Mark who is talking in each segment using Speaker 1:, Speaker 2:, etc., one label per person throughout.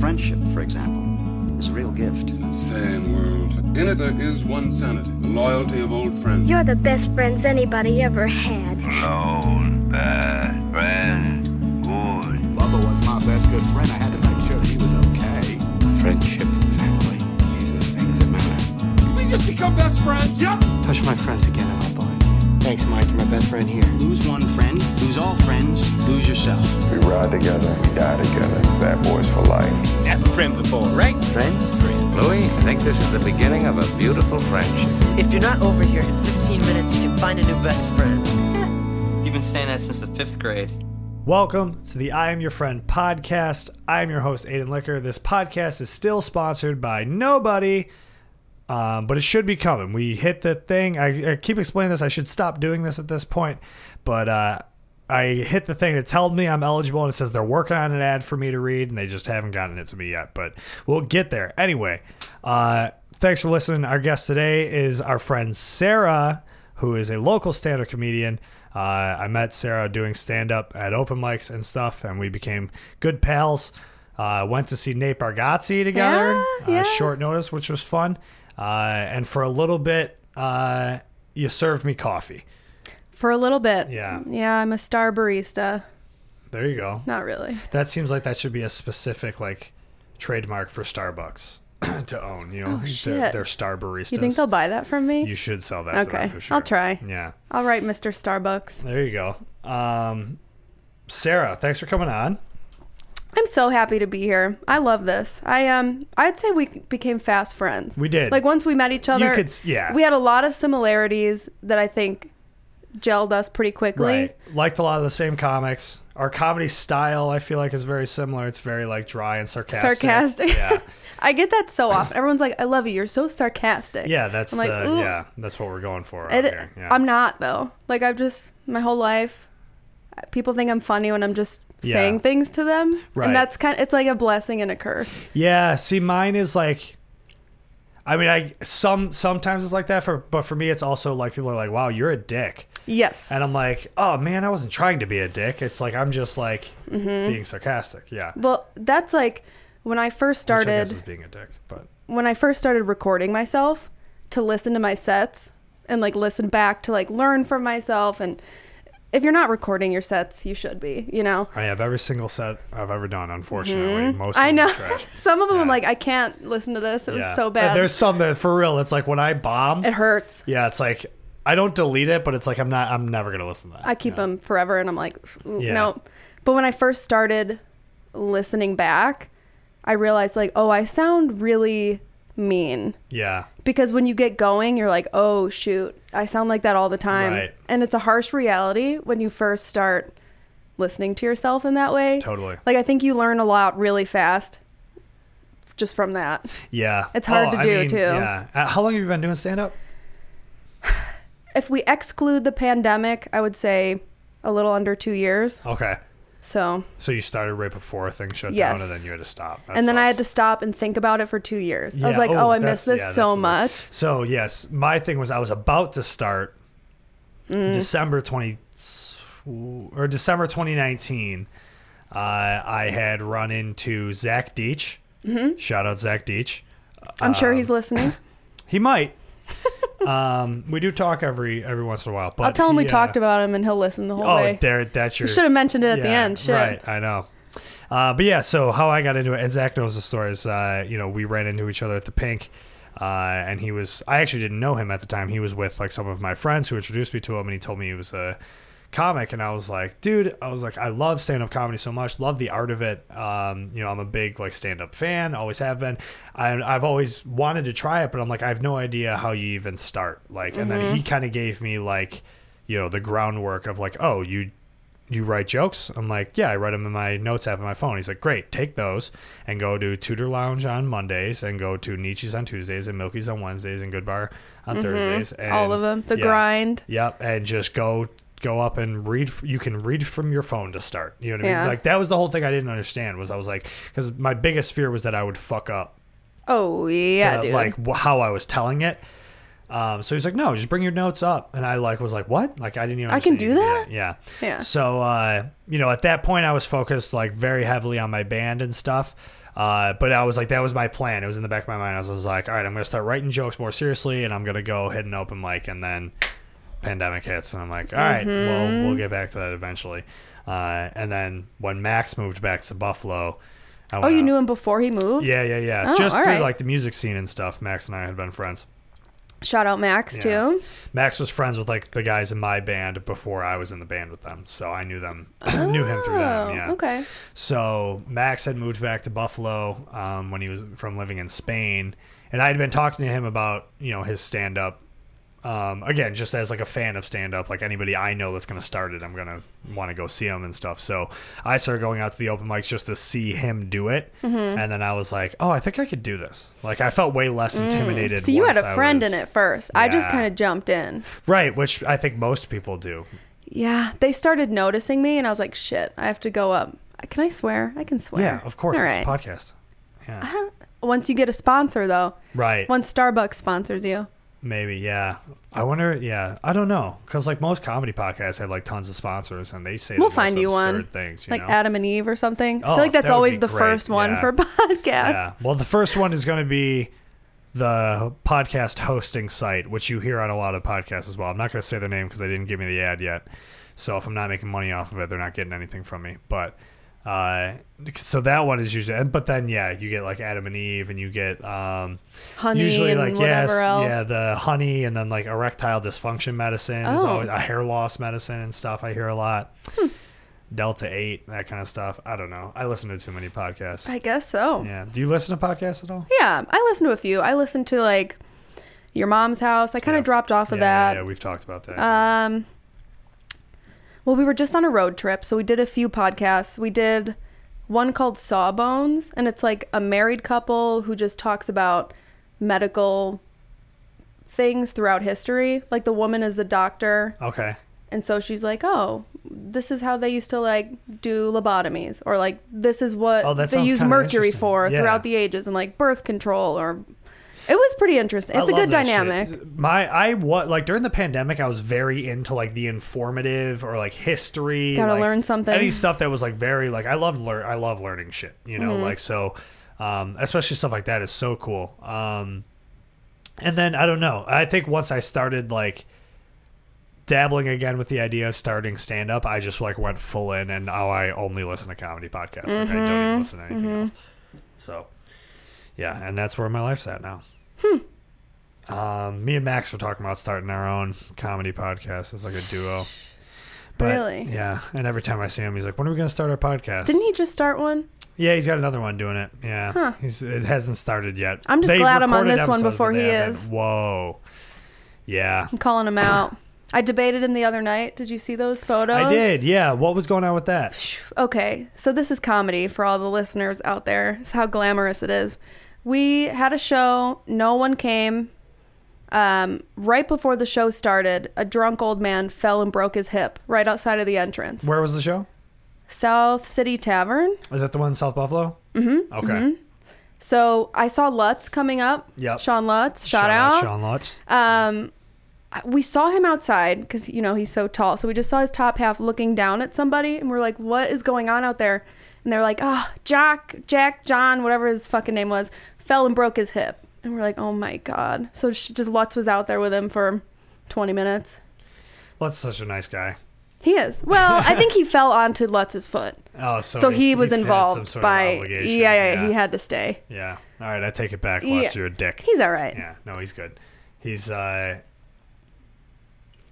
Speaker 1: Friendship, for example, is a real gift.
Speaker 2: It's an insane world. In it, there is one sanity the loyalty of old friends.
Speaker 3: You're the best friends anybody ever had.
Speaker 4: Lone bad friend, good.
Speaker 5: Bubba was my best good friend. I had to make sure he was okay.
Speaker 6: Friendship and family, these are the things that matter.
Speaker 7: We just become best friends. Yep.
Speaker 6: Touch my friends again and I'll blind you. Thanks, Mike. You're my best friend here.
Speaker 8: Lose one friend, lose all friends, lose yourself.
Speaker 9: We ride together, we die together. Bad boys for life.
Speaker 7: That's what friends are for, right?
Speaker 4: Friends? Louis, I think this is the beginning of a beautiful friendship.
Speaker 10: If you're not over here in 15 minutes, you can find a new best friend. You've been saying that since the fifth grade.
Speaker 11: Welcome to the I Am Your Friend podcast. I am your host, Aiden Licker. This podcast is still sponsored by nobody, um, but it should be coming. We hit the thing. I, I keep explaining this. I should stop doing this at this point, but uh, I hit the thing that told me I'm eligible, and it says they're working on an ad for me to read, and they just haven't gotten it to me yet. But we'll get there anyway. Uh, thanks for listening. Our guest today is our friend Sarah, who is a local stand-up comedian. Uh, I met Sarah doing stand-up at open mics and stuff, and we became good pals. Uh, went to see Nate Bargatze together,
Speaker 12: Yeah, yeah.
Speaker 11: Uh, short notice, which was fun. Uh, and for a little bit, uh, you served me coffee.
Speaker 12: For a little bit.
Speaker 11: Yeah.
Speaker 12: Yeah, I'm a star barista.
Speaker 11: There you go.
Speaker 12: Not really.
Speaker 11: That seems like that should be a specific like trademark for Starbucks to own. You know, They're,
Speaker 12: Oh, shit.
Speaker 11: they're Star Baristas.
Speaker 12: You think they'll buy that from me?
Speaker 11: You should sell that. to them
Speaker 12: okay.
Speaker 11: for sure.
Speaker 12: I'll try.
Speaker 11: Yeah,
Speaker 12: All right, Mr. Starbucks.
Speaker 11: there you go. Um, Sarah, thanks for coming on.
Speaker 12: I'm so happy to be here. I love this. I um I'd say we became fast friends.
Speaker 11: We did.
Speaker 12: Like once we met each other,
Speaker 11: could s- yeah.
Speaker 12: we had a lot of similarities that I think gelled us pretty quickly.
Speaker 11: Liked a lot of the same comics. Our comedy style, I feel like, is very similar. It's very like dry and sarcastic.
Speaker 12: Sarcastic.
Speaker 11: Yeah,
Speaker 12: I get that so often. Everyone's like, "I love you. You're so sarcastic."
Speaker 11: yeah. That's
Speaker 12: I'm like,
Speaker 11: the
Speaker 12: "Ooh."
Speaker 11: yeah. That's what we're going for. out
Speaker 12: It,
Speaker 11: here. Yeah.
Speaker 12: I'm not though. Like I've just my whole life, people think I'm funny when I'm just
Speaker 11: Yeah.
Speaker 12: saying things to them,
Speaker 11: Right.
Speaker 12: and that's kind. it's like a blessing and a curse.
Speaker 11: Yeah, see, mine is like, I mean, I some sometimes it's like that for, but for me, it's also like people are like, "Wow, you're a dick,"
Speaker 12: Yes.
Speaker 11: and I'm like, "Oh man, I wasn't trying to be a dick." It's like I'm just like
Speaker 12: Mm-hmm.
Speaker 11: being sarcastic. Yeah,
Speaker 12: well, that's like when I first
Speaker 11: which I guess
Speaker 12: started
Speaker 11: is being a dick, but
Speaker 12: when I first started recording myself to listen to my sets and like listen back to like learn from myself and. If you're not recording your sets, you should be, you know.
Speaker 11: I have every single set I've ever done. Unfortunately, most
Speaker 12: Mm-hmm.
Speaker 11: of
Speaker 12: I
Speaker 11: them are
Speaker 12: know.
Speaker 11: trash.
Speaker 12: Some of them I'm
Speaker 11: Yeah.
Speaker 12: like, I can't listen to this. It
Speaker 11: Yeah.
Speaker 12: was so bad.
Speaker 11: There's some that for real. It's like when I bomb.
Speaker 12: it hurts.
Speaker 11: yeah, it's like I don't delete it, but it's like I'm not. I'm never gonna listen to that.
Speaker 12: I keep
Speaker 11: yeah.
Speaker 12: them forever, and I'm like, "Ooh,
Speaker 11: Yeah.
Speaker 12: no. But when I first started listening back, I realized like, oh, I sound really mean
Speaker 11: Yeah,
Speaker 12: because when you get going, you're like, oh shoot, I sound like that all the time,
Speaker 11: Right.
Speaker 12: and it's a harsh reality when you first start listening to yourself in that way.
Speaker 11: Totally.
Speaker 12: Like I think you learn a lot really fast just from that.
Speaker 11: yeah. Oh,
Speaker 12: It's hard to do, too.
Speaker 11: Yeah. Uh, How long have you been doing stand up?
Speaker 12: If we exclude the pandemic, I would say a little under two years.
Speaker 11: Okay.
Speaker 12: So
Speaker 11: So you started right before things shut down, and
Speaker 12: Yes.
Speaker 11: then you had to stop. That
Speaker 12: and then I had to
Speaker 11: sucks.
Speaker 12: stop and think about it for two years. I was
Speaker 11: Yeah,
Speaker 12: like, oh, I
Speaker 11: that's-
Speaker 12: miss this
Speaker 11: yeah, that's
Speaker 12: so
Speaker 11: the-
Speaker 12: much.
Speaker 11: So yes, my thing was I was about to start
Speaker 12: Mm.
Speaker 11: December twenty or December twenty nineteen. Uh, I had run into Zach Deach.
Speaker 12: Mm-hmm.
Speaker 11: Shout out Zach Deach.
Speaker 12: I'm sure
Speaker 11: Um,
Speaker 12: he's listening.
Speaker 11: He might. um, we do talk every every once in a while. But
Speaker 12: I'll tell him we
Speaker 11: he, uh,
Speaker 12: talked about him and he'll listen the whole
Speaker 11: Oh,
Speaker 12: way.
Speaker 11: there. That's your.
Speaker 12: We should have mentioned it at the
Speaker 11: Yeah,
Speaker 12: end. Shit.
Speaker 11: Right, I know. Uh, but yeah, so how I got into it, and Zach knows the story, is uh, you know, we ran into each other at the Pink. Uh, and he was, I actually didn't know him at the time. He was with like some of my friends who introduced me to him, and he told me he was a comic. And I was like, dude, I was like, I love stand up comedy so much, love the art of it. Um, you know, I'm a big like stand up fan, always have been. I, I've always wanted to try it, but I'm like, I have no idea how you even start. Like, and
Speaker 12: Mm-hmm.
Speaker 11: then he kind of gave me like, you know, the groundwork of like, oh, you you write jokes? I'm like, yeah, I write them in my notes app on my phone. He's like, great, take those and go to Tudor Lounge on Mondays and go to Nietzsche's on Tuesdays and Milky's on Wednesdays and Good Bar on Thursdays. And
Speaker 12: Mm-hmm. All of them. The
Speaker 11: yeah.
Speaker 12: grind.
Speaker 11: Yep, and just go go up and read. You can read from your phone to start. You know what I
Speaker 12: Yeah.
Speaker 11: mean? Like that was the whole thing I didn't understand was I was like, because my biggest fear was that I would fuck up
Speaker 12: Oh, yeah,
Speaker 11: uh,
Speaker 12: dude.
Speaker 11: like wh- how I was telling it. Um, so he's like, no, just bring your notes up. And I like was like, what? Like I didn't even.
Speaker 12: I can
Speaker 11: understand
Speaker 12: do
Speaker 11: you
Speaker 12: that?
Speaker 11: Yeah.
Speaker 12: Yeah.
Speaker 11: So uh, you know, at that point, I was focused like very heavily on my band and stuff. Uh, but I was like, that was my plan. It was in the back of my mind. I was, I was like, all right, I'm gonna start writing jokes more seriously, and I'm gonna go hit an open mic, and then pandemic hits, and I'm like, all right, well,
Speaker 12: Mm-hmm.
Speaker 11: we'll get back to that eventually. Uh, and then when Max moved back to Buffalo, I
Speaker 12: Oh,
Speaker 11: went
Speaker 12: you
Speaker 11: out-
Speaker 12: knew him before he moved?
Speaker 11: Yeah, yeah, yeah.
Speaker 12: Oh,
Speaker 11: Just
Speaker 12: all
Speaker 11: through
Speaker 12: right.
Speaker 11: like the music scene and stuff. Max and I had been friends.
Speaker 12: Shout out Max,
Speaker 11: Yeah.
Speaker 12: too.
Speaker 11: Max was friends with like the guys in my band before I was in the band with them, so I knew them, knew him through
Speaker 12: Oh,
Speaker 11: them. Yeah.
Speaker 12: okay.
Speaker 11: So Max had moved back to Buffalo um, when he was from living in Spain, and I had been talking to him about you know his stand up. Um, again, just as like a fan of stand up, like anybody I know that's gonna start it, I'm gonna want to go see him and stuff. So I started going out to the open mics just to see him do it,
Speaker 12: Mm-hmm.
Speaker 11: and then I was like, oh, I think I could do this. Like I felt way less intimidated.
Speaker 12: Mm. So you had
Speaker 11: once
Speaker 12: a
Speaker 11: I
Speaker 12: friend
Speaker 11: was-
Speaker 12: in it first. I just
Speaker 11: Yeah.
Speaker 12: kind of jumped in.
Speaker 11: Right, which I think most people do.
Speaker 12: Yeah, they started noticing me, and I was like, "Shit, I have to go up." Can I swear? I can swear.
Speaker 11: Yeah, of course.
Speaker 12: All right.
Speaker 11: It's a podcast. Yeah.
Speaker 12: Once you get a sponsor, though,
Speaker 11: Right.
Speaker 12: once Starbucks sponsors you,
Speaker 11: Maybe, yeah. I wonder, yeah. I don't know. Because, like, most comedy podcasts have, like, tons of sponsors and they say
Speaker 12: we'll
Speaker 11: the most
Speaker 12: find you
Speaker 11: absurd
Speaker 12: one,
Speaker 11: things. You
Speaker 12: like
Speaker 11: know?
Speaker 12: Adam and Eve or something. I
Speaker 11: Oh,
Speaker 12: feel like that's
Speaker 11: that would
Speaker 12: always
Speaker 11: be
Speaker 12: the
Speaker 11: great,
Speaker 12: first one
Speaker 11: yeah.
Speaker 12: for podcasts.
Speaker 11: Yeah. Well, the first one is going to be the podcast hosting site, which you hear on a lot of podcasts as well. I'm not going to say their name because they didn't give me the ad yet. So if I'm not making money off of it, they're not getting anything from me. But uh, so that one is usually, but then yeah, you get like Adam and Eve, and you get um,
Speaker 12: Honey
Speaker 11: usually
Speaker 12: and
Speaker 11: like yes,
Speaker 12: whatever else.
Speaker 11: yeah, the honey, and then like erectile dysfunction medicine, is
Speaker 12: Oh. Hmm.
Speaker 11: always, a hair loss medicine and stuff. I hear a lot. Delta eight, that kind of stuff. I don't know. I listen to too many podcasts.
Speaker 12: I guess so. Yeah.
Speaker 11: Yeah. Do you listen to podcasts at all?
Speaker 12: I listen to a few. I listen to like your mom's house. I kind of
Speaker 11: Yeah.
Speaker 12: dropped off of
Speaker 11: yeah, yeah,
Speaker 12: that.
Speaker 11: Yeah, we've talked about that.
Speaker 12: Um, well, we were just on a road trip, so we did a few podcasts. We did one called Sawbones, and it's like a married couple who just talks about medical things throughout history. Like the woman is the doctor,
Speaker 11: okay.
Speaker 12: and so she's like, "Oh, this is how they used to like do lobotomies, or like this is what
Speaker 11: Oh, that
Speaker 12: they
Speaker 11: sounds
Speaker 12: use
Speaker 11: kinda
Speaker 12: mercury
Speaker 11: interesting.
Speaker 12: for
Speaker 11: Yeah.
Speaker 12: throughout the ages, and like birth control." Or it was pretty interesting.
Speaker 11: I
Speaker 12: It's a
Speaker 11: love
Speaker 12: good
Speaker 11: that shit.
Speaker 12: dynamic.
Speaker 11: My I what like during the pandemic I was very into like the informative or like history.
Speaker 12: Gotta
Speaker 11: like,
Speaker 12: learn something.
Speaker 11: Any stuff that was like very like I love learn I love learning shit. You
Speaker 12: Mm-hmm.
Speaker 11: know, like so um especially stuff like that is so cool. Um and then I don't know. I think once I started like dabbling again with the idea of starting stand up, I just like went full in and now I only listen to comedy podcasts. Like I don't
Speaker 12: Mm-hmm.
Speaker 11: even listen to anything else. So yeah, and that's where my life's at now.
Speaker 12: Hmm.
Speaker 11: Um, me and Max were talking about starting our own comedy podcast as like a duo. But,
Speaker 12: Really?
Speaker 11: Yeah. And every time I see him, he's like, "When are we going to start our podcast?"
Speaker 12: Didn't he just start one?
Speaker 11: Yeah, he's got another one doing it. Yeah, he's, it hasn't started yet.
Speaker 12: I'm just glad I'm on
Speaker 11: recorded
Speaker 12: this one
Speaker 11: episodes, but
Speaker 12: before
Speaker 11: they
Speaker 12: he
Speaker 11: haven't.
Speaker 12: is.
Speaker 11: Whoa. Yeah,
Speaker 12: I'm calling him out. I debated him the other night. Did you see those photos?
Speaker 11: I did. Yeah, what was going on with that?
Speaker 12: Okay, so this is comedy for all the listeners out there. It's how glamorous it is. We had a show, no one came. Um, right before the show started, a drunk old man fell and broke his hip right outside of the entrance.
Speaker 11: Where was the show?
Speaker 12: South City Tavern.
Speaker 11: Is that the one in South Buffalo? Mm-hmm. Okay.
Speaker 12: So I saw Lutz coming up.
Speaker 11: Yep.
Speaker 12: Sean Lutz, shout,
Speaker 11: Shout
Speaker 12: out.
Speaker 11: Sean Lutz.
Speaker 12: Um, we saw him outside because you know he's so tall. So we just saw his top half looking down at somebody, and we're like, "What is going on out there?" And they're like, "Ah, Jack, Jack, John, whatever his fucking name was, fell and broke his hip." And we're like, "Oh my god!" So she, just Lutz was out there with him for twenty minutes.
Speaker 11: Lutz is such a nice guy.
Speaker 12: He is. Well, I think he fell onto Lutz's foot,
Speaker 11: Oh, so,
Speaker 12: so he, was
Speaker 11: had some
Speaker 12: involved
Speaker 11: sort of
Speaker 12: by yeah,
Speaker 11: obligation.
Speaker 12: yeah, he had to stay.
Speaker 11: Yeah. All right, I take it back.
Speaker 12: Yeah.
Speaker 11: Lutz, you're a dick.
Speaker 12: He's all right.
Speaker 11: Yeah, no, he's good. He's uh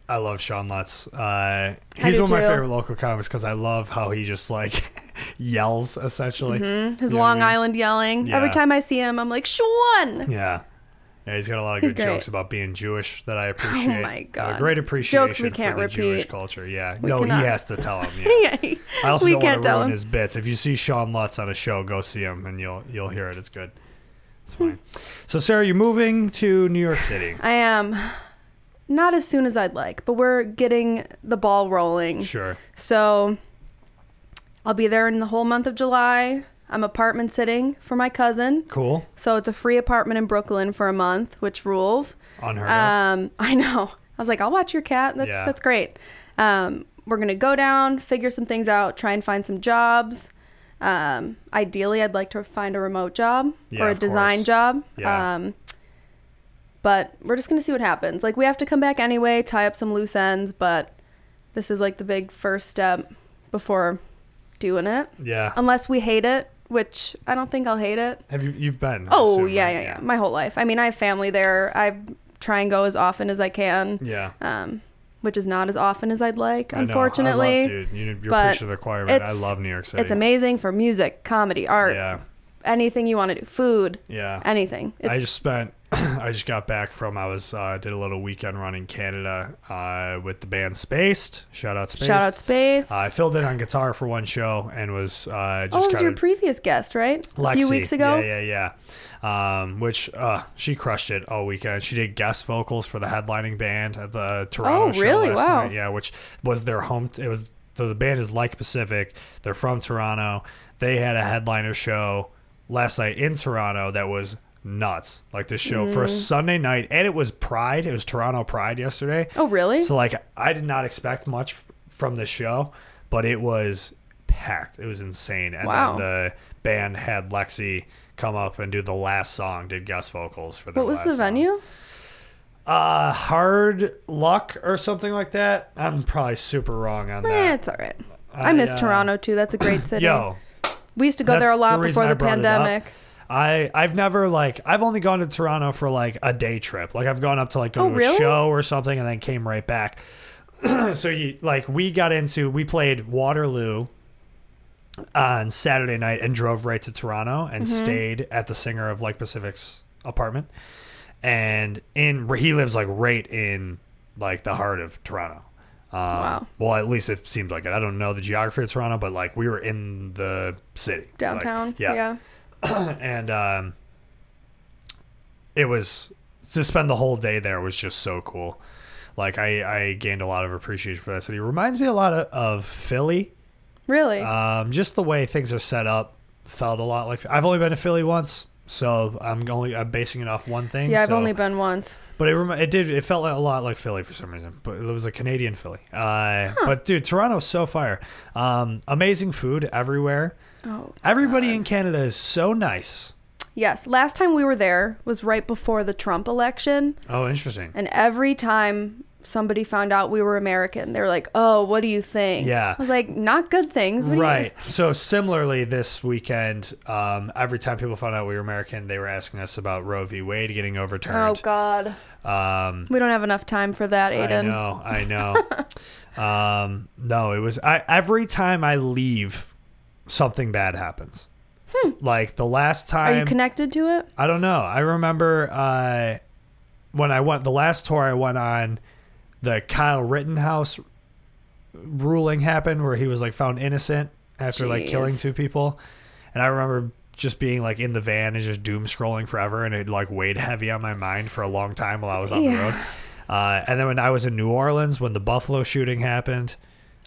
Speaker 11: I love Sean Lutz. Uh he's
Speaker 12: do
Speaker 11: one of my
Speaker 12: too.
Speaker 11: favorite local comics cuz I love how he just like yells essentially.
Speaker 12: His
Speaker 11: You know what I
Speaker 12: Long
Speaker 11: mean?
Speaker 12: Island yelling. Every
Speaker 11: Yeah.
Speaker 12: time I see him, I'm like, Sean.
Speaker 11: Yeah. Yeah, he's got a lot of
Speaker 12: He's
Speaker 11: good
Speaker 12: great. Oh
Speaker 11: jokes about being Jewish that I appreciate.
Speaker 12: my
Speaker 11: I have
Speaker 12: God.
Speaker 11: great appreciation
Speaker 12: Jokes we can't
Speaker 11: for the Jewish
Speaker 12: repeat.
Speaker 11: culture. Yeah. no,
Speaker 12: cannot.
Speaker 11: he has to tell him. Yeah.
Speaker 12: Yeah.
Speaker 11: I also
Speaker 12: we
Speaker 11: don't
Speaker 12: can't
Speaker 11: want to
Speaker 12: tell
Speaker 11: ruin
Speaker 12: him.
Speaker 11: his bits. If you see Sean Lutz on a show, go see him and you'll you'll hear it. It's good. It's fine. so Sarah, you're moving to New York City.
Speaker 12: I am. Not as soon as I'd like, but we're getting the ball rolling.
Speaker 11: Sure.
Speaker 12: So I'll be there in the whole month of July. I'm apartment sitting for my cousin.
Speaker 11: Cool.
Speaker 12: So it's a free apartment in Brooklyn for a month, which rules.
Speaker 11: Unheard of.
Speaker 12: um, I know. I was like, I'll watch your cat. That's
Speaker 11: Yeah.
Speaker 12: that's great. Um, we're gonna go down, figure some things out, try and find some jobs. Um, ideally, I'd like to find a remote job
Speaker 11: Yeah,
Speaker 12: or a
Speaker 11: of
Speaker 12: design
Speaker 11: course.
Speaker 12: job.
Speaker 11: Yeah.
Speaker 12: Um, but we're just gonna see what happens. Like we have to come back anyway, tie up some loose ends, but this is like the big first step before doing it.
Speaker 11: Yeah.
Speaker 12: Unless we hate it, which I don't think I'll hate it.
Speaker 11: Have you? You've been? I
Speaker 12: Oh
Speaker 11: assume,
Speaker 12: yeah,
Speaker 11: right?
Speaker 12: yeah, yeah. My whole life. I mean, I have family there. I try and go as often as I can.
Speaker 11: Yeah.
Speaker 12: Um, which is not as often as I'd like,
Speaker 11: I know. I love-
Speaker 12: unfortunately.
Speaker 11: dude, you- you're
Speaker 12: But
Speaker 11: preaching to the choir, man. I
Speaker 12: it's-
Speaker 11: love New York City.
Speaker 12: It's amazing for music, comedy, art,
Speaker 11: Yeah.
Speaker 12: anything you want to do, food,
Speaker 11: Yeah.
Speaker 12: anything.
Speaker 11: I just spent. I just got back from. I was uh, did a little weekend run in Canada uh, with the band Spaced. Shout out Spaced.
Speaker 12: Shout out Spaced.
Speaker 11: Uh, I filled in on guitar for one show and was uh, just
Speaker 12: oh, it was
Speaker 11: kind
Speaker 12: your
Speaker 11: of
Speaker 12: previous guest, right? A few
Speaker 11: Lexi.
Speaker 12: weeks ago.
Speaker 11: Yeah, yeah, yeah. Um, which uh, she crushed it all weekend. She did guest vocals for the headlining band at the Toronto
Speaker 12: Oh,
Speaker 11: show
Speaker 12: really?
Speaker 11: last
Speaker 12: Wow.
Speaker 11: night. Yeah, which was their home. It was the, the band is like Pacific. They're from Toronto. They had a headliner show last night in Toronto that was nuts. Like this show for a
Speaker 12: Mm.
Speaker 11: Sunday night, and it was Pride. It was Toronto Pride yesterday.
Speaker 12: Oh, really?
Speaker 11: So like, I did not expect much f- from the show, but it was packed. It was insane. And
Speaker 12: Wow.
Speaker 11: then the band had Lexi come up and do the last song, did guest vocals for the
Speaker 12: what was
Speaker 11: last
Speaker 12: the
Speaker 11: song.
Speaker 12: venue?
Speaker 11: Uh, hard luck or something like that. I'm probably super wrong on that.
Speaker 12: Eh, it's all right. I, miss
Speaker 11: uh,
Speaker 12: Toronto too. That's a great city.
Speaker 11: Yo,
Speaker 12: we used to go there a
Speaker 11: That's
Speaker 12: lot
Speaker 11: reason
Speaker 12: before
Speaker 11: I
Speaker 12: the
Speaker 11: brought it up.
Speaker 12: pandemic.
Speaker 11: I I've never like I've only gone to Toronto for like a day trip. Like I've gone up to like go
Speaker 12: Oh,
Speaker 11: to
Speaker 12: really?
Speaker 11: a show or something and then came right back. so you like we got into we played Waterloo uh, on Saturday night and drove right to Toronto and
Speaker 13: Mhm.
Speaker 12: Mm-hmm.
Speaker 11: stayed at the singer of Lake Pacific's apartment. And in he lives like right in like the heart of Toronto. Um, wow. Well, at least it seems like it. I don't know the geography of Toronto, but like we were in the city Like,
Speaker 12: Downtown. yeah.
Speaker 11: and um, it was to spend the whole day there was just so cool. Like I, I gained a lot of appreciation for that city. Reminds me a lot of, of Philly.
Speaker 12: Really?
Speaker 11: Um, just the way things are set up felt a lot like I've only been to Philly once, so I'm only I'm basing it off one thing.
Speaker 12: Yeah, I've
Speaker 11: so-
Speaker 12: only been once.
Speaker 11: but it remi- it did it felt like a lot like Philly for some reason. But it was a Canadian Philly. Uh, But dude, Toronto's so fire. Um, amazing food everywhere.
Speaker 12: Oh,
Speaker 11: Everybody in Canada is so nice.
Speaker 12: Yes, last time we were there was right before the Trump election,
Speaker 11: Oh, interesting.
Speaker 12: and every time somebody found out we were American, they were like, "Oh, what do you think?"
Speaker 11: Yeah.
Speaker 12: I was like, "Not good things." What do you-
Speaker 11: Right. So similarly, this weekend, um, every time people found out we were American, they were asking us about Roe v. Wade getting
Speaker 12: oh
Speaker 11: overturned.
Speaker 12: God,
Speaker 11: Um,
Speaker 12: we don't have enough time for that, Aiden.
Speaker 11: I know, I know. um, no, it was I, every time I leave, something bad happens. Like the last time,
Speaker 12: Hmm. Are you connected to it?
Speaker 11: I don't know. I remember uh, when I went the last tour I went on, the Kyle Rittenhouse ruling happened where he was like found innocent after like
Speaker 13: Jeez.
Speaker 11: killing two people, and I remember just being like in the van and just doom scrolling forever, and it like weighed heavy on my mind for a long time while I was on the
Speaker 12: Yeah.
Speaker 11: road. Uh, and then when I was in New Orleans when the Buffalo shooting happened,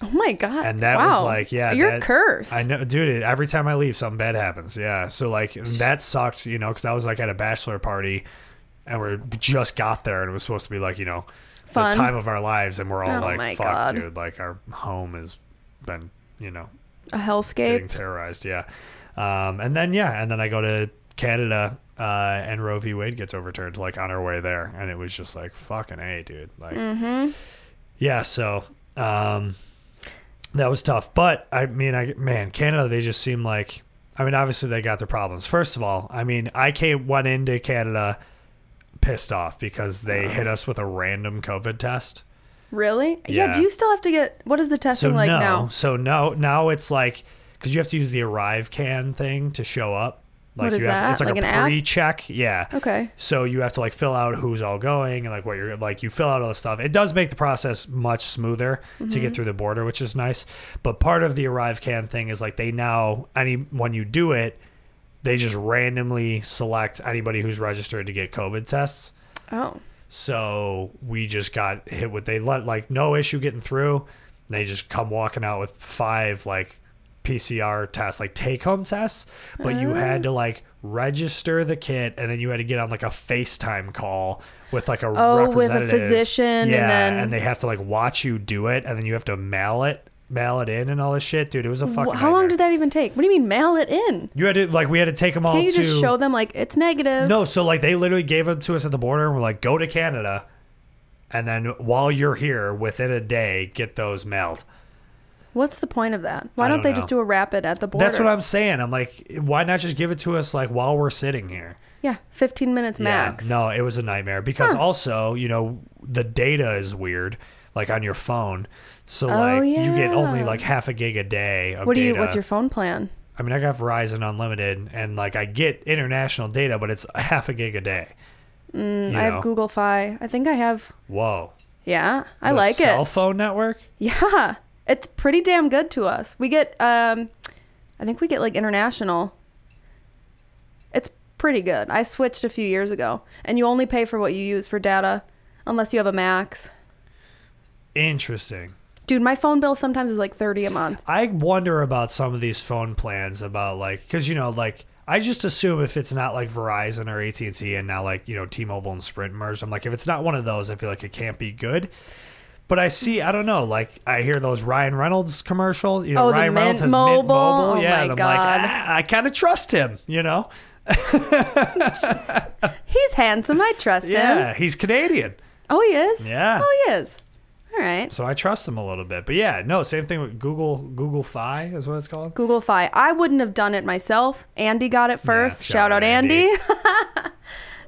Speaker 12: Oh my God!
Speaker 11: and that
Speaker 12: wow.
Speaker 11: was like, yeah,
Speaker 12: you're
Speaker 11: that-
Speaker 12: cursed.
Speaker 11: I know, dude. it- Every time I leave, something bad happens. Yeah, so like that sucked, you know, because I was like at a bachelor party, and we just got there, and it was supposed to be like you know,
Speaker 12: Fun.
Speaker 11: the time of our lives, and we're all
Speaker 12: Oh my
Speaker 11: like, fuck,
Speaker 12: God.
Speaker 11: dude, like our home has been, you know,
Speaker 12: A
Speaker 11: getting
Speaker 12: hellscape.
Speaker 11: terrorized. Yeah, um, and then yeah, and then I go to Canada. Uh, and Roe v. Wade gets overturned, like on our way there, and it was just like fucking a, dude. Like,
Speaker 12: Mm-hmm.
Speaker 11: yeah, so um, that was tough. But I mean, I man, Canada, they just seem like. I mean, obviously they got their problems. First of all, I mean, I came went into Canada pissed off because they hit us with a random COVID test.
Speaker 12: Really?
Speaker 11: Yeah.
Speaker 12: Do you still have to get? What is the testing
Speaker 11: so
Speaker 12: like
Speaker 11: no,
Speaker 12: now?
Speaker 11: so no, now it's like because you have to use the arrive can thing to show up. Like
Speaker 12: What is
Speaker 11: you have,
Speaker 12: that?
Speaker 11: It's like,
Speaker 12: Like an
Speaker 11: a
Speaker 12: app?
Speaker 11: pre-check. Yeah.
Speaker 12: Okay.
Speaker 11: So you have to like fill out who's all going and like what you're like you fill out all the stuff. It does make the process much smoother to
Speaker 13: Mhm.
Speaker 12: Mm-hmm.
Speaker 11: get through the border, which is nice. But part of the arrive can thing is like they now any when you do it, they just randomly select anybody who's registered to get COVID tests.
Speaker 12: Oh.
Speaker 11: So we just got hit with they let like no issue getting through. They just come walking out with five like PCR tests, like take home tests, but you had to like register the kit and then you had to get on like a FaceTime call with like a
Speaker 12: Oh, with a
Speaker 11: representative.
Speaker 12: physician and
Speaker 11: yeah,
Speaker 12: then-
Speaker 11: and they have to like watch you do it and then you have to mail it mail it in and all this shit dude it was a fucking
Speaker 12: Wh- How long
Speaker 11: nightmare.
Speaker 12: did that even take? What do you mean mail it in?
Speaker 11: you had to like we had to take them all
Speaker 12: Can't you
Speaker 11: to
Speaker 12: just show them like it's negative?
Speaker 11: no, so like they literally gave them to us at the border and were like, go to Canada. And then while you're here, within a day, get those mailed.
Speaker 12: What's the point of that? Why
Speaker 11: I
Speaker 12: don't,
Speaker 11: don't
Speaker 12: they just
Speaker 11: know.
Speaker 12: do a rapid at the border?
Speaker 11: That's what I'm saying. I'm like, why not just give it to us like while we're sitting here?
Speaker 12: Yeah, 15 minutes max.
Speaker 11: No, it was a nightmare because
Speaker 12: Huh.
Speaker 11: also, you know, the data is weird, like on your phone. So
Speaker 12: Oh,
Speaker 11: like you get only
Speaker 12: yeah.
Speaker 11: like half a gig a day of
Speaker 12: What do you?
Speaker 11: data.
Speaker 12: What's your phone plan?
Speaker 11: I mean, I got Verizon Unlimited, and like I get international data, but it's half a gig a day.
Speaker 12: Mm,
Speaker 11: You
Speaker 12: I
Speaker 11: know.
Speaker 12: have Google Fi. I think I have.
Speaker 11: Whoa!
Speaker 12: Yeah, I
Speaker 11: The
Speaker 12: like
Speaker 11: Cell
Speaker 12: it.
Speaker 11: phone network.
Speaker 12: Yeah, it's pretty damn good to us. We get, um, I think we get like international. It's pretty good. I switched a few years ago, and you only pay for what you use for data, unless you have a max.
Speaker 11: Interesting.
Speaker 12: Dude, my phone bill sometimes is like 30 a month.
Speaker 11: I wonder about some of these phone plans about like because you know like I just assume if it's not like Verizon or AT and T and now like you know T-Mobile and Sprint merged, I'm like if it's not one of those, I feel like it can't be good. But I see, I don't know, like I hear those Ryan Reynolds commercials. You know,
Speaker 12: Oh, the
Speaker 11: Ryan
Speaker 12: Mint
Speaker 11: Reynolds has
Speaker 12: Mobile?
Speaker 11: Mint Mobile,
Speaker 12: Oh
Speaker 11: yeah.
Speaker 12: my
Speaker 11: and I'm
Speaker 12: God.
Speaker 11: like, ah, I kind of trust him, you know.
Speaker 12: He's handsome. I trust
Speaker 11: Yeah,
Speaker 12: him.
Speaker 11: he's Canadian,
Speaker 12: Oh, he is?
Speaker 11: Yeah.
Speaker 12: Oh, he is. All right.
Speaker 11: so I trust him a little bit. But yeah, no, same thing with Google Google Fi is what it's called.
Speaker 12: Google Fi. I wouldn't have done it myself. Andy got it first.
Speaker 11: shout
Speaker 12: shout,
Speaker 11: out
Speaker 12: out Andy.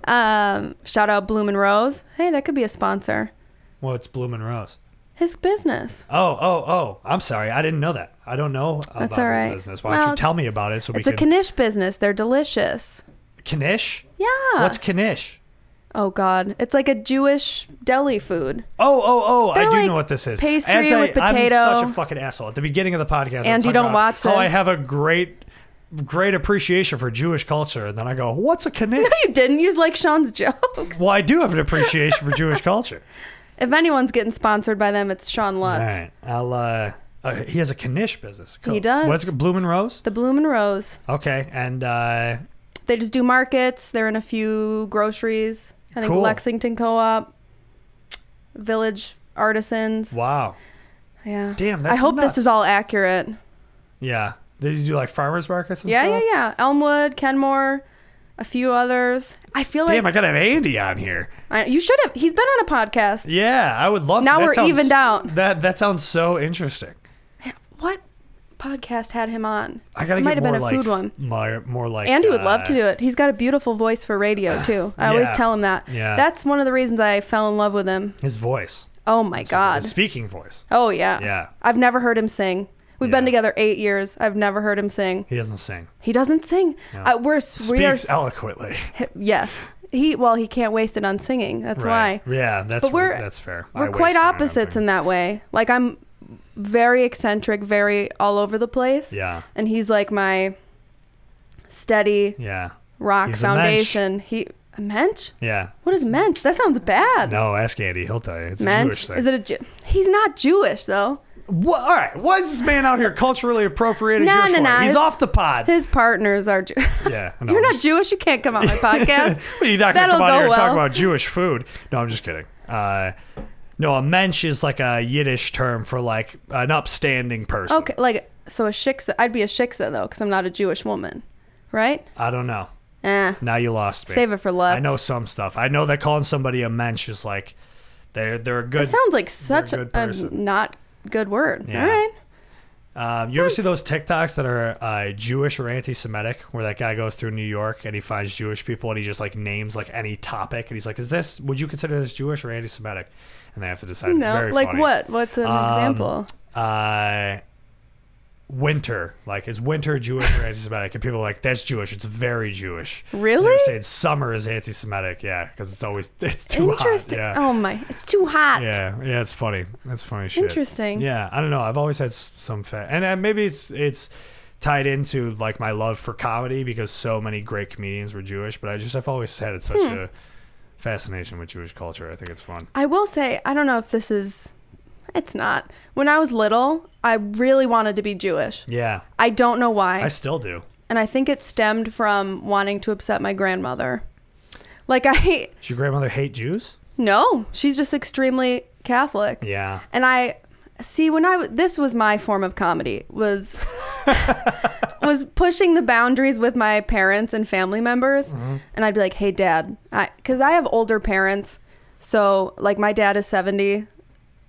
Speaker 12: um, shout out Bloomin' Rose. Hey, that could be a sponsor.
Speaker 11: Well, it's Bloomin' Rose.
Speaker 12: His business.
Speaker 11: Oh, oh, oh! I'm sorry, I didn't know that. I don't know about
Speaker 12: That's all
Speaker 11: his
Speaker 12: right.
Speaker 11: business. Why don't
Speaker 12: Well,
Speaker 11: you
Speaker 12: it's-
Speaker 11: tell me about it so we
Speaker 12: it's a
Speaker 11: can?
Speaker 12: Kanish business. They're delicious.
Speaker 11: Knish?
Speaker 12: Yeah.
Speaker 11: What's Knish?
Speaker 12: oh God, it's like a Jewish deli food.
Speaker 11: Oh, oh, oh! I
Speaker 12: They're
Speaker 11: do
Speaker 12: like
Speaker 11: know what this is.
Speaker 12: pastry
Speaker 11: As I,
Speaker 12: with potato.
Speaker 11: I'm such a fucking asshole. At the beginning of the podcast, I'm
Speaker 12: And you
Speaker 11: talking
Speaker 12: don't
Speaker 11: about
Speaker 12: watch
Speaker 11: How I
Speaker 12: this.
Speaker 11: have a great, great appreciation for Jewish culture, and then I go, "What's a Knish?"
Speaker 12: No, you didn't. You just like Sean's jokes.
Speaker 11: well, I do have an appreciation for Jewish culture.
Speaker 12: If anyone's getting sponsored by them, it's Sean Lutz.
Speaker 11: All right, I'll. Uh, uh, he has a Knish business.
Speaker 12: He does.
Speaker 11: What's it? Bloomin' Rose?
Speaker 12: The Bloomin' Rose.
Speaker 11: Okay, and uh,
Speaker 12: They just do markets. They're in a few groceries. I think
Speaker 11: Cool.
Speaker 12: Lexington Co-op, Village Artisans.
Speaker 11: wow,
Speaker 12: Yeah.
Speaker 11: Damn,
Speaker 12: I
Speaker 11: that's
Speaker 12: hope
Speaker 11: nuts.
Speaker 12: this is all accurate.
Speaker 11: yeah. Did you do like farmers markets? And
Speaker 12: Yeah,
Speaker 11: stuff?
Speaker 12: yeah, yeah. Elmwood, Kenmore, a few others. I feel
Speaker 11: Damn, I
Speaker 12: like
Speaker 11: gotta have Andy on here.
Speaker 12: I, you should have. He's been on a podcast.
Speaker 11: Yeah, I would love.
Speaker 12: Now
Speaker 11: that
Speaker 12: we're
Speaker 11: sounds-
Speaker 12: evened out.
Speaker 11: That that sounds so interesting.
Speaker 12: What podcast had him on?
Speaker 11: I gotta
Speaker 12: It
Speaker 11: get
Speaker 12: might have
Speaker 11: more
Speaker 12: been a
Speaker 11: like
Speaker 12: food one.
Speaker 11: More, more like
Speaker 12: Andy would love to
Speaker 11: uh,
Speaker 12: do it. He's got a beautiful voice for radio too. I always
Speaker 11: Yeah.
Speaker 12: tell him that.
Speaker 11: Yeah.
Speaker 12: That's one of the reasons I fell in love with him.
Speaker 11: His voice,
Speaker 12: Oh my god.
Speaker 11: his speaking voice.
Speaker 12: Oh yeah.
Speaker 11: Yeah.
Speaker 12: I've never heard him sing. We've
Speaker 11: Yeah.
Speaker 12: been together eight years. I've never heard him sing.
Speaker 11: He doesn't sing.
Speaker 12: He doesn't sing.
Speaker 11: Yeah.
Speaker 12: Uh, we're s- we are s-
Speaker 11: Speaks eloquently.
Speaker 12: yes. He well he can't waste it on singing. That's
Speaker 11: Right.
Speaker 12: why.
Speaker 11: Yeah, that's
Speaker 12: But we're-
Speaker 11: that's fair. I
Speaker 12: We're
Speaker 11: waste
Speaker 12: quite
Speaker 11: mine on
Speaker 12: opposites
Speaker 11: singing.
Speaker 12: in that way. Like I'm very eccentric, very all over the place.
Speaker 11: Yeah,
Speaker 12: And he's like my steady
Speaker 11: yeah,
Speaker 12: rock
Speaker 11: He's a mensch.
Speaker 12: foundation. He a mensch?
Speaker 11: yeah.
Speaker 12: What is mensch? That sounds bad.
Speaker 11: No, ask Andy. He'll tell you. It's a Jewish
Speaker 12: Mensch?
Speaker 11: thing.
Speaker 12: Is it a Jew? He's not Jewish though.
Speaker 11: What, all right. Why is this man out here culturally appropriating
Speaker 12: No,
Speaker 11: Jewish
Speaker 12: no, no,
Speaker 11: wine? He's
Speaker 12: his-
Speaker 11: off the pod.
Speaker 12: His partners are Jew.
Speaker 11: yeah, I know.
Speaker 12: You're not Jewish. You can't come on my podcast.
Speaker 11: Well, you're not going
Speaker 12: That'll
Speaker 11: to come out here
Speaker 12: go
Speaker 11: and talk
Speaker 12: well.
Speaker 11: about Jewish food. No, I'm just kidding. Uh, no, a mensch is like a Yiddish term for like an upstanding person.
Speaker 12: Okay, like so a shiksa. I'd be a shiksa though, because I'm not a Jewish woman, right?
Speaker 11: I don't know.
Speaker 12: Eh.
Speaker 11: Now you lost me.
Speaker 12: Save it for Lutz.
Speaker 11: I know some stuff. I know that calling somebody a mensch is like they're they're a good.
Speaker 12: It sounds like such
Speaker 11: You're a
Speaker 12: a,
Speaker 11: good person.
Speaker 12: not good word.
Speaker 11: Yeah.
Speaker 12: All right.
Speaker 11: Um,
Speaker 12: Hmm.
Speaker 11: you ever see those TikToks that are uh, Jewish or anti-Semitic, where that guy goes through New York and he finds Jewish people and he just like names like any topic and he's like, "Is this? Would you consider this Jewish or anti-Semitic?" And they have to decide. it's
Speaker 12: no,
Speaker 11: very
Speaker 12: like
Speaker 11: funny.
Speaker 12: what? What's an
Speaker 11: Um,
Speaker 12: example?
Speaker 11: Uh, winter, like is winter Jewish or anti-Semitic? And people are like, "That's Jewish. It's very Jewish."
Speaker 12: Really?
Speaker 11: They're saying summer is anti-Semitic, yeah, because it's always it's too hot.
Speaker 12: Interesting.
Speaker 11: Yeah.
Speaker 12: Oh my, it's too hot.
Speaker 11: Yeah, yeah, it's funny. That's funny shit.
Speaker 12: Interesting.
Speaker 11: Yeah, I don't know. I've always had s- some fa and uh, maybe it's it's tied into like my love for comedy because so many great comedians were Jewish. But I just I've always had such
Speaker 12: Hmm.
Speaker 11: a fascination with Jewish culture. I think it's fun.
Speaker 12: I will say, I don't know if this is It's not. When I was little, I really wanted to be Jewish.
Speaker 11: Yeah.
Speaker 12: I don't know why.
Speaker 11: I still do.
Speaker 12: and I think it stemmed from wanting to upset my grandmother. Like I
Speaker 11: Does your grandmother hate Jews?
Speaker 12: no, she's just extremely Catholic.
Speaker 11: Yeah.
Speaker 12: And I see when I w- this was my form of comedy was was pushing the boundaries with my parents and family members,
Speaker 13: Mhm.
Speaker 12: and I'd be like, "Hey, Dad," because I, have older parents, so like my dad is seventy,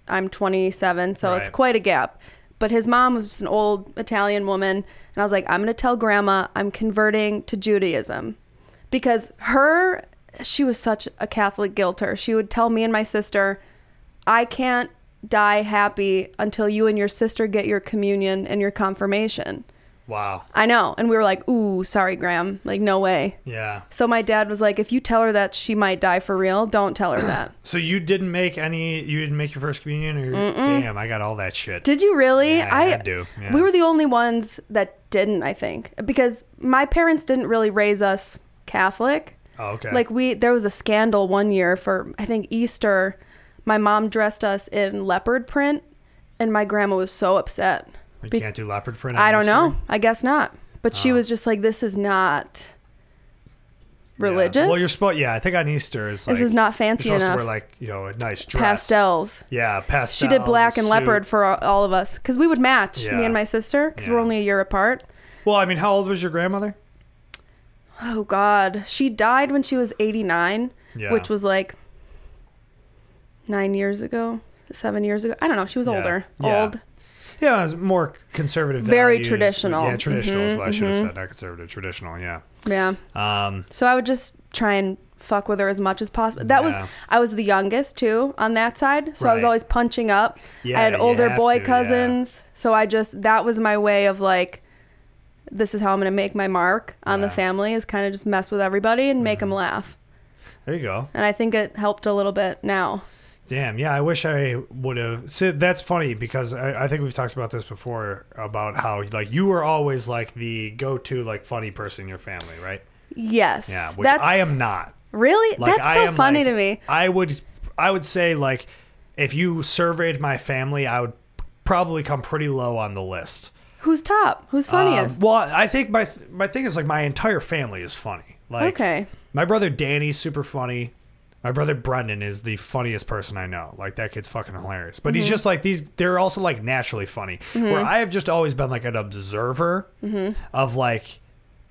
Speaker 12: I'm twenty seven, so it's
Speaker 13: Right.
Speaker 12: quite a gap. But his mom was just an old Italian woman, and I was like, "I'm gonna tell Grandma I'm converting to Judaism," because her she was such a Catholic guilter. She would tell me and my sister, I can't die happy until you and your sister get your communion and your confirmation.
Speaker 11: Wow.
Speaker 12: I know. And we were like, ooh, sorry, Graham. Like, no way.
Speaker 11: Yeah.
Speaker 12: So my dad was like, if you tell her that she might die for real, don't tell her that.
Speaker 11: So you didn't make any. You didn't make your first communion, or
Speaker 12: Mm-mm.
Speaker 11: damn, I got all that shit.
Speaker 12: Did you really?
Speaker 11: Yeah, I had to, yeah.
Speaker 12: We were the only ones that didn't, I think, because my parents didn't really raise us Catholic.
Speaker 11: Oh, okay.
Speaker 12: Like we there was a scandal one year for I think Easter, my mom dressed us in leopard print and my grandma was so upset.
Speaker 11: you
Speaker 12: Be-
Speaker 11: can't do leopard print. on
Speaker 12: I don't
Speaker 11: Easter?
Speaker 12: know. I guess not. But
Speaker 11: Ah.
Speaker 12: she was just like this is not religious.
Speaker 11: Well, you're supposed. Yeah, I think on Easter is like
Speaker 12: This is not fancy
Speaker 11: you're supposed
Speaker 12: enough.
Speaker 11: To wear like you know a nice dress.
Speaker 12: Pastels.
Speaker 11: Yeah, pastels.
Speaker 12: she did black
Speaker 11: a
Speaker 12: and
Speaker 11: suit.
Speaker 12: leopard for all- all of us cuz we would match
Speaker 11: Yeah.
Speaker 12: me and my sister cuz we're only a year apart.
Speaker 11: Well, I mean, how old was your grandmother?
Speaker 12: Oh God, she died when she was eighty nine,
Speaker 11: Yeah.
Speaker 12: which was like nine years ago, seven years ago. I don't know. She was
Speaker 11: Yeah.
Speaker 12: older,
Speaker 11: Yeah.
Speaker 12: old.
Speaker 11: Yeah, it was more conservative.
Speaker 12: Very
Speaker 11: values.
Speaker 12: traditional.
Speaker 11: Yeah, traditional is
Speaker 12: Mhm,
Speaker 11: what I should have
Speaker 12: mhm.
Speaker 11: said. Not conservative, traditional. Yeah.
Speaker 12: Yeah.
Speaker 11: Um.
Speaker 12: So I would just try and fuck with her as much as possible. That
Speaker 11: Yeah.
Speaker 12: was I was the youngest too on that side, so I was
Speaker 11: Right.
Speaker 12: always punching up.
Speaker 11: Yeah,
Speaker 12: I had
Speaker 11: you
Speaker 12: older
Speaker 11: have
Speaker 12: boy
Speaker 11: to, yeah.
Speaker 12: cousins, so I just that was my way of like, this is how I'm gonna make my mark on the family is kind of just mess with everybody and make 'em
Speaker 11: Mm-hmm.
Speaker 12: make them laugh.
Speaker 11: There you go.
Speaker 12: And I think it helped a little bit now.
Speaker 11: Damn. Yeah, I wish I would have. See, that's funny because I, I think we've talked about this before about how like you were always like the go-to like funny person in your family, right?
Speaker 12: Yes.
Speaker 11: Yeah, which I am not.
Speaker 12: Really?
Speaker 11: Like,
Speaker 12: That's
Speaker 11: I
Speaker 12: so
Speaker 11: am,
Speaker 12: funny
Speaker 11: like-
Speaker 12: to me.
Speaker 11: I would, I would say like, if you surveyed my family, I would probably come pretty low on the list.
Speaker 12: Who's top? Who's funniest?
Speaker 11: Um, well, I think my my thing is like my entire family is funny. Like,
Speaker 12: okay.
Speaker 11: my brother Danny's super funny. My brother Brendan is the funniest person I know. Like that kid's fucking hilarious. But he's
Speaker 14: Mhm.
Speaker 11: just like these. They're also like naturally funny.
Speaker 14: Mhm.
Speaker 11: Where I have just always been like an observer
Speaker 14: Mhm.
Speaker 11: of like.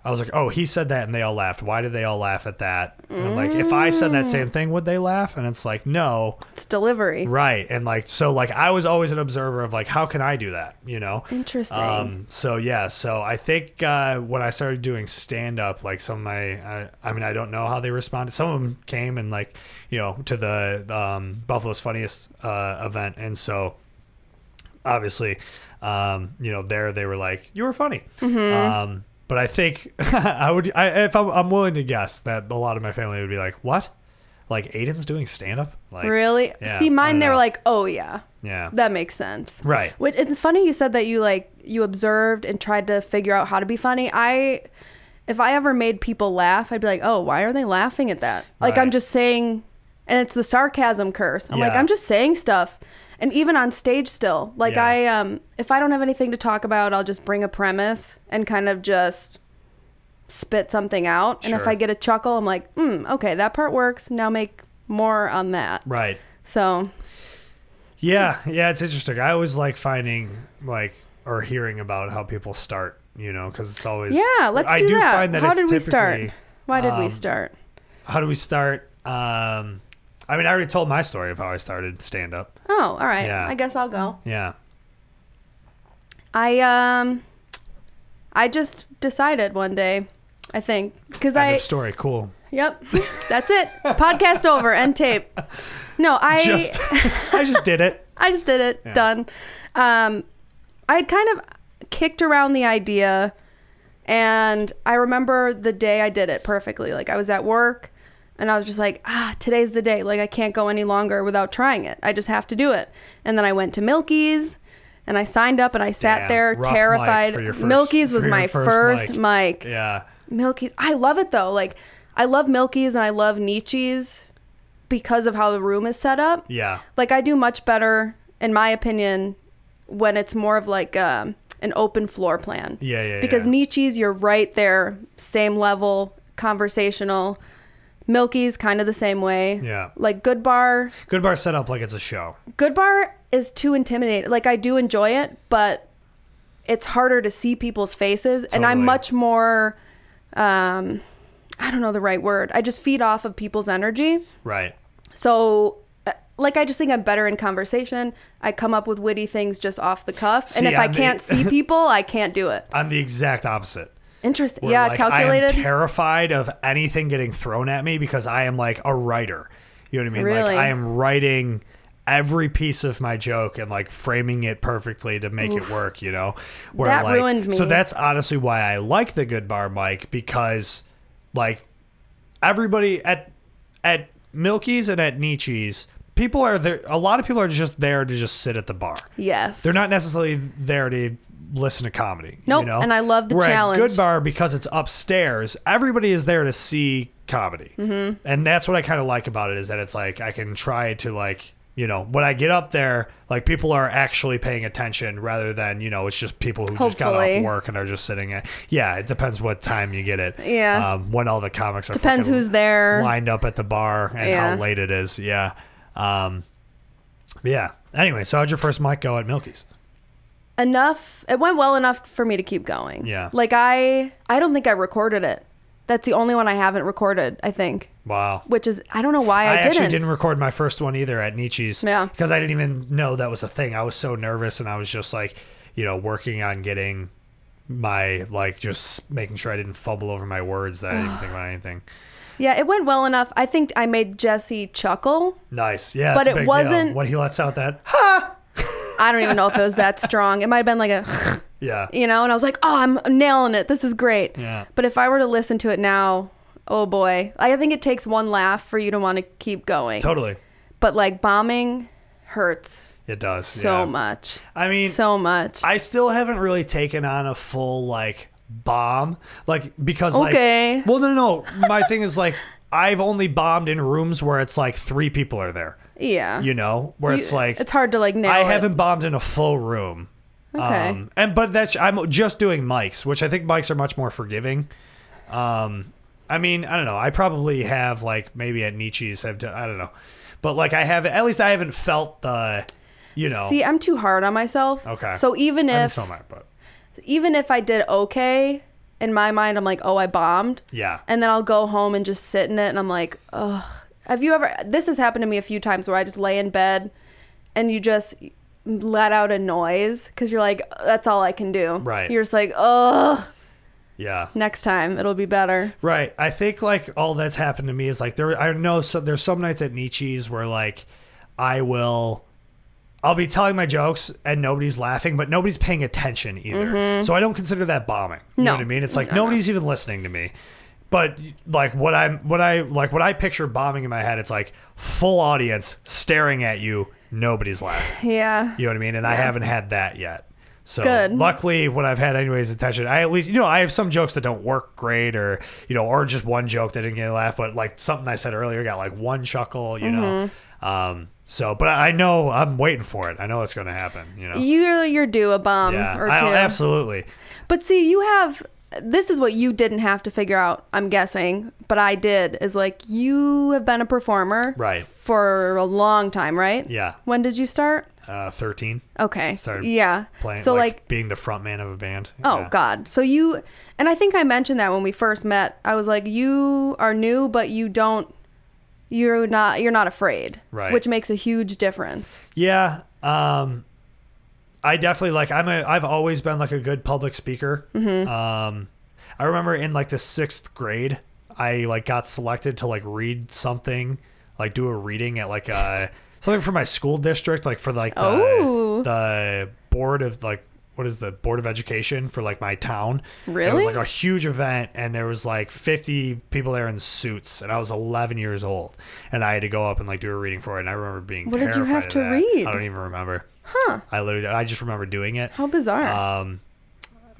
Speaker 11: I was like, oh, he said that and they all laughed. Why did they all laugh at that? And I'm like, if I said that same thing, would they laugh? And it's like, no.
Speaker 12: It's delivery.
Speaker 11: Right. And like, so like, I was always an observer of like, how can I do that? You know? Um,
Speaker 12: Interesting.
Speaker 11: so yeah, so I think uh, when I started doing stand up, like some of my, I, I mean, I don't know how they responded. Some of them came and like, you know, to the um, Buffalo's Funniest uh, event, and so obviously, um, you know, there they were like, you were funny.
Speaker 12: Mm-hmm.
Speaker 14: Mhm.
Speaker 11: Um, but I think I would, I, if I'm, I'm willing to guess that a lot of my family would be like, what? Like Aiden's doing stand up? Like
Speaker 12: really?
Speaker 11: yeah,
Speaker 12: See,
Speaker 11: I don't
Speaker 12: mine, they were
Speaker 11: know.
Speaker 12: like, oh, yeah.
Speaker 11: yeah,
Speaker 12: That makes sense.
Speaker 11: right.
Speaker 12: Which it's funny you said that you like you observed and tried to figure out how to be funny. I if I ever made people laugh, I'd be like, "Oh, why are they laughing at that?" Like I'm
Speaker 13: Right.
Speaker 12: just saying and it's the sarcasm curse. I'm like,
Speaker 13: Yeah.
Speaker 12: "I'm just saying stuff." And even on stage still. Like
Speaker 13: Yeah.
Speaker 12: I um if I don't have anything to talk about, I'll just bring a premise and kind of just spit something out. And if
Speaker 11: Sure.
Speaker 12: I get a chuckle, I'm like, "Hmm, okay, that part works. Now make more on that."
Speaker 11: Right.
Speaker 12: So,
Speaker 11: Yeah, yeah, it's interesting. I always like finding like or hearing about how people start, you know, because it's always
Speaker 12: yeah, let's
Speaker 11: I
Speaker 12: do, that. How
Speaker 11: it's
Speaker 12: did we start?
Speaker 11: typically,
Speaker 12: Why did we
Speaker 11: um,
Speaker 12: start?
Speaker 11: How do we start? Um, I mean, I already told my story of how I started stand up.
Speaker 12: Oh, all right.
Speaker 11: yeah.
Speaker 12: I guess I'll go.
Speaker 11: Yeah,
Speaker 12: I um, I just decided one day, I think, because
Speaker 11: end
Speaker 12: I
Speaker 11: of story. Cool.
Speaker 12: yep, that's it. Podcast over. End tape. No, I
Speaker 11: Just- I just did it.
Speaker 12: I just did it.
Speaker 11: Yeah.
Speaker 12: Done. Um, I had kind of kicked around the idea, and I remember the day I did it perfectly. Like I was at work, and I was just like, ah, today's the day. Like I can't go any longer without trying it. I just have to do it. And then I went to Milky's. And I signed up and I sat
Speaker 11: Damn,
Speaker 12: there
Speaker 11: rough mic
Speaker 12: terrified.
Speaker 11: for your first-
Speaker 12: Milky's was
Speaker 11: for your
Speaker 12: my
Speaker 11: first
Speaker 12: first,
Speaker 11: mic.
Speaker 12: mic.
Speaker 11: Yeah,
Speaker 12: Milky's. I love it though. Like I love Milky's and I love Nietzsche's because of how the room is set up.
Speaker 11: yeah.
Speaker 12: Like I do much better in my opinion, when it's more of like um, an open floor plan.
Speaker 11: Yeah, yeah,
Speaker 12: Because
Speaker 11: yeah.
Speaker 12: Nietzsche's, you're right there, same level, conversational. Milky's kind of the same way.
Speaker 11: Yeah.
Speaker 12: Like Good Bar,
Speaker 11: Good bar set up like it's a show.
Speaker 12: Good Bar is too intimidating. Like I do enjoy it, but it's harder to see people's faces, and I'm
Speaker 11: Totally.
Speaker 12: much more. Um, I don't know the right word. I just feed off of people's energy.
Speaker 11: Right.
Speaker 12: So, uh, like, I just think I'm better in conversation. I come up with witty things just off the cuff, and
Speaker 11: See,
Speaker 12: if I
Speaker 11: I'm the-
Speaker 12: can't see people, I can't do it.
Speaker 11: I'm the exact opposite.
Speaker 12: Interesting.
Speaker 11: where,
Speaker 12: yeah,
Speaker 11: like,
Speaker 12: calculated.
Speaker 11: I am terrified of anything getting thrown at me because I am like a writer. You know what I mean?
Speaker 12: Really?
Speaker 11: Like I am writing every piece of my joke and like framing it perfectly to make it work. You know? Where
Speaker 12: That
Speaker 11: like,
Speaker 12: ruined me.
Speaker 11: So that's honestly why I like the good bar mic because like everybody at at Milky's and at Nietzsche's. People are there. A lot of people are just there to just sit at the bar.
Speaker 12: yes.
Speaker 11: They're not necessarily there to listen to comedy.
Speaker 12: Nope,
Speaker 11: You know?
Speaker 12: and I love the
Speaker 11: Where at
Speaker 12: challenge.
Speaker 11: Good bar because it's upstairs. Everybody is there to see comedy, mm-hmm. and that's what I kind of like about it is that it's like I can try to like you know when I get up there, like people are actually paying attention rather than you know it's just people who just got
Speaker 12: Hopefully.
Speaker 11: off work and are just sitting. At, yeah, it depends what time you get it.
Speaker 12: Yeah.
Speaker 11: um, when all the comics are
Speaker 12: Depends
Speaker 11: fucking
Speaker 12: who's there.
Speaker 11: lined up at the bar and
Speaker 12: Yeah.
Speaker 11: how late it is. Yeah, um, yeah. Anyway, so how'd your first mic go at Milky's?
Speaker 12: enough it went well enough for me to keep going
Speaker 11: Yeah.
Speaker 12: like i i don't think i recorded it that's the only one i haven't recorded i think
Speaker 11: Wow.
Speaker 12: which is i don't know why
Speaker 11: I,
Speaker 12: i,
Speaker 11: actually
Speaker 12: didn't,
Speaker 11: didn't record my first one either at Nietzsche's.
Speaker 12: Yeah.
Speaker 11: Because I didn't even know that was a thing. I was so nervous and I was just like, you know, working on getting my, like, just making sure I didn't fumble over my words that I didn't think about anything.
Speaker 12: yeah it went well enough i think i made jesse chuckle
Speaker 11: Nice. Yeah.
Speaker 12: But
Speaker 11: it's a
Speaker 12: it
Speaker 11: big deal.
Speaker 12: wasn't-
Speaker 11: When he lets out that,
Speaker 12: i don't even know if it was that strong it might have been like a
Speaker 11: yeah.
Speaker 12: you know and i was like oh i'm nailing it this is great
Speaker 11: Yeah.
Speaker 12: but if i were to listen to it now oh boy i think it takes one laugh for you to want to keep going
Speaker 11: Totally.
Speaker 12: but like bombing hurts
Speaker 11: It does.
Speaker 12: so
Speaker 11: yeah.
Speaker 12: much
Speaker 11: I mean,
Speaker 12: so much
Speaker 11: I still haven't really taken on a full like bomb, like because
Speaker 12: Okay.
Speaker 11: like well no no no my thing is like I've only bombed in rooms where it's like three people are there,
Speaker 12: yeah
Speaker 11: you know, where it's
Speaker 12: You-
Speaker 11: like
Speaker 12: it's hard to like nail.
Speaker 11: I
Speaker 12: it.
Speaker 11: haven't bombed in a full room.
Speaker 12: Okay.
Speaker 11: Um, and but that's I'm just doing mics, which I think mics are much more forgiving. Um, I mean, I don't know. I probably have like maybe at Nietzsche's. I've done, I don't know, but like I have at least I haven't felt the, you know.
Speaker 12: See, I'm too hard on myself.
Speaker 11: okay.
Speaker 12: So even
Speaker 11: I mean,
Speaker 12: if
Speaker 11: so am I, but
Speaker 12: even if I did okay, in my mind I'm like, oh, I bombed,
Speaker 11: yeah,
Speaker 12: and then I'll go home and just sit in it, and I'm like, ugh. Have you ever? This has happened to me a few times where I just lay in bed, and you just let out a noise because you're like, "Uh, that's all I can do.
Speaker 11: Right.
Speaker 12: You're just like, ugh.
Speaker 11: yeah.
Speaker 12: Next time it'll be better.
Speaker 11: Right. I think like all that's happened to me is like there. I know so there's some nights at Nietzsche's where like I will, I'll be telling my jokes and nobody's laughing, but nobody's paying attention either. So I don't consider that bombing. You know
Speaker 12: Mm-hmm. No.
Speaker 11: what I mean? It's like
Speaker 12: No, no.
Speaker 11: nobody's even listening to me. But like what I'm, what I like, what I picture bombing in my head, it's like full audience staring at you. Nobody's laughing.
Speaker 12: Yeah.
Speaker 11: You know what I mean? And I haven't had that yet. So
Speaker 12: Good.
Speaker 11: luckily, what I've had anyways, attention. I at least you know I have some jokes that don't work great, or you know, or just one joke that didn't get a laugh, but like something I said earlier got like one chuckle. You
Speaker 12: Mm-hmm.
Speaker 11: know, um. So, but I know I'm waiting for it. I know it's going to happen. You know.
Speaker 12: You're you're due a bomb
Speaker 11: yeah.
Speaker 12: or two.
Speaker 11: I- absolutely.
Speaker 12: But see, you have this is what you didn't have to figure out, I'm guessing, but I did is like you have been a performer
Speaker 11: Right.
Speaker 12: for a long time, right?
Speaker 11: Yeah.
Speaker 12: When did you start?
Speaker 11: Uh, Thirteen.
Speaker 12: Okay.
Speaker 11: Started
Speaker 12: yeah.
Speaker 11: Playing.
Speaker 12: so like,
Speaker 11: being the front man of a band.
Speaker 12: oh
Speaker 11: Yeah.
Speaker 12: god. So you and I think I mentioned that when we first met. I was like you are new but you don't you're not you're not afraid,
Speaker 11: Right.
Speaker 12: which makes a huge difference.
Speaker 11: Yeah. Um, I definitely like. I'm a. I've always been like a good public speaker.
Speaker 12: Mm-hmm.
Speaker 11: Um, I remember in like the sixth grade, I like got selected to like read something, like do a reading at like a something for my school district, like for like the
Speaker 12: Oh.
Speaker 11: the board of like what is the board of education for like my town. And It was
Speaker 12: Really?
Speaker 11: like a huge event, and there was like 50 people there in suits, and I was 11 years old, and I had to go up and like do a reading for it, and I remember being
Speaker 12: What did you
Speaker 11: terrified
Speaker 12: have
Speaker 11: of
Speaker 12: to
Speaker 11: that.
Speaker 12: read?
Speaker 11: I don't even remember.
Speaker 12: Huh.
Speaker 11: I literally, I just remember doing it. Uh,
Speaker 12: How bizarre.
Speaker 11: Um,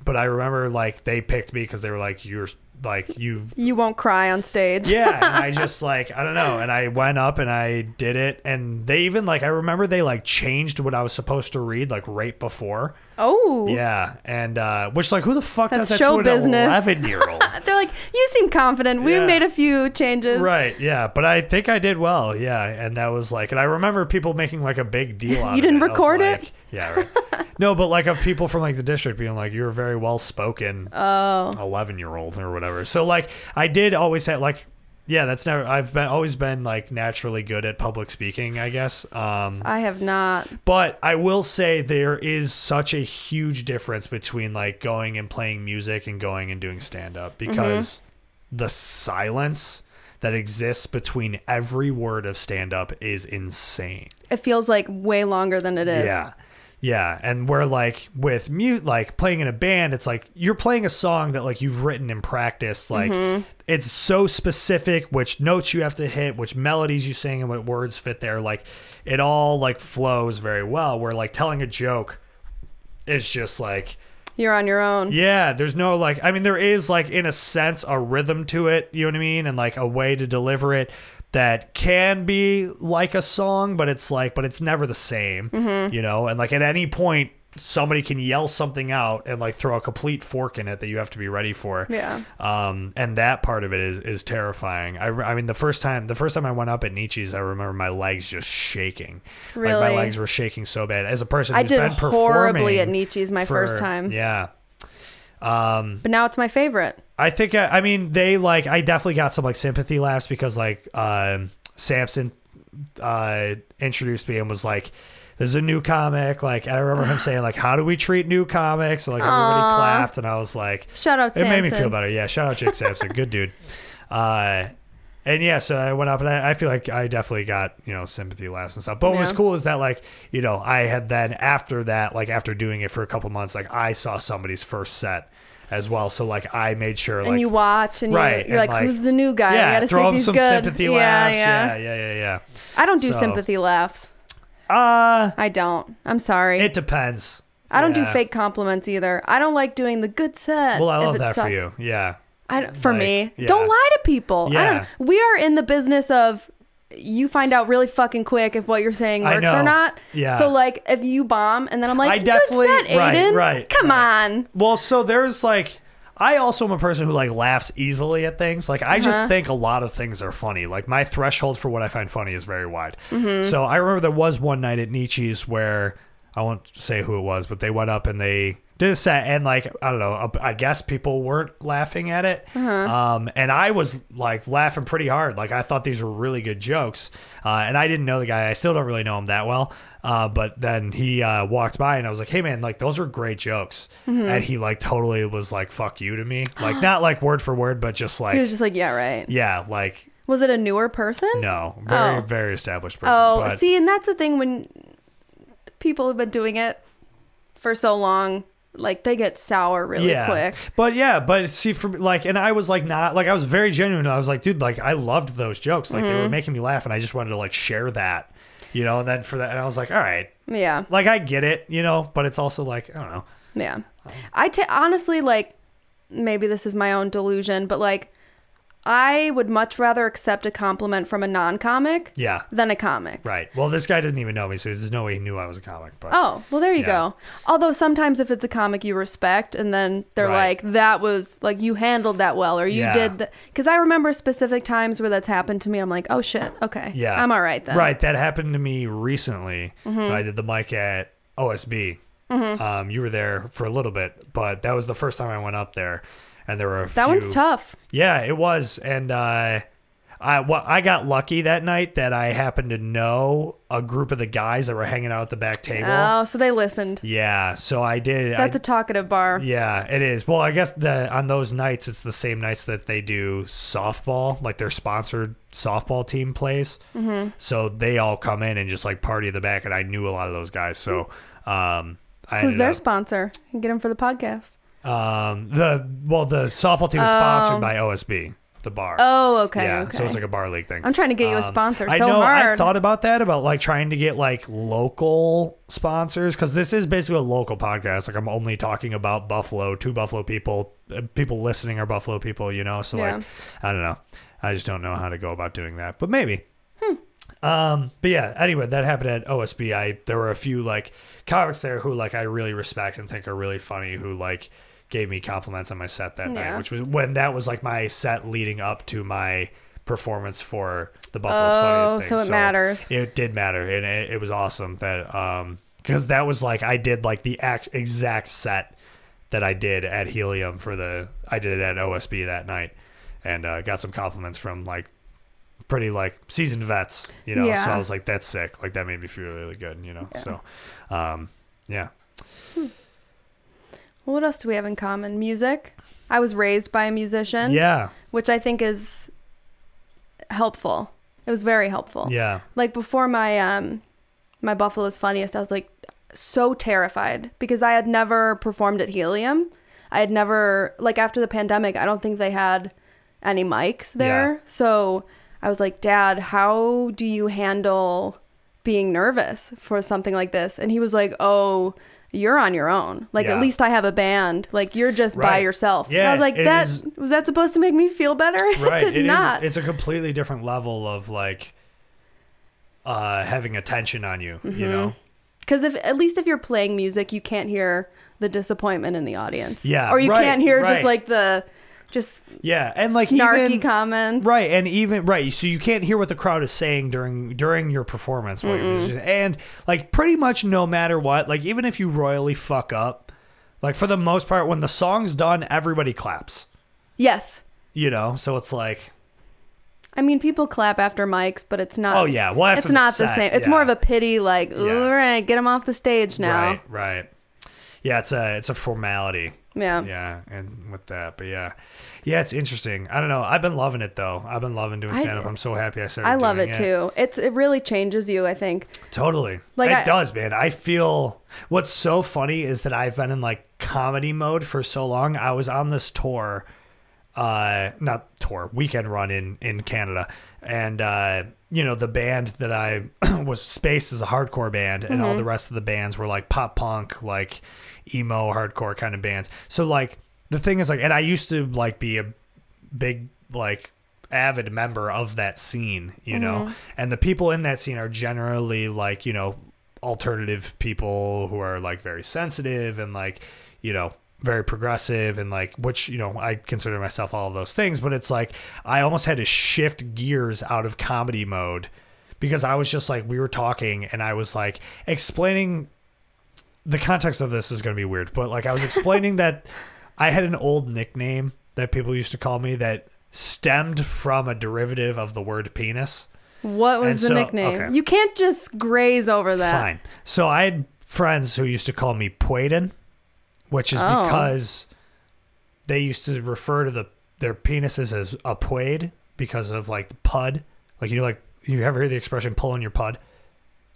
Speaker 11: but I remember like they picked me because they were like, "You're like you
Speaker 12: You won't cry on stage.
Speaker 11: yeah, and I just like I don't know, and I went up and I did it, and they even like I remember they like changed what I was supposed to read like right before.
Speaker 12: oh.
Speaker 11: Yeah, and uh which like who the fuck
Speaker 12: That's
Speaker 11: does that
Speaker 12: show
Speaker 11: to an
Speaker 12: business.
Speaker 11: eleven year old?
Speaker 12: They're like, you seem confident. We
Speaker 11: Yeah.
Speaker 12: made a few changes.
Speaker 11: right? Yeah, but I think I did well. Yeah, and that was like, and I remember people making like a big deal out.
Speaker 12: You
Speaker 11: of
Speaker 12: didn't
Speaker 11: it, of,
Speaker 12: record it?
Speaker 11: like- Yeah. Right. No, but like of people from like the district being like, "You're a very well spoken
Speaker 12: Oh.
Speaker 11: 11 year old or whatever. So like I did always have like yeah, that's never I've been always been like naturally good at public speaking, I guess. Um
Speaker 12: I have not.
Speaker 11: but I will say there is such a huge difference between like going and playing music and going and doing stand up because the silence that exists between every word of stand up is insane.
Speaker 12: It feels like way longer than it is.
Speaker 11: Yeah. Yeah. And we're like with mute like playing in a band, it's like you're playing a song that like you've written and practiced. Like it's so specific which notes you have to hit, which melodies you sing and what words fit there. Like it all like flows very well. Where like telling a joke is just like
Speaker 12: You're on your own.
Speaker 11: yeah, there's no like I mean there is like in a sense a rhythm to it, you know what I mean, and like a way to deliver it that can be like a song, but it's like but it's never the same,
Speaker 12: Mm-hmm.
Speaker 11: you know, and like at any point somebody can yell something out and like throw a complete fork in it that you have to be ready for.
Speaker 12: Yeah.
Speaker 11: Um and that part of it is is terrifying. I re- I mean the first time the first time I went up at Nietzsche's, I remember my legs just shaking. Like
Speaker 12: Really?
Speaker 11: my legs were shaking so bad as a person
Speaker 12: I
Speaker 11: who's
Speaker 12: did
Speaker 11: been
Speaker 12: horribly at
Speaker 11: performing
Speaker 12: Nietzsche's my
Speaker 11: for-
Speaker 12: first time.
Speaker 11: Yeah. Um,
Speaker 12: But now it's my favorite.
Speaker 11: I think uh, I, I mean they like I definitely got some like sympathy laughs because like um Samson uh introduced me and was like there's a new comic like I remember him saying like how do we treat new comics and like everybody clapped and I was like
Speaker 12: Shout out
Speaker 11: it made me
Speaker 12: Samson.
Speaker 11: feel better yeah shout out Jake Sampson good dude uh and yeah so I went up and I, I feel like I definitely got you know sympathy laughs and stuff but what was
Speaker 12: Yeah.
Speaker 11: cool is that like you know I had then after that like after doing it for a couple months like I saw somebody's first set as well so like I made sure
Speaker 12: And
Speaker 11: like
Speaker 12: you watch and you-
Speaker 11: right,
Speaker 12: you're, like,
Speaker 11: and, like,
Speaker 12: who's the new guy?
Speaker 11: yeah,
Speaker 12: we gotta see
Speaker 11: throw
Speaker 12: if
Speaker 11: him
Speaker 12: he's
Speaker 11: some
Speaker 12: good.
Speaker 11: sympathy laughs. Yeah, yeah, yeah, yeah.
Speaker 12: I don't do
Speaker 11: So-
Speaker 12: sympathy laughs.
Speaker 11: Uh,
Speaker 12: I don't. I'm sorry.
Speaker 11: it depends.
Speaker 12: I don't do
Speaker 11: yeah.
Speaker 12: fake compliments either. I don't like doing the good set.
Speaker 11: Well, I
Speaker 12: if
Speaker 11: love
Speaker 12: it
Speaker 11: that for
Speaker 12: sucks.
Speaker 11: you. Yeah.
Speaker 12: I don't- for
Speaker 11: Like,
Speaker 12: me,
Speaker 11: yeah.
Speaker 12: don't lie to people. I
Speaker 11: Yeah.
Speaker 12: don't, we are in the business of you find out really fucking quick if what you're saying
Speaker 11: I
Speaker 12: works
Speaker 11: know.
Speaker 12: or not.
Speaker 11: Yeah.
Speaker 12: So like, if you bomb and then I'm like,
Speaker 11: I
Speaker 12: good
Speaker 11: definitely-
Speaker 12: set,
Speaker 11: right,
Speaker 12: Aiden.
Speaker 11: right,
Speaker 12: Come
Speaker 11: right.
Speaker 12: on.
Speaker 11: Well, so there's like I also am a person who like laughs easily at things. Like I just think a lot of things are funny. Like my threshold for what I find funny is very wide. So I remember there was one night at Nietzsche's where I won't say who it was, but they went up and they did a set and like I don't know, I guess people weren't laughing at it.
Speaker 12: Uh-huh.
Speaker 11: Um, and I was like laughing pretty hard. Like I thought these were really good jokes, uh, and I didn't know the guy. I still don't really know him that well. Uh, but then he uh, walked by and I was like, "Hey man, like those are great jokes."
Speaker 12: Mm-hmm.
Speaker 11: And he like totally was like, "Fuck you" to me, like not like word for word, but just like
Speaker 12: He was just like, yeah, right.
Speaker 11: yeah, like
Speaker 12: Was it a newer person?
Speaker 11: no, very
Speaker 12: Oh.
Speaker 11: very established person.
Speaker 12: Oh,
Speaker 11: but-
Speaker 12: see, and that's the thing when people have been doing it for so long, like they get sour really
Speaker 11: yeah.
Speaker 12: quick.
Speaker 11: But yeah, but see, for me, like, and I was like, not like I was very genuine. I was like, dude, like I loved those jokes. Like
Speaker 12: Mm-hmm.
Speaker 11: they were making me laugh, and I just wanted to like share that, you know. And then for that, and I was like, all right,
Speaker 12: Yeah.
Speaker 11: like I get it, you know. But it's also like I don't know.
Speaker 12: Yeah. I ta- honestly like maybe this is my own delusion, but like I would much rather accept a compliment from a non-comic
Speaker 11: Yeah.
Speaker 12: than a comic.
Speaker 11: Right. Well, this guy didn't even know me, so there's no way he knew I was a comic. But
Speaker 12: Oh, well there you
Speaker 11: Yeah.
Speaker 12: go. Although sometimes if it's a comic you respect and then they're
Speaker 11: Right.
Speaker 12: like that was like you handled that well or you
Speaker 11: Yeah.
Speaker 12: did the- cuz I remember specific times where that's happened to me. I'm like, "Oh shit. Okay.
Speaker 11: yeah,
Speaker 12: I'm all right then." Mm-hmm.
Speaker 11: Right. That happened to me recently. when I did the mic at OSB. Um, you were there for a little bit, but that was the first time I went up there, and there were a
Speaker 12: That one's
Speaker 11: few-
Speaker 12: tough.
Speaker 11: Yeah, it was, and uh, I well, I got lucky that night that I happened to know a group of the guys that were hanging out at the back table.
Speaker 12: Oh, so they listened.
Speaker 11: Yeah, so I did.
Speaker 12: That's
Speaker 11: I,
Speaker 12: a talkative bar.
Speaker 11: yeah, it is. Well, I guess the on those nights it's the same nights that they do softball, like their sponsored softball team plays. Mm-hmm. So they all come in and just like party at the back, and I knew a lot of those guys. So, um, I
Speaker 12: Who's
Speaker 11: ended
Speaker 12: their
Speaker 11: up-
Speaker 12: sponsor? You can get them for the podcast.
Speaker 11: um, the well, the softball team was sponsored by OSB. the bar.
Speaker 12: Oh, okay,
Speaker 11: Yeah, so
Speaker 12: okay.
Speaker 11: it's like a bar league thing. Um,
Speaker 12: I'm trying to get you a sponsor
Speaker 11: I
Speaker 12: so
Speaker 11: know. I
Speaker 12: hard.
Speaker 11: thought about that about like trying to get like local sponsors because this is basically a local podcast. Like I'm only talking about Buffalo, two Buffalo people. uh, People listening are Buffalo people, you know. So
Speaker 12: Yeah.
Speaker 11: like, I don't know. I just don't know how to go about doing that, but maybe. Um, but yeah, anyway, that happened at OSB. I there were a few like comics there who like I really respect and think are really funny who like gave me compliments on my set that night,
Speaker 12: Yeah.
Speaker 11: which was when that was like my set leading up to my performance for the Buffalo's
Speaker 12: Oh,
Speaker 11: funniest thing.
Speaker 12: so it matters.
Speaker 11: It did matter, and it, it was awesome that um because that was like I did like the act, exact set that I did at Helium for the I did it at OSB that night, and uh, got some compliments from like pretty like seasoned vets, you know. So
Speaker 12: Yeah.
Speaker 11: I was like, that's sick. Like that made me feel really good, you know. So, um, yeah.
Speaker 12: What else do we have in common? Music. I was raised by a musician.
Speaker 11: Yeah.
Speaker 12: Which I think is helpful. It was very helpful.
Speaker 11: Yeah.
Speaker 12: Like before my um my Buffalo's funniest, I was like so terrified because I had never performed at Helium. I had never like after the pandemic, I don't think they had any mics there.
Speaker 11: Yeah.
Speaker 12: So I was like, "Dad, how do you handle being nervous for something like this?" And he was like, "Oh, you're on your own. Like
Speaker 11: Yeah.
Speaker 12: at least I have a band. Like you're just by
Speaker 11: Right.
Speaker 12: yourself." And
Speaker 11: Yeah,
Speaker 12: I was like,
Speaker 11: it
Speaker 12: "That
Speaker 11: is-
Speaker 12: was that supposed to make me feel better? it
Speaker 11: Right.
Speaker 12: did
Speaker 11: it is-
Speaker 12: not."
Speaker 11: it's a completely different level of like uh having attention on you,
Speaker 12: Mm-hmm.
Speaker 11: you know.
Speaker 12: Because if at least if you're playing music, you can't hear the disappointment in the audience.
Speaker 11: Yeah,
Speaker 12: or you
Speaker 11: right,
Speaker 12: can't hear just
Speaker 11: right.
Speaker 12: like the just
Speaker 11: Yeah, and like
Speaker 12: snarky
Speaker 11: even,
Speaker 12: comments.
Speaker 11: Right, and even right, so you can't hear what the crowd is saying during during your performance, while you're musician. and like pretty much no matter what, like even if you royally fuck up, like for the most part, when the song's done, everybody claps.
Speaker 12: Yes,
Speaker 11: You know, so it's like
Speaker 12: I mean people clap after mics, but it's not.
Speaker 11: Oh, yeah. Well, after
Speaker 12: it's
Speaker 11: the
Speaker 12: not the
Speaker 11: set,
Speaker 12: same. It's
Speaker 11: yeah.
Speaker 12: more of a pity. Like, all
Speaker 11: Yeah.
Speaker 12: right, get them off the stage now.
Speaker 11: right, right. Yeah, it's a it's a formality.
Speaker 12: Yeah.
Speaker 11: Yeah, and with that, but yeah, yeah, it's interesting. I don't know. I've been loving it though. I've been loving doing
Speaker 12: I-
Speaker 11: stand up. I'm so happy I started.
Speaker 12: I love
Speaker 11: doing
Speaker 12: it too. It's it really changes you. I think.
Speaker 11: Totally.
Speaker 12: Like,
Speaker 11: it
Speaker 12: I-
Speaker 11: does, man. I feel what's so funny is that I've been in like comedy mode for so long. I was on this tour, uh not tour, weekend run in in Canada. And uh, you know, the band that I was spaced as a hardcore band and
Speaker 12: Mm-hmm.
Speaker 11: all the rest of the bands were like pop punk, like emo hardcore kind of bands. So like the thing is like and I used to like be a big like avid member of that scene, you know. And the people in that scene are generally like, you know, alternative people who are like very sensitive and like, you know, very progressive and like which, you know, I consider myself all of those things, but it's like I almost had to shift gears out of comedy mode because I was just like we were talking and I was like explaining the context of this is going to be weird, but like I was explaining that I had an old nickname that people used to call me that stemmed from a derivative of the word penis.
Speaker 12: What was
Speaker 11: And
Speaker 12: the
Speaker 11: so-
Speaker 12: nickname?
Speaker 11: okay.
Speaker 12: You can't just graze over that.
Speaker 11: Fine. So I had friends who used to call me Poyden, which is
Speaker 12: Oh.
Speaker 11: because they used to refer to the their penises as a poid because of like the pud. Like you know, like you ever hear the expression pulling your pud?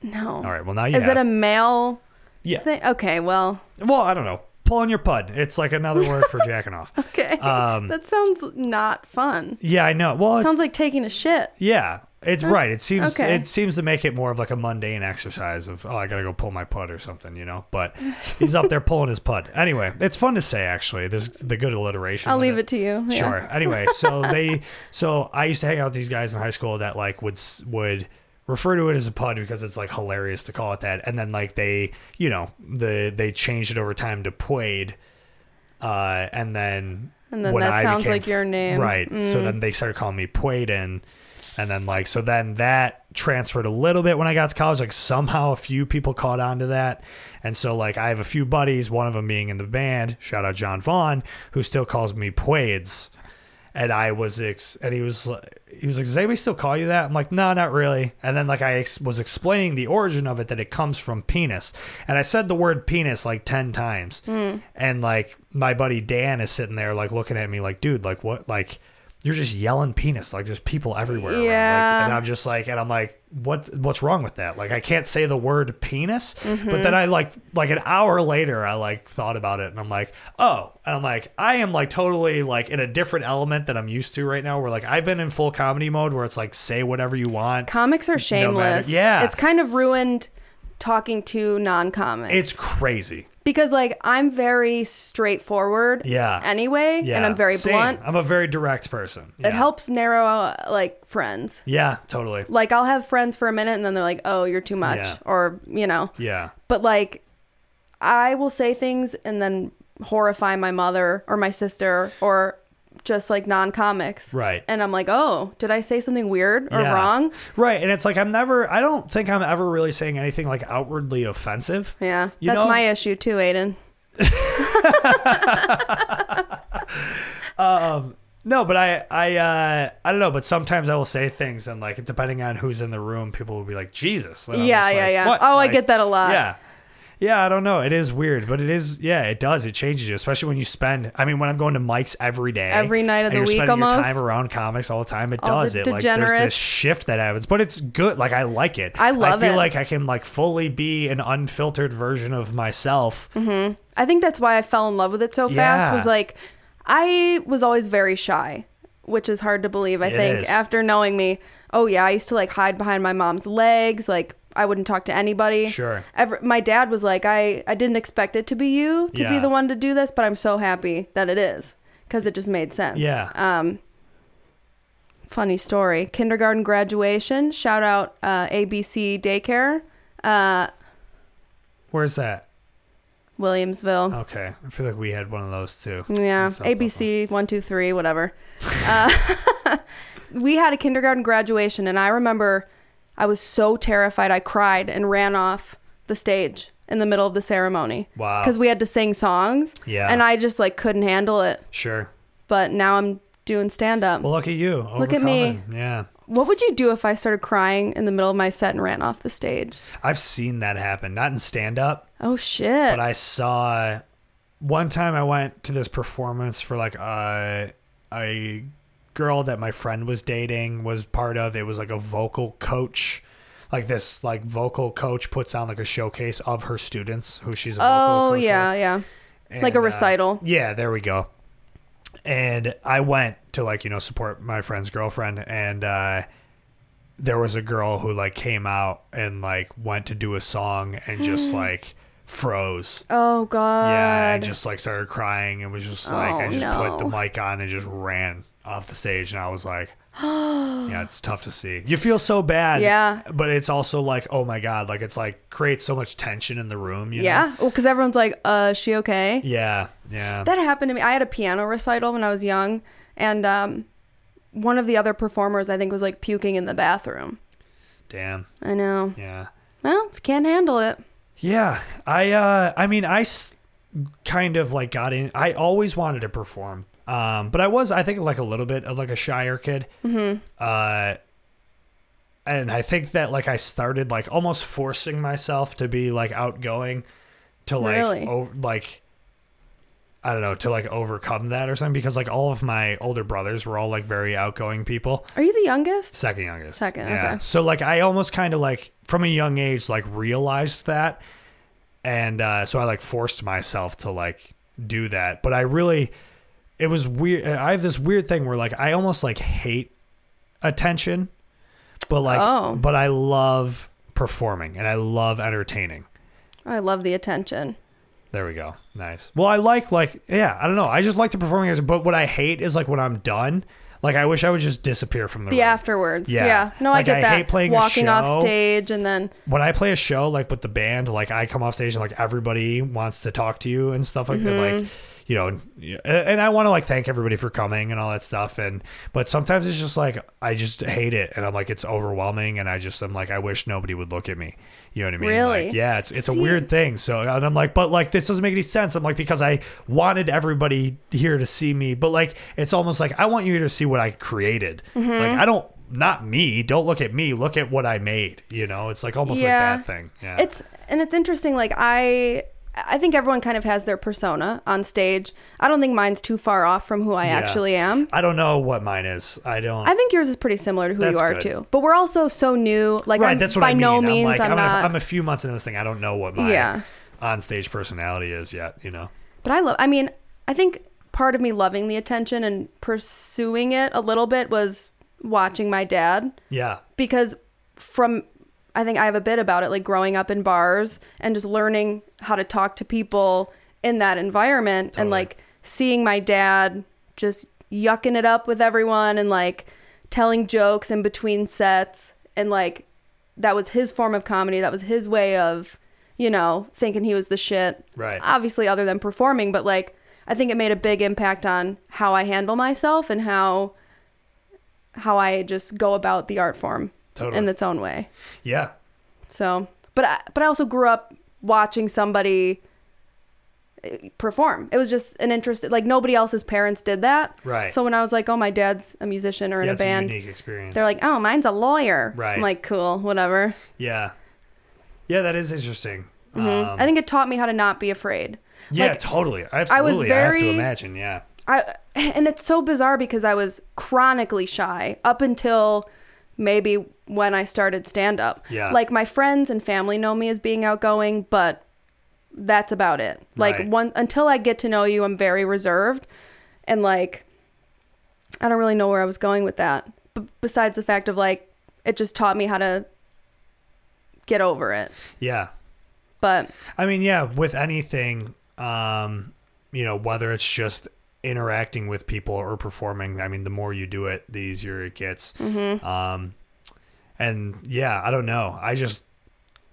Speaker 12: No.
Speaker 11: All right, well now you
Speaker 12: Is
Speaker 11: have.
Speaker 12: it a male
Speaker 11: yeah.
Speaker 12: thing? Okay. Well.
Speaker 11: Well, I don't know. Pulling your pud. It's like another word for jacking off.
Speaker 12: Okay.
Speaker 11: Um,
Speaker 12: that sounds not fun.
Speaker 11: Yeah, I know. Well, it's,
Speaker 12: Sounds like taking a shit.
Speaker 11: Yeah, it's right. It seems
Speaker 12: okay.
Speaker 11: it seems to make it more of like a mundane exercise of oh, I gotta go pull my putt or something, you know. But he's up there pulling his putt. Anyway, it's fun to say actually. There's the good alliteration.
Speaker 12: I'll
Speaker 11: with
Speaker 12: leave it to you. Yeah.
Speaker 11: Sure. Anyway, so they so I used to hang out with these guys in high school that like would s- would refer to it as a pud because it's like hilarious to call it that, and then like they you know the they changed it over time to poid, uh, and then
Speaker 12: And then that sounds like your name. Mm.
Speaker 11: right? So then they started calling me poiden. And then like so then that transferred a little bit when I got to college. Like somehow a few people caught on to that. And so like I have a few buddies, one of them being in the band, shout out John Vaughn, who still calls me Poids. And I was ex- and he was li- he was like, Does anybody still call you that? I'm like, no, not really. And then like I ex- was explaining the origin of it that it comes from penis. And I said the word penis like ten times. And like my buddy Dan is sitting there like looking at me like, dude, like what like you're just yelling penis. Like there's people everywhere. around,
Speaker 12: Yeah.
Speaker 11: Like, and I'm just like, and I'm like, what? What's wrong with that? Like I can't say the word penis. But
Speaker 12: Mm-hmm.
Speaker 11: then I like, like an hour later, I like thought about it, and I'm like, oh, and I'm like, I am like totally like in a different element that I'm used to right now. Where like I've been in full comedy mode, where it's like say whatever you want.
Speaker 12: Comics are shameless.
Speaker 11: yeah.
Speaker 12: It's kind of ruined talking to non comics.
Speaker 11: It's crazy.
Speaker 12: because like I'm very straightforward.
Speaker 11: Yeah.
Speaker 12: Anyway,
Speaker 11: Yeah.
Speaker 12: and I'm very
Speaker 11: Same.
Speaker 12: blunt.
Speaker 11: I'm a very direct person. Yeah.
Speaker 12: It helps narrow out like friends.
Speaker 11: Yeah, totally.
Speaker 12: Like I'll have friends for a minute and then they're like, "Oh, you're too much,"
Speaker 11: Yeah.
Speaker 12: or you know.
Speaker 11: Yeah.
Speaker 12: But like, I will say things and then horrify my mother or my sister or just like non-comics.
Speaker 11: Right.
Speaker 12: And I'm like, "Oh, did I say something weird or
Speaker 11: Yeah.
Speaker 12: wrong?"
Speaker 11: Right. And it's like, I'm never, I don't think I'm ever really saying anything like outwardly offensive.
Speaker 12: Yeah,
Speaker 11: You
Speaker 12: that's
Speaker 11: know-
Speaker 12: my issue too, Aiden.
Speaker 11: No, but I, I, uh, I don't know. But sometimes I will say things and like, depending on who's in the room, people will be like, Jesus. And I'm
Speaker 12: Yeah,
Speaker 11: just
Speaker 12: yeah,
Speaker 11: like,
Speaker 12: yeah.
Speaker 11: "What?"
Speaker 12: Oh, I
Speaker 11: Like,
Speaker 12: get that a lot.
Speaker 11: Yeah. Yeah, I don't know. It is weird, but it is. Yeah, it does. It changes you, especially when you spend. I mean, when I'm going to Mike's every day,
Speaker 12: Every night of
Speaker 11: and
Speaker 12: the
Speaker 11: you're
Speaker 12: week
Speaker 11: spending
Speaker 12: almost.
Speaker 11: your time around comics all the time. It
Speaker 12: All
Speaker 11: does
Speaker 12: the
Speaker 11: it. Like there's this
Speaker 12: degenerates.
Speaker 11: shift that happens, but it's good. Like I like it.
Speaker 12: I love
Speaker 11: I feel
Speaker 12: it.
Speaker 11: like I can like fully be an unfiltered version of myself.
Speaker 12: Mm-hmm. I think that's why I fell in love with it so fast
Speaker 11: Yeah.
Speaker 12: was like I was always very shy, which is hard to believe, I
Speaker 11: It
Speaker 12: think,
Speaker 11: is.
Speaker 12: after knowing me. Oh yeah, I used to like hide behind my mom's legs, like I wouldn't talk to anybody.
Speaker 11: Sure.
Speaker 12: Ever, my dad was like, I, I didn't expect it to be you to be
Speaker 11: Yeah.
Speaker 12: the one to do this, but I'm so happy that it is because it just made sense.
Speaker 11: Yeah.
Speaker 12: Um, funny story. Kindergarten graduation. Shout out uh, ABC Daycare, uh,
Speaker 11: Where's that? Oh,
Speaker 12: Williamsville.
Speaker 11: Okay, I feel like we had one of those too.
Speaker 12: Yeah,
Speaker 11: in South Buffalo.
Speaker 12: ABC one two three whatever. uh, we had a kindergarten graduation, and I remember I was so terrified I cried and ran off the stage in the middle of the ceremony.
Speaker 11: Wow.
Speaker 12: Because we had to sing songs.
Speaker 11: Yeah.
Speaker 12: And I just like couldn't handle it.
Speaker 11: Sure.
Speaker 12: But now I'm doing stand up.
Speaker 11: Well, look at you.
Speaker 12: Look at me.
Speaker 11: overcoming. Yeah.
Speaker 12: what would you do if I started crying in the middle of my set and ran off the stage?
Speaker 11: I've seen that happen, not in stand up,
Speaker 12: Oh shit.
Speaker 11: but I saw one time I went to this performance for like a a girl that my friend was dating was part of. It was like a vocal coach. Like this like vocal coach puts on like a showcase of her students who she's a vocal
Speaker 12: oh
Speaker 11: coach for.
Speaker 12: yeah, yeah. Like a
Speaker 11: And, uh,
Speaker 12: recital.
Speaker 11: yeah, there we go. And I went to like, you know, support my friend's girlfriend and uh there was a girl who like came out and like went to do a song and just like froze.
Speaker 12: Oh god.
Speaker 11: Yeah, and just like started crying and was just like I
Speaker 12: Oh,
Speaker 11: just put the
Speaker 12: no.
Speaker 11: mic on and just ran off the stage and I was like Yeah, it's tough to see. You feel so bad.
Speaker 12: Yeah.
Speaker 11: But it's also like, oh my god, like it's like creates so much tension in the room, you know?
Speaker 12: yeah. Well, because everyone's like, uh, is she okay?
Speaker 11: Yeah. Yeah.
Speaker 12: That happened to me. I had a piano recital when I was young, and um, one of the other performers, I think, was like puking in the bathroom.
Speaker 11: Damn.
Speaker 12: I know.
Speaker 11: Yeah.
Speaker 12: Well, if you can't handle it.
Speaker 11: Yeah, I uh I mean I s- kind of like got in I always wanted to perform. Um but I was I think like a little bit of like a shyer kid. Mhm. Uh and I think that like I started like almost forcing myself to be like outgoing to like
Speaker 12: Really?
Speaker 11: o- like I don't know, to like overcome that or something because like all of my older brothers were all like very outgoing people.
Speaker 12: Are you the youngest?
Speaker 11: Second youngest.
Speaker 12: Second, okay.
Speaker 11: So like I almost kind of like from a young age like realized that, and uh, so I like forced myself to like do that. But I really, it was weird. I have this weird thing where like I almost like hate attention, but like
Speaker 12: Oh.
Speaker 11: but I love performing and I love entertaining.
Speaker 12: I love the attention.
Speaker 11: There we go. Nice. Well, I like like yeah. I don't know. I just like the performing, as- but what I hate is like when I'm done. Like I wish I would just disappear from the,
Speaker 12: The
Speaker 11: room.
Speaker 12: afterwards.
Speaker 11: Yeah.
Speaker 12: Yeah. No,
Speaker 11: Like,
Speaker 12: I
Speaker 11: I
Speaker 12: get that.
Speaker 11: hate playing a
Speaker 12: Walking
Speaker 11: show.
Speaker 12: off stage and then
Speaker 11: when I play a show like with the band, like I come off stage and like everybody wants to talk to you and stuff like that.
Speaker 12: Mm-hmm.
Speaker 11: Like, you know, and I want to like thank everybody for coming and all that stuff. And but sometimes it's just like I just hate it, and I'm like it's overwhelming, and I just I'm like I wish nobody would look at me. You know what I mean?
Speaker 12: Really?
Speaker 11: Like, yeah, it's it's a
Speaker 12: See-
Speaker 11: weird thing. So and I'm like, but like this doesn't make any sense. I'm like because I wanted everybody here to see me, but like it's almost like I want you to see what I created.
Speaker 12: Mm-hmm.
Speaker 11: Like I don't. Not me. Don't look at me. Look at what I made. You know, it's like almost almost like
Speaker 12: yeah.
Speaker 11: that thing. Yeah.
Speaker 12: It's and it's interesting. Like I I think everyone kind of has their persona on stage. I don't think mine's too far off from who I
Speaker 11: Yeah.
Speaker 12: actually am.
Speaker 11: I don't know what mine is. I don't.
Speaker 12: I think yours is pretty similar to who
Speaker 11: That's
Speaker 12: you are
Speaker 11: good.
Speaker 12: too. But we're also so new. Like
Speaker 11: right,
Speaker 12: I'm,
Speaker 11: that's what
Speaker 12: by
Speaker 11: I mean.
Speaker 12: no
Speaker 11: I'm
Speaker 12: means
Speaker 11: like,
Speaker 12: I'm,
Speaker 11: I'm,
Speaker 12: not.
Speaker 11: A, I'm a few months into this thing. I don't know what my
Speaker 12: Yeah.
Speaker 11: on-stage personality is yet. You know.
Speaker 12: But I love. I mean, I think part of me loving the attention and pursuing it a little bit was watching my dad
Speaker 11: Yeah.
Speaker 12: because from I think I have a bit about it, like growing up in bars and just learning how to talk to people in that environment and like seeing my dad just yucking it up with everyone and like telling jokes in between sets and like that was his form of comedy. That was his way of, you know, thinking he was the shit.
Speaker 11: Right.
Speaker 12: Obviously, other than performing, but like I think it made a big impact on how I handle myself and how how I just go about the art form
Speaker 11: Totally.
Speaker 12: in its own way.
Speaker 11: Yeah.
Speaker 12: So, but I, but I also grew up watching somebody eh, perform. It was just an interest. Like nobody else's parents did that.
Speaker 11: Right.
Speaker 12: So when I was like, oh, my dad's a musician or in
Speaker 11: yeah,
Speaker 12: a
Speaker 11: it's
Speaker 12: band,
Speaker 11: a unique experience.
Speaker 12: they're like, oh, mine's a lawyer.
Speaker 11: Right.
Speaker 12: I'm like, cool, whatever.
Speaker 11: yeah, yeah, that is interesting.
Speaker 12: hmm
Speaker 11: Um,
Speaker 12: I think it taught me how to not be afraid.
Speaker 11: yeah,
Speaker 12: like,
Speaker 11: totally. Absolutely.
Speaker 12: I was
Speaker 11: have to
Speaker 12: very-
Speaker 11: imagine. Yeah.
Speaker 12: I and it's so bizarre because I was chronically shy up until maybe when I started stand up.
Speaker 11: Yeah.
Speaker 12: Like my friends and family know me as being outgoing, but that's about it. Like
Speaker 11: Right.
Speaker 12: one until I get to know you, I'm very reserved and like I don't really know where I was going with that. But besides the fact of like it just taught me how to get over it.
Speaker 11: Yeah.
Speaker 12: But
Speaker 11: I mean, yeah, with anything, um, you know, whether it's just interacting with people or performing, I mean, the more you do it, the easier it gets.
Speaker 12: Mhm.
Speaker 11: Um, and yeah, I don't know. I just,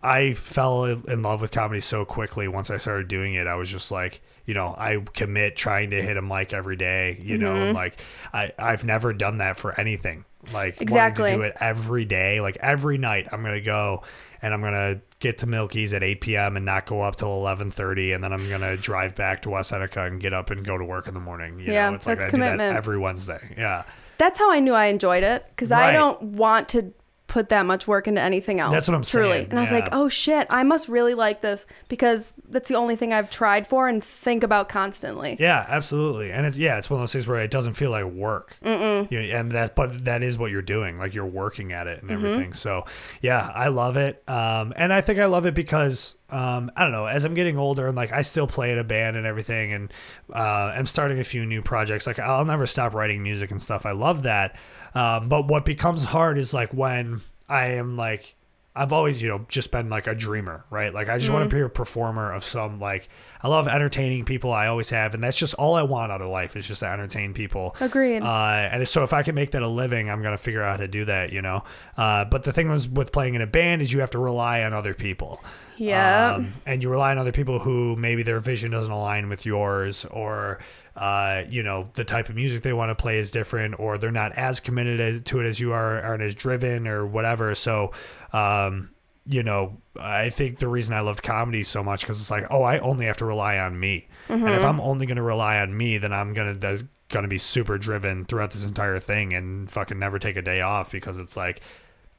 Speaker 11: I fell in love with comedy so quickly once I started doing it. I was just like, you know, I commit trying to hit a mic every day, you know,
Speaker 12: Mhm.
Speaker 11: and like I, I've never done that for anything. Like, wanting
Speaker 12: Exactly.
Speaker 11: to do it every day like every night i'm gonna go and i'm gonna get to milky's at 8 p.m and not go up till 11.30 and then i'm gonna drive back to west seneca and get up and go to work in the morning you
Speaker 12: Yeah,
Speaker 11: know it's like
Speaker 12: that's
Speaker 11: i do that
Speaker 12: commitment.
Speaker 11: every wednesday yeah
Speaker 12: that's how I knew I enjoyed it because
Speaker 11: Right.
Speaker 12: I don't want to put that much work into anything else.
Speaker 11: That's what I'm
Speaker 12: truly.
Speaker 11: saying,
Speaker 12: And I was like,
Speaker 11: yeah.
Speaker 12: oh shit, I must really like this because that's the only thing I've tried for and think about constantly.
Speaker 11: yeah absolutely and it's yeah it's one of those things where it doesn't feel like work
Speaker 12: Mm-mm.
Speaker 11: you know, and that but that is what you're doing like you're working at it and
Speaker 12: Mhm.
Speaker 11: everything so yeah i love it um and i think i love it because um i don't know as i'm getting older and like i still play in a band and everything and uh i'm starting a few new projects like i'll never stop writing music and stuff i love that um but what becomes hard is like when i am like I've always, you know, just been like a dreamer, right? Like I just want
Speaker 12: Mhm.
Speaker 11: to be a performer of some like I love entertaining people. I always have, and that's just all I want out of life is just to entertain people.
Speaker 12: Agreed.
Speaker 11: Uh, and so if I can make that a living, I'm gonna figure out how to do that, you know. Uh, but the thing was with playing in a band is you have to rely on other people.
Speaker 12: Yep.
Speaker 11: Um, and you rely on other people who maybe their vision doesn't align with yours, or uh, you know the type of music they want to play is different, or they're not as committed as, to it as you are, aren't as driven, or whatever. So, um, you know, I think the reason I loved comedy so much because it's like, oh, I only have to rely on me, and if
Speaker 12: Mhm.
Speaker 11: I'm only going to rely on me, then I'm gonna that's gonna be super driven throughout this entire thing and fucking never take a day off because it's like.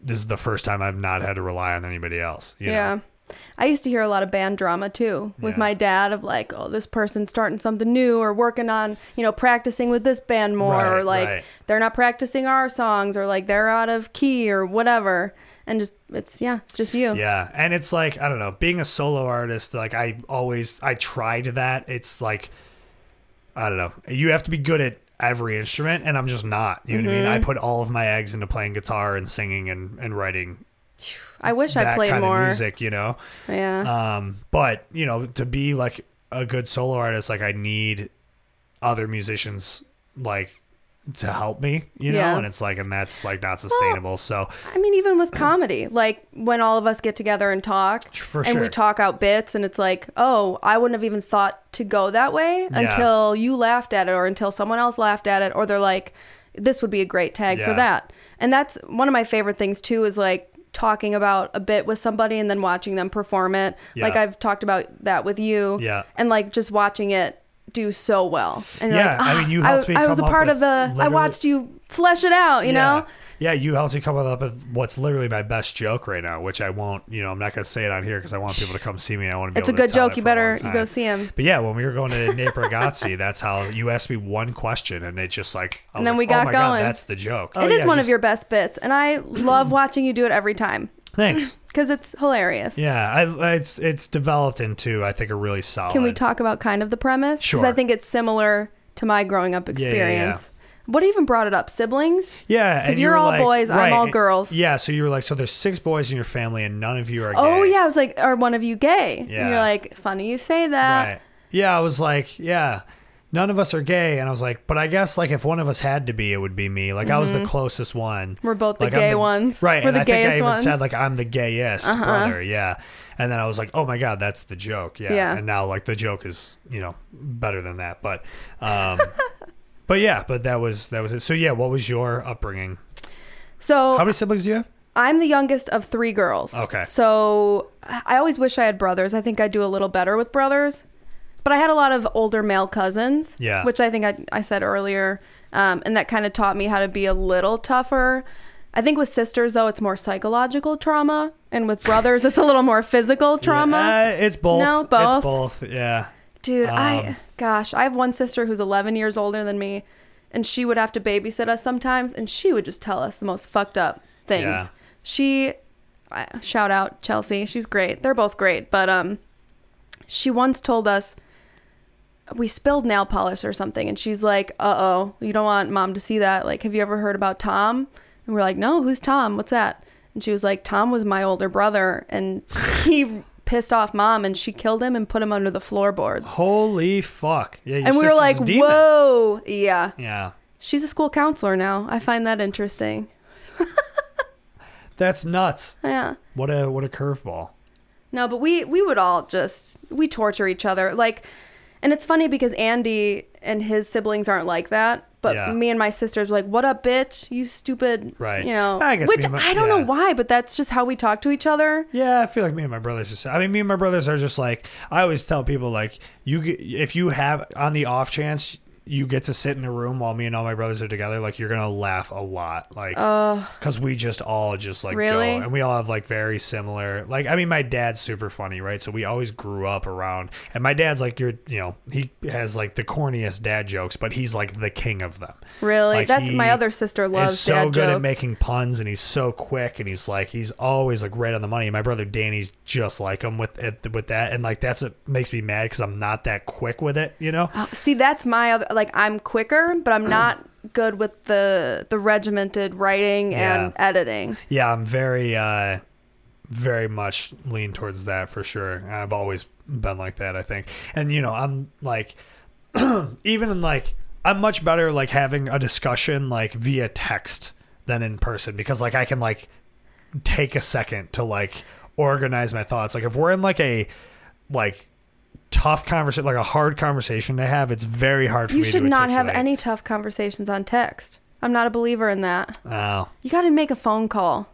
Speaker 11: This is the first time I've not had to rely on anybody else. You
Speaker 12: yeah. I used to hear a lot of band drama too with
Speaker 11: Yeah.
Speaker 12: my dad of like, oh, this person's starting something new or working on, you know, practicing with this band more
Speaker 11: Right,
Speaker 12: or like
Speaker 11: right.
Speaker 12: they're not practicing our songs or like they're out of key or whatever. And just, it's, yeah, it's just you.
Speaker 11: Yeah, and it's like I don't know, being a solo artist, like I always I tried that. It's like I don't know, you have to be good at every instrument, and I'm just not. You know what I mean?
Speaker 12: Mhm.
Speaker 11: I put all of my eggs into playing guitar and singing and and writing.
Speaker 12: I wish I
Speaker 11: that
Speaker 12: played
Speaker 11: kind
Speaker 12: more.
Speaker 11: of music, you know.
Speaker 12: Yeah.
Speaker 11: Um, but you know, to be like a good solo artist, like I need other musicians like to help me, you know.
Speaker 12: Yeah.
Speaker 11: And it's like, and that's like not sustainable. so
Speaker 12: I mean, even with comedy, like when all of us get together and talk,
Speaker 11: For
Speaker 12: and
Speaker 11: sure.
Speaker 12: we talk out bits, and it's like, oh, I wouldn't have even thought to go that way
Speaker 11: Yeah.
Speaker 12: until you laughed at it, or until someone else laughed at it, or they're like, this would be a great tag for
Speaker 11: Yeah.
Speaker 12: that. And that's one of my favorite things too is like talking about a bit with somebody and then watching them perform it.
Speaker 11: Yeah.
Speaker 12: Like I've talked about that with you,
Speaker 11: Yeah.
Speaker 12: and like just watching it do so well. And you're
Speaker 11: Yeah,
Speaker 12: like,
Speaker 11: I
Speaker 12: "Ah,
Speaker 11: mean, you helped
Speaker 12: I,
Speaker 11: me
Speaker 12: I was a
Speaker 11: come up
Speaker 12: part
Speaker 11: with
Speaker 12: of the. I
Speaker 11: literally-
Speaker 12: watched you flesh it out. You
Speaker 11: Yeah.
Speaker 12: know.
Speaker 11: Yeah, you helped me come up with what's literally my best joke right now, which I won't. You know, I'm not going to say it on here because I want people to come see me. I want to be.
Speaker 12: It's a
Speaker 11: able to
Speaker 12: good
Speaker 11: tell
Speaker 12: joke.
Speaker 11: it
Speaker 12: You
Speaker 11: for a
Speaker 12: better
Speaker 11: long
Speaker 12: you
Speaker 11: time.
Speaker 12: go see him.
Speaker 11: But yeah, when we were going to Nate Bargatze, that's how you asked me one question, and it just like, I was
Speaker 12: And then
Speaker 11: like,
Speaker 12: we got
Speaker 11: oh my
Speaker 12: going.
Speaker 11: God, that's the joke. Oh,
Speaker 12: it is one of your best bits, and I love watching you do it every time
Speaker 11: thanks.
Speaker 12: because it's hilarious.
Speaker 11: Yeah, I, I- it's it's developed into I think a really solid.
Speaker 12: Can we talk about kind of the premise?
Speaker 11: Sure.
Speaker 12: I think it's similar to my growing up
Speaker 11: yeah,
Speaker 12: experience.
Speaker 11: yeah.
Speaker 12: What even brought it up? Siblings?
Speaker 11: Yeah,
Speaker 12: 'Cause
Speaker 11: and you
Speaker 12: you're
Speaker 11: were
Speaker 12: all
Speaker 11: like-
Speaker 12: boys, I'm
Speaker 11: right,
Speaker 12: all
Speaker 11: and-
Speaker 12: girls.
Speaker 11: Yeah, so you were like, so there's six boys in your family, and none of you are.
Speaker 12: Oh
Speaker 11: gay.
Speaker 12: yeah, I was like, are one of you gay? And
Speaker 11: Yeah.
Speaker 12: you're like, funny you say that.
Speaker 11: Right. Yeah, I was like, yeah, none of us are gay, and I was like, but I guess like if one of us had to be, it would be me. Like I was the
Speaker 12: Mhm.
Speaker 11: closest one.
Speaker 12: We're both the
Speaker 11: Like, I'm
Speaker 12: gay ones.
Speaker 11: right?
Speaker 12: We're
Speaker 11: and
Speaker 12: the
Speaker 11: I think I
Speaker 12: gayest
Speaker 11: even
Speaker 12: ones.
Speaker 11: said like I'm the gayest
Speaker 12: Uh-huh.
Speaker 11: brother. Yeah, and then I was like, oh my god, that's the joke. Yeah,
Speaker 12: Yeah.
Speaker 11: and now like the joke is you know better than that, but um, but yeah, but that was that was it. So yeah, what was your upbringing?
Speaker 12: so
Speaker 11: How many siblings do you have?
Speaker 12: I'm the youngest of three girls.
Speaker 11: Okay.
Speaker 12: So I I always wish I had brothers. I think I do a little better with brothers. But I had a lot of older male cousins,
Speaker 13: Yeah.
Speaker 12: which I think I, I said earlier. Um, and that kind of taught me how to be a little tougher. I think with sisters, though, it's more psychological trauma. And with brothers, it's a little more physical trauma.
Speaker 11: Uh, it's both.
Speaker 12: No,
Speaker 11: It's
Speaker 12: both.
Speaker 11: both. Yeah.
Speaker 12: Dude,
Speaker 11: Um,
Speaker 12: I gosh, I have one sister who's 11 years older than me, and she would have to babysit us sometimes, and she would just tell us the most fucked up things.
Speaker 13: Yeah.
Speaker 12: She, I- shout out Chelsea, she's great. They're both great, but um, she once told us we spilled nail polish or something, and she's like, "Uh oh, you don't want mom to see that. Like, have you ever heard about Tom?" And we're like, "No, who's Tom? What's that?" And she was like, "Tom was my older brother, and he." pissed off mom and she killed him and put him under the floorboards
Speaker 11: Holy fuck. Yeah. your
Speaker 12: and we were
Speaker 11: sister's a
Speaker 12: like,
Speaker 11: demon.
Speaker 12: "Whoa, yeah."
Speaker 11: Yeah.
Speaker 12: She's a school counselor now. I find that interesting.
Speaker 11: That's nuts.
Speaker 12: Yeah.
Speaker 11: What a what a curveball.
Speaker 12: No, but we we would all just we torture each other like, and it's funny because Andy and his siblings aren't like that, but
Speaker 11: Yeah.
Speaker 12: me and my sisters were like, "What up, bitch? You stupid."
Speaker 11: Right.
Speaker 12: You know.
Speaker 11: I guess
Speaker 12: which
Speaker 11: me and my-
Speaker 12: I don't
Speaker 11: yeah.
Speaker 12: know why, but that's just how we talk to each other.
Speaker 11: Yeah, I feel like me and my brothers. Just, I mean, me and my brothers are just like I always tell people like you get, if you have on the off chance you get to sit in a room while me and all my brothers are together, like you're gonna laugh a lot, like
Speaker 12: Ugh.
Speaker 11: because we just all just like
Speaker 12: Really?
Speaker 11: go and we all have like very similar. Like I mean, my dad's super funny, right? So we always grew up around, and my dad's like your you know he has like the corniest dad jokes, but he's like the king of them.
Speaker 12: Really,
Speaker 11: Like,
Speaker 12: that's
Speaker 11: he
Speaker 12: my other sister loves
Speaker 11: is so
Speaker 12: dad
Speaker 11: good
Speaker 12: jokes.
Speaker 11: at making puns and he's so quick and he's like he's always like right on the money and my brother danny's just like him with at- with that and like that's what makes me mad because i'm not that quick with it you know
Speaker 12: Oh, See, that's my other like I'm quicker, but I'm not good with the the regimented writing and
Speaker 11: Yeah.
Speaker 12: editing.
Speaker 11: yeah i'm very uh very much lean towards that for sure And i've always been like that i think and you know i'm like even in like i'm much better like having a discussion like via text than in person because like i can like take a second to like organize my thoughts like if we're in like a like tough conversation like a hard conversation to have it's very hard for
Speaker 12: You
Speaker 11: me
Speaker 12: should
Speaker 11: to
Speaker 12: not have
Speaker 11: articulate.
Speaker 12: any tough conversations on text. I'm not a believer in that.
Speaker 11: oh
Speaker 12: You got to make a phone call,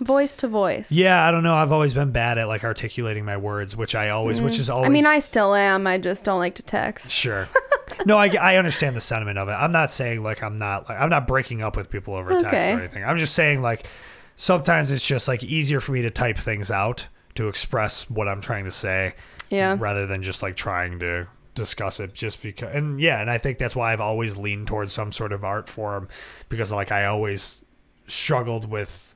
Speaker 12: voice to voice.
Speaker 11: yeah i don't know i've always been bad at like articulating my words which i always which
Speaker 12: Mm.
Speaker 11: is always
Speaker 12: I mean, I still am. I just don't like to text.
Speaker 11: Sure. No, I, I understand the sentiment of it. I'm not saying like I'm not like I'm not breaking up with people over text
Speaker 12: Okay.
Speaker 11: or anything. I'm just saying like sometimes it's just like easier for me to type things out to express what I'm trying to say.
Speaker 12: Yeah.
Speaker 11: Rather than just like trying to discuss it just because and yeah, and I think that's why I've always leaned towards some sort of art form because like I always struggled with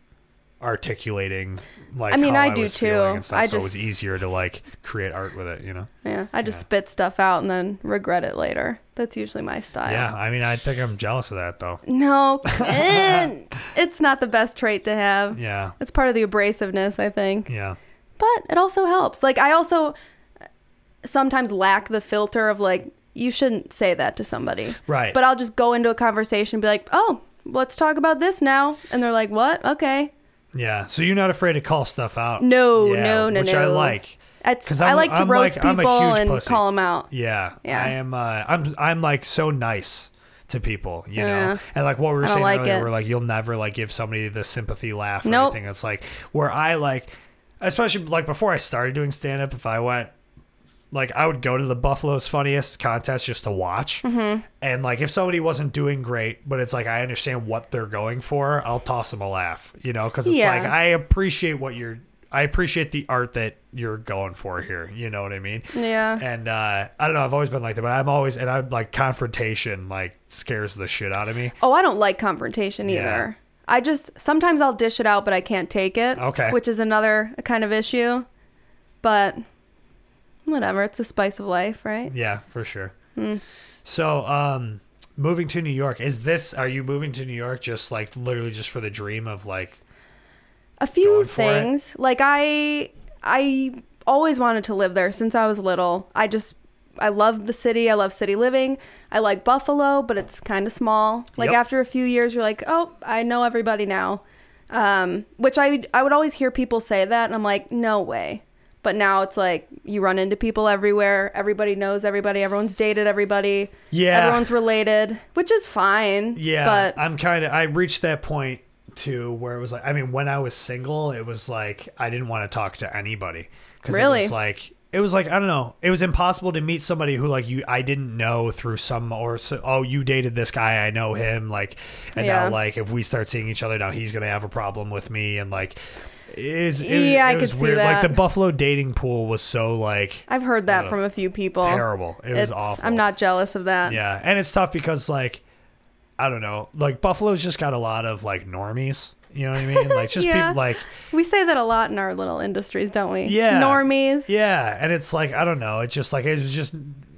Speaker 11: articulating like
Speaker 12: I mean,
Speaker 11: how
Speaker 12: I do
Speaker 11: was
Speaker 12: too.
Speaker 11: feeling and stuff,
Speaker 12: I
Speaker 11: so it was
Speaker 12: just-
Speaker 11: easier to like create art with it, you know.
Speaker 12: Yeah, I just spit stuff out and then regret it later. That's usually my style.
Speaker 11: Yeah, I mean, I think I'm jealous of that though.
Speaker 12: No, Clint, it's not the best trait to have.
Speaker 11: Yeah.
Speaker 12: It's part of the abrasiveness, I think.
Speaker 11: Yeah.
Speaker 12: but it also helps. Like I also sometimes lack the filter of like you shouldn't say that to somebody.
Speaker 11: Right.
Speaker 12: But I'll just go into a conversation and be like, "Oh, let's talk about this now." And they're like, "What? Okay."
Speaker 11: Yeah. So you're not afraid to call stuff out.
Speaker 12: No,
Speaker 11: Yeah,
Speaker 12: no, no,
Speaker 11: which
Speaker 12: no.
Speaker 11: I like.
Speaker 12: It's,
Speaker 11: 'Cause
Speaker 12: I
Speaker 11: I'm-
Speaker 12: like to
Speaker 11: I'm
Speaker 12: roast
Speaker 11: like- I'm a
Speaker 12: people
Speaker 11: huge
Speaker 12: and
Speaker 11: pussy.
Speaker 12: call them out.
Speaker 11: Yeah.
Speaker 12: Yeah.
Speaker 11: I am uh I'm I'm like so nice to people, you know.
Speaker 12: Yeah.
Speaker 11: And like what we
Speaker 12: I
Speaker 11: were
Speaker 12: don't
Speaker 11: saying
Speaker 12: like
Speaker 11: earlier,
Speaker 12: it.
Speaker 11: we're like you'll never like give somebody the sympathy laugh or
Speaker 12: Nope.
Speaker 11: anything. It's like where I like especially like before I started doing stand up, if I went Like I would go to the Buffalo's Funniest contest just to watch.
Speaker 12: Mhm.
Speaker 11: And like if somebody wasn't doing great, but it's like I understand what they're going for, I'll toss them a laugh, you know, because it's
Speaker 12: Yeah.
Speaker 11: like I appreciate what you're. I appreciate the art that you're going for here. You know what I mean?
Speaker 12: Yeah.
Speaker 11: And uh, I don't know. I've always been like that, but I'm always and I'm like confrontation like scares the shit out of me.
Speaker 12: Oh, I don't like confrontation
Speaker 11: Yeah.
Speaker 12: either. I just sometimes I'll dish it out, but I can't take it.
Speaker 11: Okay.
Speaker 12: Which is another kind of issue. But whatever, it's the spice of life, right?
Speaker 11: Yeah, for sure.
Speaker 12: Mm.
Speaker 11: So, um, moving to New York is this? Are you moving to New York just like literally just for the dream of like?
Speaker 12: A few
Speaker 11: for it.
Speaker 12: things. Like I I always wanted to live there since I was little. I just I love the city. I love city living. I like Buffalo, but it's kind of small. Like
Speaker 13: Yep.
Speaker 12: after a few years you're like, "Oh, I know everybody now." Um, which I I would always hear people say that and I'm like, "No way." But now it's like you run into people everywhere. Everybody knows everybody. Everyone's dated everybody.
Speaker 11: Yeah.
Speaker 12: Everyone's related, which is fine.
Speaker 11: Yeah,
Speaker 12: But
Speaker 11: I'm kind of. I reached that point too where it was like. I mean, when I was single, it was like I didn't want to talk to anybody because it
Speaker 12: Really?
Speaker 11: was like it was like I don't know. It was impossible to meet somebody who like you I didn't know through some or so, oh you dated this guy I know him like and
Speaker 12: Yeah.
Speaker 11: now like if we start seeing each other now he's gonna have a problem with me and like. Is,
Speaker 12: Yeah, I
Speaker 11: it was
Speaker 12: could see
Speaker 11: weird. Like
Speaker 12: that.
Speaker 11: the Buffalo dating pool was so like
Speaker 12: I've heard that
Speaker 11: Ugh.
Speaker 12: from a few people.
Speaker 11: Terrible. It was
Speaker 12: It's-
Speaker 11: awful.
Speaker 12: I'm not jealous of that.
Speaker 11: Yeah, and it's tough because like I don't know, like Buffalo's just got a lot of like normies. You know what I mean? Like just
Speaker 12: Yeah.
Speaker 11: people like
Speaker 12: We say that a lot in our little industries, don't we?
Speaker 11: yeah,
Speaker 12: Normies.
Speaker 11: Yeah, and it's like I don't know. It's just like it was just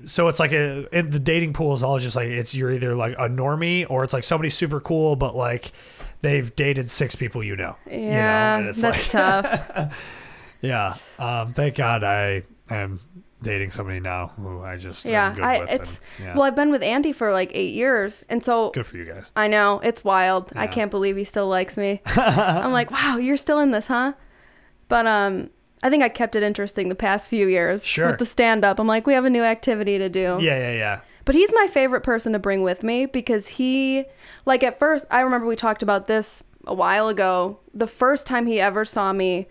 Speaker 11: so it's like a, it, the dating pool is all just like it's you're either like a normie or it's like somebody super cool, but like they've dated six people you know.
Speaker 12: Yeah.
Speaker 11: you know? and it's
Speaker 12: that's
Speaker 11: like,
Speaker 12: tough.
Speaker 11: Yeah. Um, thank God I am dating somebody now who I just am
Speaker 12: yeah.
Speaker 11: good
Speaker 12: I,
Speaker 11: with
Speaker 12: it's,
Speaker 11: and- yeah.
Speaker 12: well, I've been with Andy for like eight years. And so.
Speaker 11: good for you guys.
Speaker 12: I know. It's wild. I
Speaker 11: Yeah.
Speaker 12: can't believe he still likes me. I'm like, wow, you're still in this, huh? But, um,. I think I kept it interesting the past few years
Speaker 11: Sure.
Speaker 12: with the stand up. I'm like, we have a new activity to do.
Speaker 11: Yeah, yeah, yeah.
Speaker 12: But he's my favorite person to bring with me because he, like, at first, I remember we talked about this a while ago. The first time he ever saw me,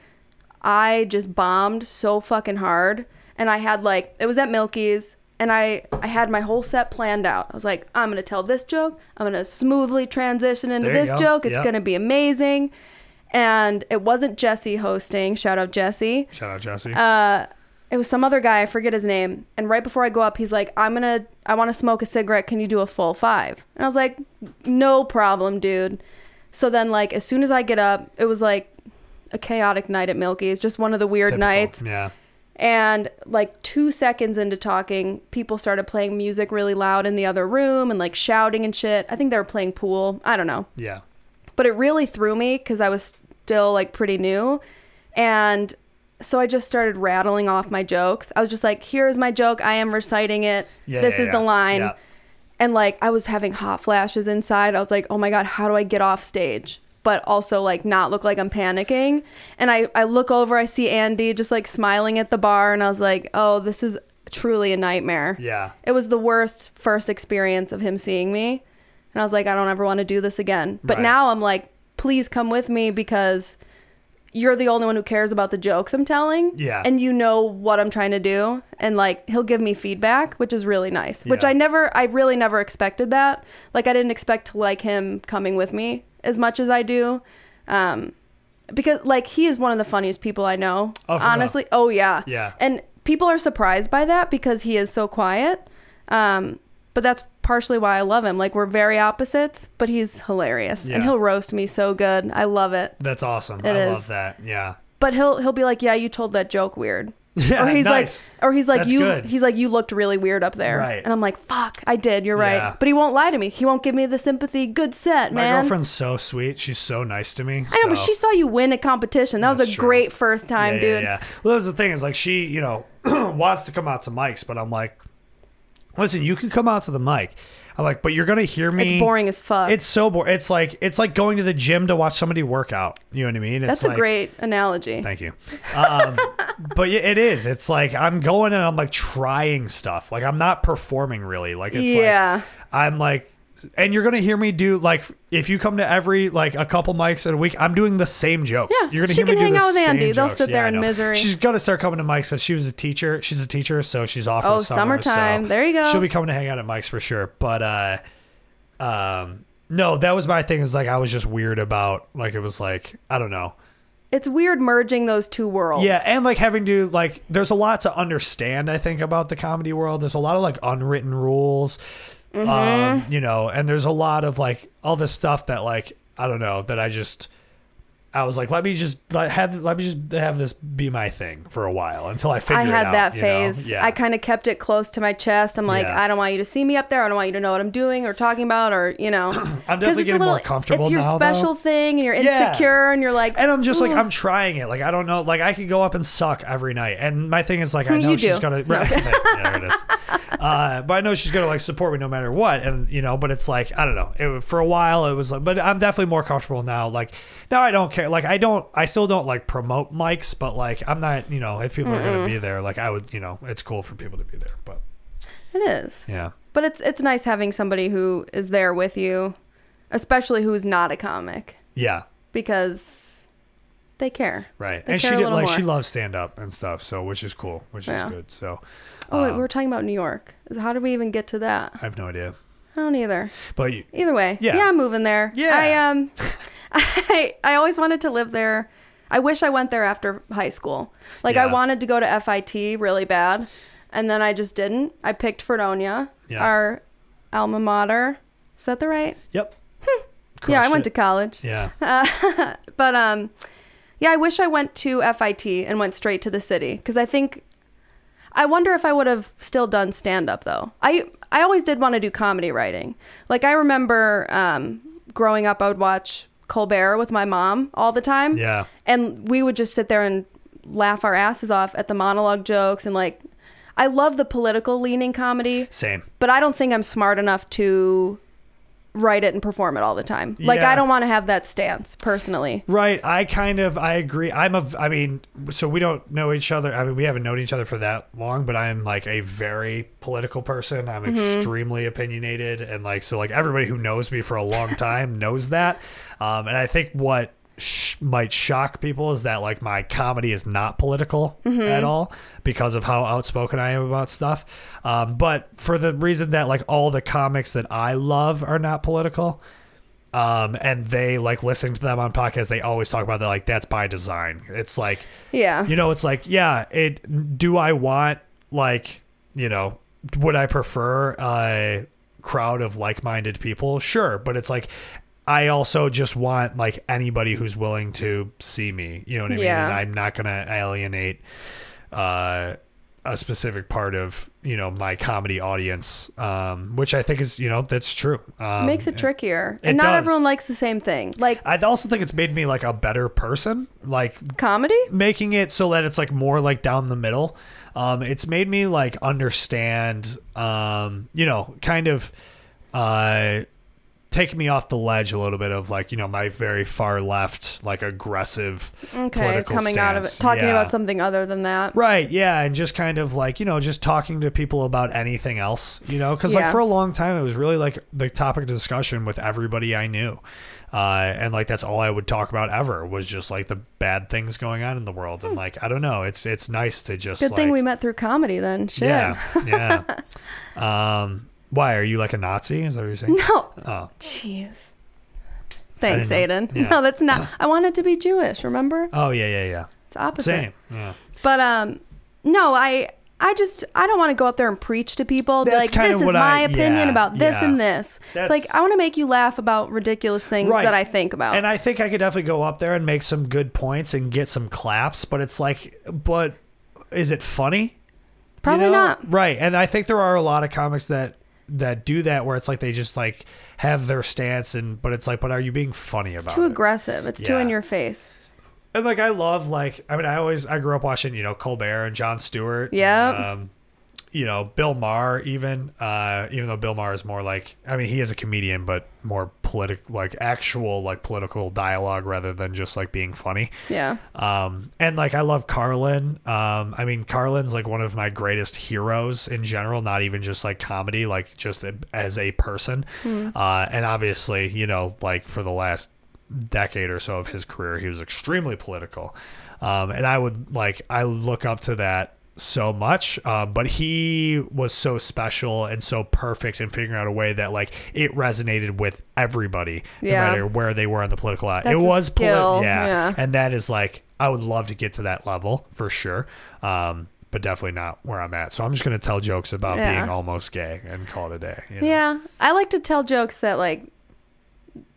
Speaker 12: I just bombed so fucking hard. And I had, like, it was at Milky's. And I, I had my whole set planned out. I was like, I'm going to tell this joke. I'm going to smoothly transition into
Speaker 13: There you
Speaker 12: this
Speaker 13: go.
Speaker 12: joke. It's
Speaker 13: Yep.
Speaker 12: going to be amazing. And it wasn't Jesse hosting. Shout out Jesse.
Speaker 11: Shout out Jesse.
Speaker 12: Uh, it was some other guy. I forget his name. And right before I go up, he's like, "I'm gonna, I want to smoke a cigarette. Can you do a full five? And I was like, "No problem, dude." So then, like, as soon as I get up, it was like a chaotic night at Milky's. Just one of the weird
Speaker 11: Typical.
Speaker 12: nights.
Speaker 11: Yeah.
Speaker 12: And like two seconds into talking, people started playing music really loud in the other room and like shouting and shit. I think they were playing pool. I don't know
Speaker 11: Yeah.
Speaker 12: but it really threw me because I was still like pretty new. And so I just started rattling off my jokes. I was just like, here's my joke. I am reciting it.
Speaker 13: Yeah,
Speaker 12: this
Speaker 13: yeah,
Speaker 12: is
Speaker 13: yeah.
Speaker 12: the line.
Speaker 13: Yeah.
Speaker 12: And like, I was having hot flashes inside. I was like, oh my God, how do I get off stage? But also, like, not look like I'm panicking. And I, I look over, I see Andy just like smiling at the bar. And I was like, oh, this is truly a nightmare.
Speaker 11: Yeah.
Speaker 12: It was the worst first experience of him seeing me. And I was like, I don't ever want to do this again. But
Speaker 13: Right.
Speaker 12: now I'm like, please come with me because you're the only one who cares about the jokes I'm telling.
Speaker 13: Yeah.
Speaker 12: And you know what I'm trying to do. And like, he'll give me feedback, which is really nice, which
Speaker 13: Yeah.
Speaker 12: I never, I really never expected that. Like, I didn't expect to like him coming with me as much as I do. Um, because like he is one of the funniest people I know.
Speaker 13: Oh, for real?
Speaker 12: honestly. Oh yeah.
Speaker 13: Yeah.
Speaker 12: And people are surprised by that because he is so quiet. Um, but that's partially why I love him. Like we're very opposites, but he's hilarious
Speaker 11: Yeah.
Speaker 12: and he'll roast me so good. I love it.
Speaker 11: That's awesome.
Speaker 12: It
Speaker 11: I
Speaker 12: is.
Speaker 11: love that. Yeah.
Speaker 12: But he'll he'll be like, "Yeah, you told that joke weird."
Speaker 11: Yeah,
Speaker 12: or he's
Speaker 11: nice.
Speaker 12: like or he's like
Speaker 11: That's
Speaker 12: you
Speaker 11: good.
Speaker 12: he's like you looked really weird up there.
Speaker 11: Right.
Speaker 12: And I'm like, "Fuck, I did. You're right."
Speaker 11: Yeah.
Speaker 12: But he won't lie to me. He won't give me the sympathy. Good set,
Speaker 11: My
Speaker 12: man.
Speaker 11: girlfriend's so sweet. She's so nice to me.
Speaker 12: I know, but
Speaker 11: so-
Speaker 12: she saw you win a competition. That was a great first time,
Speaker 11: yeah,
Speaker 12: dude.
Speaker 11: Yeah, yeah. Well, that's the thing is like she, you know, wants to come out to mics, but I'm like, listen, you can come out to the mic. I'm like, but you're gonna hear me.
Speaker 12: It's boring as fuck.
Speaker 11: It's so boring. It's like it's like going to the gym to watch somebody work out. You know what I mean? It's
Speaker 12: That's
Speaker 11: like-
Speaker 12: a great analogy.
Speaker 11: Thank you. Um, but yeah, it is. It's like I'm going and I'm like trying stuff. Like I'm not performing really. Like it's like
Speaker 12: yeah.
Speaker 11: I'm like and you're gonna hear me do like if you come to every like a couple mics in a week, I'm doing the same jokes.
Speaker 12: Yeah,
Speaker 11: you're gonna
Speaker 12: she
Speaker 11: hear me
Speaker 12: can
Speaker 11: do
Speaker 12: hang
Speaker 11: the
Speaker 12: out with
Speaker 11: same
Speaker 12: Andy. They'll
Speaker 11: jokes.
Speaker 12: sit there
Speaker 11: I
Speaker 12: in
Speaker 11: know.
Speaker 12: misery.
Speaker 11: She's gonna start coming to mics because she was a teacher. She's a teacher, so she's off.
Speaker 12: Oh,
Speaker 11: for the summer, so
Speaker 12: summertime. There you go.
Speaker 11: She'll be coming to hang out at mics for sure. But uh, um, no, that was my thing. Is like I was just weird about like it was like I don't know.
Speaker 12: It's weird merging those two worlds.
Speaker 11: Yeah, and like having to like there's a lot to understand I think about the comedy world. There's a lot of like unwritten rules. Um,
Speaker 12: Mm-hmm.
Speaker 11: you know, and there's a lot of like all this stuff that like I don't know, that I just I was like, let me just let, have let me just have this be my thing for a while until I figure
Speaker 12: I
Speaker 11: it
Speaker 12: had
Speaker 11: out,
Speaker 12: that
Speaker 11: you know?
Speaker 12: phase.
Speaker 11: Yeah.
Speaker 12: I kind of kept it close to my chest. I'm like,
Speaker 11: Yeah.
Speaker 12: I don't want you to see me up there. I don't want you to know what I'm doing or talking about or, you know.
Speaker 11: I'm
Speaker 12: 'Cause it's
Speaker 11: definitely
Speaker 12: a
Speaker 11: getting more
Speaker 12: little-
Speaker 11: comfortable
Speaker 12: It's your
Speaker 11: now, though.
Speaker 12: special thing and you're
Speaker 11: Yeah.
Speaker 12: insecure and you're like, "Mm,
Speaker 11: And I'm just like,
Speaker 12: "Ugh."
Speaker 11: I'm trying it. Like, I don't know. Like, I could go up and suck every night. And my thing is, like, I
Speaker 12: You
Speaker 11: know
Speaker 12: do.
Speaker 11: she's gonna.
Speaker 12: No.
Speaker 11: yeah, there it is. Uh, but I know she's gonna like support me no matter what. And you know, but it's like I don't know. It, for a while, it was like, but I'm definitely more comfortable now. Like now, I don't care. Like I don't. I still don't like promote mics, but like I'm not. You know, if people are gonna be there, like I would. You know, it's cool for people to be there. But
Speaker 12: It is.
Speaker 11: yeah,
Speaker 12: But it's it's nice having somebody who is there with you, especially who's not a comic,
Speaker 11: yeah.
Speaker 12: because they care.
Speaker 11: Right,
Speaker 12: They
Speaker 11: and she
Speaker 12: care a
Speaker 11: did
Speaker 12: little
Speaker 11: like she
Speaker 12: more.
Speaker 11: loves stand up and stuff, so which is cool, which
Speaker 12: Yeah.
Speaker 11: is good. So um,
Speaker 12: Oh, wait, we were talking about New York. How did we even get to that?
Speaker 11: I have no idea,
Speaker 12: I don't either.
Speaker 11: but you,
Speaker 12: Either way,
Speaker 11: Yeah.
Speaker 12: I'm moving there.
Speaker 11: Yeah.
Speaker 12: I um, I I always wanted to live there. I wish I went there after high school. Like I
Speaker 11: Yeah.
Speaker 12: wanted to go to FIT really bad, and then I just didn't. I picked Fredonia,
Speaker 11: Yeah.
Speaker 12: our alma mater. Is that the right?
Speaker 11: yep.
Speaker 12: Hmm. yeah, I
Speaker 11: Crushed
Speaker 12: went
Speaker 11: it.
Speaker 12: to college.
Speaker 11: Yeah.
Speaker 12: But um, yeah, I wish I went to FIT and went straight to the city because I think I wonder if I would have still done stand up though. I I always did want to do comedy writing. Like I remember um, growing up, I would watch Colbert with my mom all the time.
Speaker 11: Yeah.
Speaker 12: and we would just sit there and laugh our asses off at the monologue jokes and like. I love the political leaning comedy
Speaker 11: Same.
Speaker 12: but I don't think I'm smart enough to write it and perform it all the time. Like
Speaker 11: Yeah.
Speaker 12: I don't want to have that stance personally.
Speaker 11: Right. I kind of I agree. I'm a I mean, so we don't know each other. I mean, we haven't known each other for that long, but I am like a very political person. I'm extremely opinionated and like so like everybody who knows me for a long time knows that. Um and I think what sh- might shock people is that like my comedy is not political at all because of how outspoken I am about stuff. Um but for the reason that like all the comics that I love are not political um, and they like listening to them on podcasts. They always talk about that, like that's by design. It's like,
Speaker 12: Yeah.
Speaker 11: you know, it's like, yeah, it. Do I want like, you know, would I prefer a crowd of like-minded people? Sure, but it's like, I also just want like anybody who's willing to see me. You know what I mean?
Speaker 12: Yeah.
Speaker 11: And I'm not gonna alienate uh, a specific part of you know my comedy audience, um, which I think is you know that's true. Um,
Speaker 12: Makes it trickier.
Speaker 11: it
Speaker 12: and not
Speaker 11: does. Uh,
Speaker 12: everyone likes the same thing. Like
Speaker 11: I also think it's made me like a better person, like
Speaker 12: comedy?
Speaker 11: making it so that it's like more like down the middle. Um, it's made me like understand, um, you know, kind of, uh, take me off the ledge a little bit of like you know my very far left like aggressive
Speaker 12: Okay,
Speaker 11: political
Speaker 12: coming out of it
Speaker 11: stance.
Speaker 12: talking
Speaker 11: Yeah.
Speaker 12: about something other than that.
Speaker 11: Right, yeah, and just kind of like, you know, just talking to people about anything else, you know, cuz
Speaker 12: Yeah.
Speaker 11: like for a long time it was really like the topic of discussion with everybody I knew. Uh, and like that's all I would talk about ever was just like the bad things going on in the world and like I don't know, it's it's nice to just
Speaker 12: Hmm. Good thing
Speaker 11: like-
Speaker 12: we met through comedy then. Shit.
Speaker 11: Yeah. Yeah. um why are you like a Nazi? Is that what you're saying?
Speaker 12: No.
Speaker 11: Oh.
Speaker 12: Jeez. Thanks,
Speaker 11: I
Speaker 12: Aiden.
Speaker 11: didn't know. Yeah.
Speaker 12: No, that's not I wanted to be Jewish, remember?
Speaker 11: Oh yeah, yeah, yeah.
Speaker 12: It's opposite.
Speaker 11: Same. Yeah.
Speaker 12: But um, no, I I just I don't want to go up there and preach to people. Be
Speaker 11: That's
Speaker 12: like,
Speaker 11: kinda
Speaker 12: this is
Speaker 11: what
Speaker 12: my
Speaker 11: I-
Speaker 12: opinion
Speaker 11: yeah,
Speaker 12: about this
Speaker 11: yeah.
Speaker 12: and this. it's
Speaker 11: That's-
Speaker 12: like I want to make you laugh about ridiculous things that I think about.
Speaker 11: And I think I could definitely go up there and make some good points and get some claps, but it's like, but is it funny? You
Speaker 12: Probably
Speaker 11: know?
Speaker 12: not.
Speaker 11: Right. And I think there are a lot of comics that that do that where it's like they just like have their stance and but it's like but are you being funny about
Speaker 12: Too
Speaker 11: it?
Speaker 12: aggressive. It's too
Speaker 11: Yeah.
Speaker 12: in your face.
Speaker 11: And like I love like I mean I always I grew up watching you know Colbert and John Stewart.
Speaker 12: Yep.
Speaker 11: And, um, you know, Bill Maher even uh, even though Bill Maher is more like I mean he is a comedian but more political like actual like political dialogue rather than just like being funny.
Speaker 12: Yeah.
Speaker 11: Um, and like I love Carlin. Um, I mean Carlin's like one of my greatest heroes in general, not even just like comedy, like just as a person.
Speaker 12: Hmm.
Speaker 11: Uh, and obviously, you know, like for the last decade or so of his career, he was extremely political. Um, and I would like I look up to that so much uh, but he was so special and so perfect in figuring out a way that like it resonated with everybody
Speaker 12: Yeah.
Speaker 11: no matter where they were on the political aisle
Speaker 12: That's
Speaker 11: it
Speaker 12: a
Speaker 11: was
Speaker 12: skill,
Speaker 11: yeah.
Speaker 12: yeah.
Speaker 11: and that is like i would love to get to that level for sure um but definitely not where i'm at so i'm just going to tell jokes about
Speaker 12: Yeah.
Speaker 11: being almost gay and call it a day you know?
Speaker 12: Yeah, I like to tell jokes that like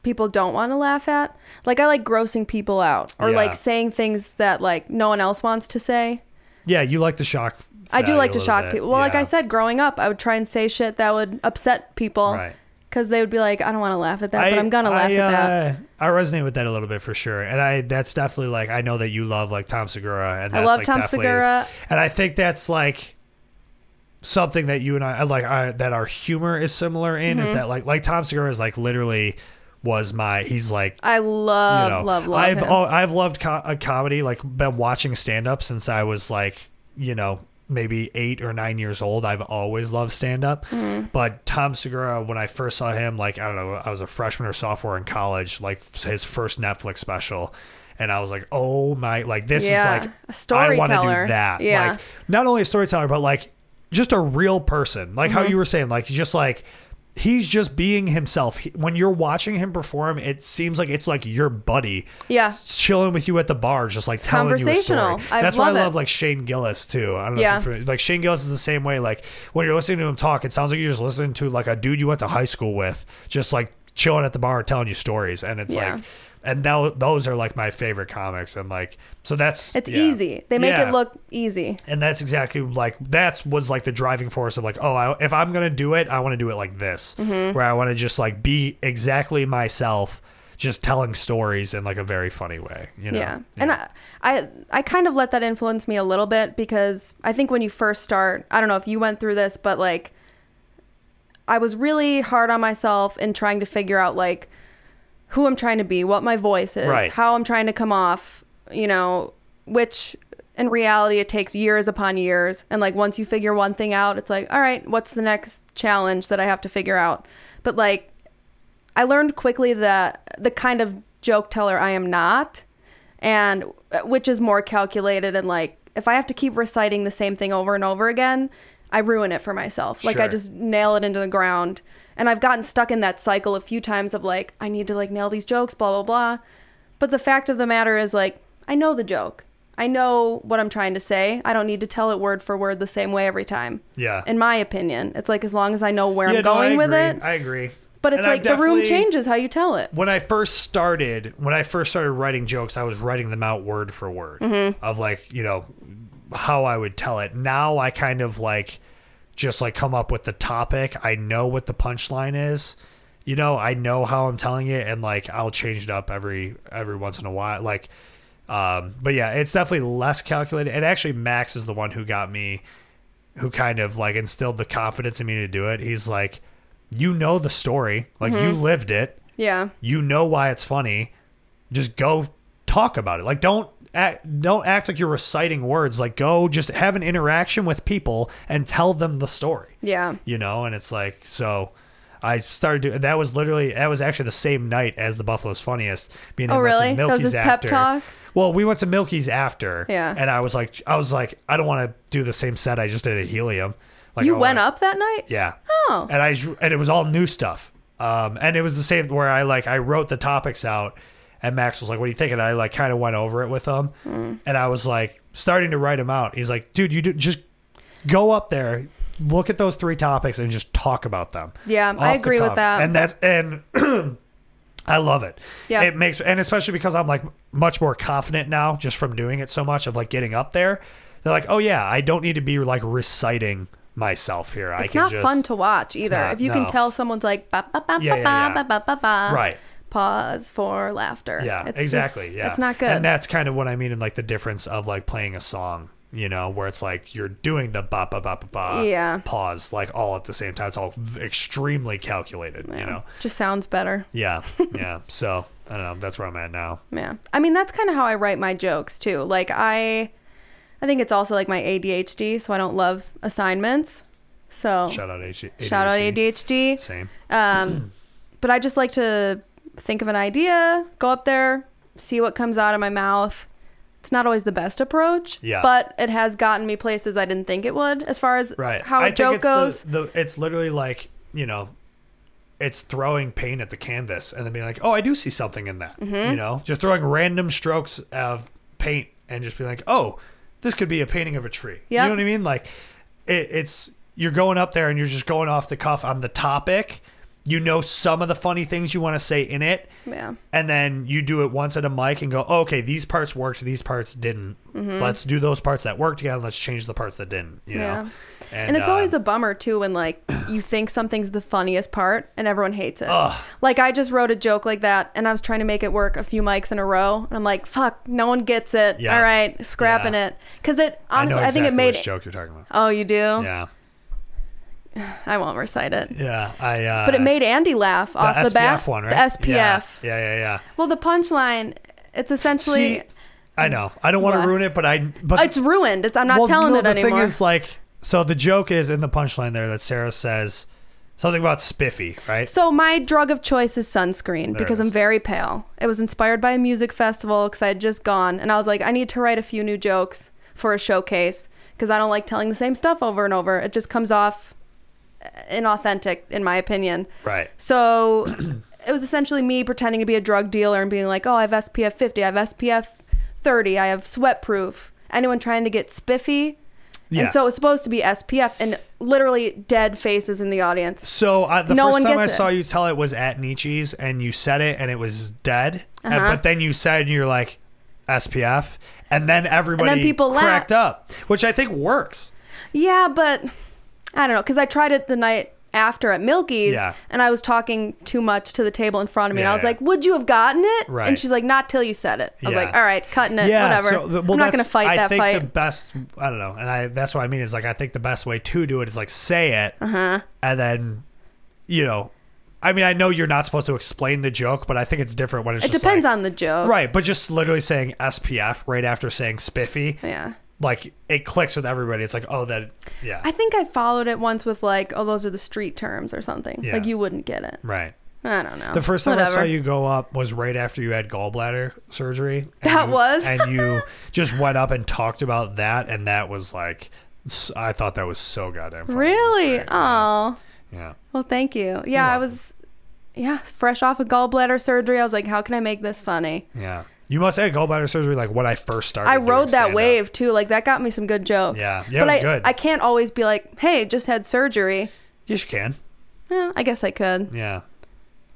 Speaker 12: people don't want to laugh at. Like I like grossing people out or
Speaker 11: Yeah.
Speaker 12: like saying things that like no one else wants to say.
Speaker 11: yeah you like to shock
Speaker 12: I do
Speaker 11: value
Speaker 12: like
Speaker 11: a
Speaker 12: to
Speaker 11: little
Speaker 12: shock
Speaker 11: bit.
Speaker 12: people. Well, like
Speaker 11: Yeah.
Speaker 12: I said, growing up, I would try and say shit that would upset people
Speaker 11: Right.
Speaker 12: because they would be like, "I don't want to laugh at that, but I'm gonna laugh at that."
Speaker 11: uh, I resonate with that a little bit for sure, and I that's definitely like I know that you love like Tom Segura, and
Speaker 12: I
Speaker 11: that's,
Speaker 12: love
Speaker 11: like,
Speaker 12: Tom
Speaker 11: definitely-
Speaker 12: Segura.
Speaker 11: and I think that's like something that you and I I like I, that our humor is similar in is
Speaker 12: Mhm.
Speaker 11: that like like Tom Segura is like literally was my he's like
Speaker 12: I love,
Speaker 11: you know,
Speaker 12: love, love.
Speaker 11: I've
Speaker 12: him.
Speaker 11: al- I've loved co- uh, comedy, like been watching stand up since I was like, you know, maybe eight or nine years old. I've always loved stand up.
Speaker 12: Mhm.
Speaker 11: But Tom Segura, when I first saw him, like I don't know, I was a freshman or sophomore in college, like f- his first Netflix special. And I was like, oh my, like this
Speaker 12: Yeah.
Speaker 11: is like,
Speaker 12: A
Speaker 11: I want to
Speaker 12: storyteller.
Speaker 11: do that.
Speaker 12: Yeah.
Speaker 11: Like, not only a storyteller, but like just a real person. Like how
Speaker 12: Mhm.
Speaker 11: you were saying, like just like he's just being himself. He- when you're watching him perform, it seems like it's like your buddy
Speaker 12: yeah,
Speaker 11: chilling with you at the bar, just like telling you a story.
Speaker 12: conversational. I
Speaker 11: That's why I
Speaker 12: love it.
Speaker 11: love like Shane Gillis too. I don't know.
Speaker 12: Yeah.
Speaker 11: If you're familiar- like Shane Gillis is the same way. Like when you're listening to him talk, it sounds like you're just listening to like a dude you went to high school with, just like chilling at the bar, telling you stories, and it's
Speaker 12: Yeah.
Speaker 11: like. And now those are like my favorite comics, and like so that's
Speaker 12: it's
Speaker 11: yeah.
Speaker 12: easy. They make
Speaker 11: Yeah
Speaker 12: it look easy.
Speaker 11: and that's exactly like that's was like the driving force of like oh I, if i'm gonna do it i want to do it like this
Speaker 12: Mhm.
Speaker 11: where i want to just like be exactly myself just telling stories in like a very funny way you know
Speaker 12: yeah. and I, I i kind of let that influence me a little bit because i think when you first start i don't know if you went through this but like i was really hard on myself in trying to figure out like who i'm trying to be what my voice is
Speaker 13: Right.
Speaker 12: how i'm trying to come off you know which in reality it takes years upon years and like once you figure one thing out it's like all right what's the next challenge that i have to figure out but like I learned quickly that the kind of joke teller I am not, and uh, which is more calculated and like if I have to keep reciting the same thing over and over again, I ruin it for myself. Like I
Speaker 13: Sure.
Speaker 12: just nail it into the ground. And I've gotten stuck in that cycle a few times of like I need to like nail these jokes, blah blah blah. But the fact of the matter is like I know the joke. I know what I'm trying to say. I don't need to tell it word for word the same way every time.
Speaker 11: yeah
Speaker 12: In my opinion, it's like as long as I know where
Speaker 11: Yeah,
Speaker 12: I'm
Speaker 11: no, I
Speaker 12: going with
Speaker 11: agree.
Speaker 12: it,
Speaker 11: i agree
Speaker 12: but it's
Speaker 11: And I've
Speaker 12: like the room
Speaker 11: definitely-
Speaker 12: changes how you tell it.
Speaker 11: when i first started when i first started writing jokes i was writing them out word for word
Speaker 12: Mhm.
Speaker 11: of like you know how i would tell it now i kind of like just like come up with the topic i know what the punchline is you know i know how i'm telling it and like i'll change it up every every once in a while like um but yeah it's definitely less calculated and actually max is the one who got me who kind of like instilled the confidence in me to do it he's like you know the story like you
Speaker 12: Mhm.
Speaker 11: lived it
Speaker 12: Yeah.
Speaker 11: you know why it's funny just go talk about it like don't act, don't act like you're reciting words like go just have an interaction with people and tell them the story
Speaker 12: Yeah.
Speaker 11: you know and it's like so i started doing that was literally that was actually the same night as the buffalo's funniest being
Speaker 12: Oh,
Speaker 11: able
Speaker 12: really?
Speaker 11: to
Speaker 12: That was
Speaker 11: milky's
Speaker 12: his pep
Speaker 11: after
Speaker 12: talk?
Speaker 11: well we went to milky's after
Speaker 12: Yeah.
Speaker 11: and i was like i was like i don't want to do the same set i just did at helium like
Speaker 12: you
Speaker 11: I
Speaker 12: went
Speaker 11: wanna-
Speaker 12: up that night?
Speaker 11: yeah.
Speaker 12: Oh.
Speaker 11: And I and it was all new stuff. Um, and it was the same where I like I wrote the topics out, and Max was like, "What do you think?" And I like kind of went over it with him,
Speaker 12: Hmm.
Speaker 11: and I was like starting to write him out. He's like, "Dude, you do, just go up there, look at those three topics, and just talk about them."
Speaker 12: Yeah, I
Speaker 11: Off the
Speaker 12: agree with
Speaker 11: cuff.
Speaker 12: that.
Speaker 11: And that's and I love it.
Speaker 12: Yeah.
Speaker 11: It makes and especially because I'm like much more confident now just from doing it so much of like getting up there. They're like, "Oh yeah, I don't need to be like reciting myself here. I
Speaker 12: It's
Speaker 11: can
Speaker 12: not
Speaker 11: just
Speaker 12: fun to watch
Speaker 11: It's
Speaker 12: either.
Speaker 11: not,
Speaker 12: if you
Speaker 11: no.
Speaker 12: can tell someone's like ba ba ba
Speaker 11: Yeah,
Speaker 12: ba
Speaker 11: yeah,
Speaker 12: ba ba ba ba
Speaker 11: Right.
Speaker 12: Pause for laughter.
Speaker 11: Yeah,
Speaker 12: It's just-
Speaker 11: exactly. yeah.
Speaker 12: It's not
Speaker 11: And
Speaker 12: good.
Speaker 11: that's kind of what I mean in like the difference of like playing a song you know, where it's like you're doing the ba ba ba ba ba
Speaker 12: Yeah.
Speaker 11: pause like all at the same time. It's all v- extremely calculated, you know.
Speaker 12: Just sounds better.
Speaker 11: Yeah, yeah. so I don't know. That's where I'm at now.
Speaker 12: Yeah. I mean, that's kind of how I write my jokes too. Like I I think it's also like my ADHD, so I don't love assignments. So
Speaker 11: Shout out ADHD.
Speaker 12: Oh. Shout out ADHD.
Speaker 11: E. Same.
Speaker 12: Um but I just like to think of an idea, go up there, see what comes out of my mouth. It's not always the best approach,
Speaker 11: Yeah.
Speaker 12: but it has gotten me places I didn't think it would as far as
Speaker 11: Right.
Speaker 12: how a
Speaker 11: I
Speaker 12: joke
Speaker 11: think it's
Speaker 12: goes.
Speaker 11: The, the, it's literally like you know, it's throwing paint at the canvas and then being like, oh, I do see something in that.
Speaker 12: Mhm.
Speaker 11: You know, just throwing random strokes of paint and just be like, oh, this could be a painting of a tree.
Speaker 12: Yep.
Speaker 11: You know what I mean? Like, it, it's you're going up there and you're just going off the cuff on the topic. You know some of the funny things you want to say in it.
Speaker 12: yeah.
Speaker 11: and then you do it once at a mic and go, oh, okay, these parts worked, these parts didn't.
Speaker 12: Mhm.
Speaker 11: Let's do those parts that worked again. Let's change the parts that didn't. You
Speaker 12: Yeah.
Speaker 11: know, um,
Speaker 12: And, it's always
Speaker 11: uh,
Speaker 12: a bummer too when like you think something's the funniest part and everyone hates it.
Speaker 11: Ugh.
Speaker 12: Like I just wrote a joke like that and I was trying to make it work a few mics in a row and I'm like, fuck, no one gets it.
Speaker 11: Yeah.
Speaker 12: All right, scrapping
Speaker 11: Yeah.
Speaker 12: it because it honestly I,
Speaker 11: know
Speaker 12: think it
Speaker 11: exactly
Speaker 12: made
Speaker 11: which joke you're talking about.
Speaker 12: Oh, you do?
Speaker 11: yeah,
Speaker 12: I won't recite it.
Speaker 11: yeah. I. Uh,
Speaker 12: but it made Andy laugh off the
Speaker 11: SPF
Speaker 12: bat.
Speaker 11: one, right?
Speaker 12: The SPF.
Speaker 11: Yeah, yeah, yeah. yeah.
Speaker 12: Well, the punchline, it's essentially
Speaker 11: See, I know. I don't want
Speaker 12: What?
Speaker 11: to ruin it, but I. But
Speaker 12: it's ruined. It's I'm not
Speaker 11: Well,
Speaker 12: telling
Speaker 11: no,
Speaker 12: it
Speaker 11: the
Speaker 12: anymore.
Speaker 11: thing is, like, so the joke is in the punchline there that Sarah says something about spiffy, right?
Speaker 12: So my drug of choice is sunscreen
Speaker 11: There
Speaker 12: because
Speaker 11: it is.
Speaker 12: I'm very pale. It was inspired by a music festival because I had just gone, and I was like, I need to write a few new jokes for a showcase because I don't like telling the same stuff over and over. It just comes off inauthentic, in my opinion.
Speaker 11: right.
Speaker 12: So it was essentially me pretending to be a drug dealer and being like, oh, I have SPF 50, I have SPF 30, I have sweat proof. Anyone trying to get spiffy?
Speaker 11: Yeah.
Speaker 12: And so it was supposed to be SPF and literally dead faces in the audience.
Speaker 11: So uh, the
Speaker 12: No one
Speaker 11: first time I
Speaker 12: gets it.
Speaker 11: saw you tell it was at Nietzsche's, and you said it, and it was dead. And-
Speaker 12: Uh-huh.
Speaker 11: but then you said you're like SPF, and then everybody
Speaker 12: people laugh.
Speaker 11: cracked up, which I think works.
Speaker 12: Yeah, but I don't know because I tried it the night after at Milky's,
Speaker 11: Yeah.
Speaker 12: and I was talking too much to the table in front of me, and I
Speaker 11: Yeah,
Speaker 12: was
Speaker 11: yeah.
Speaker 12: like, "Would you have gotten it?"
Speaker 11: Right.
Speaker 12: And she's like, "Not till you said it." I was
Speaker 11: Yeah.
Speaker 12: like, "All right, cutting it, whatever.
Speaker 11: so- well,
Speaker 12: I'm not
Speaker 11: that's-
Speaker 12: going to fight
Speaker 11: I
Speaker 12: that
Speaker 11: think
Speaker 12: fight."
Speaker 11: the best, I don't know, and I that's what I mean is like I think the best way to do it is like say it,
Speaker 12: uh huh.
Speaker 11: and then, you know, I mean I know you're not supposed to explain the joke, but I think it's different when it's
Speaker 12: It
Speaker 11: just
Speaker 12: depends
Speaker 11: like-
Speaker 12: on the joke,
Speaker 11: right, but just literally saying SPF right after saying spiffy,
Speaker 12: Yeah.
Speaker 11: like it clicks with everybody. It's like oh that yeah
Speaker 12: I think I followed it once with like, "Oh, those are the street terms" or something.
Speaker 11: Yeah.
Speaker 12: Like you wouldn't get it.
Speaker 11: right.
Speaker 12: I don't know.
Speaker 11: The first time I saw
Speaker 12: Oh, Whatever.
Speaker 11: you go up was right after you had gallbladder surgery. and
Speaker 12: That
Speaker 11: you-
Speaker 12: was?
Speaker 11: and you just went up and talked about that, and that was like, s- I thought that was so goddamn. Funny.
Speaker 12: really? Oh.
Speaker 11: Yeah.
Speaker 12: Well, thank you. Yeah, I was. Yeah, fresh off of gallbladder surgery, I was like, "How can I make this funny?"
Speaker 11: Yeah. You must have had gallbladder surgery like when I first started.
Speaker 12: I
Speaker 11: doing
Speaker 12: rode that
Speaker 11: stand-up.
Speaker 12: wave too. Like that got me some good jokes.
Speaker 11: Yeah. Yeah, it
Speaker 12: but
Speaker 11: was
Speaker 12: I,
Speaker 11: good.
Speaker 12: I can't always be like, hey, just had surgery.
Speaker 11: Yes, you can.
Speaker 12: Yeah, I guess I could.
Speaker 11: Yeah.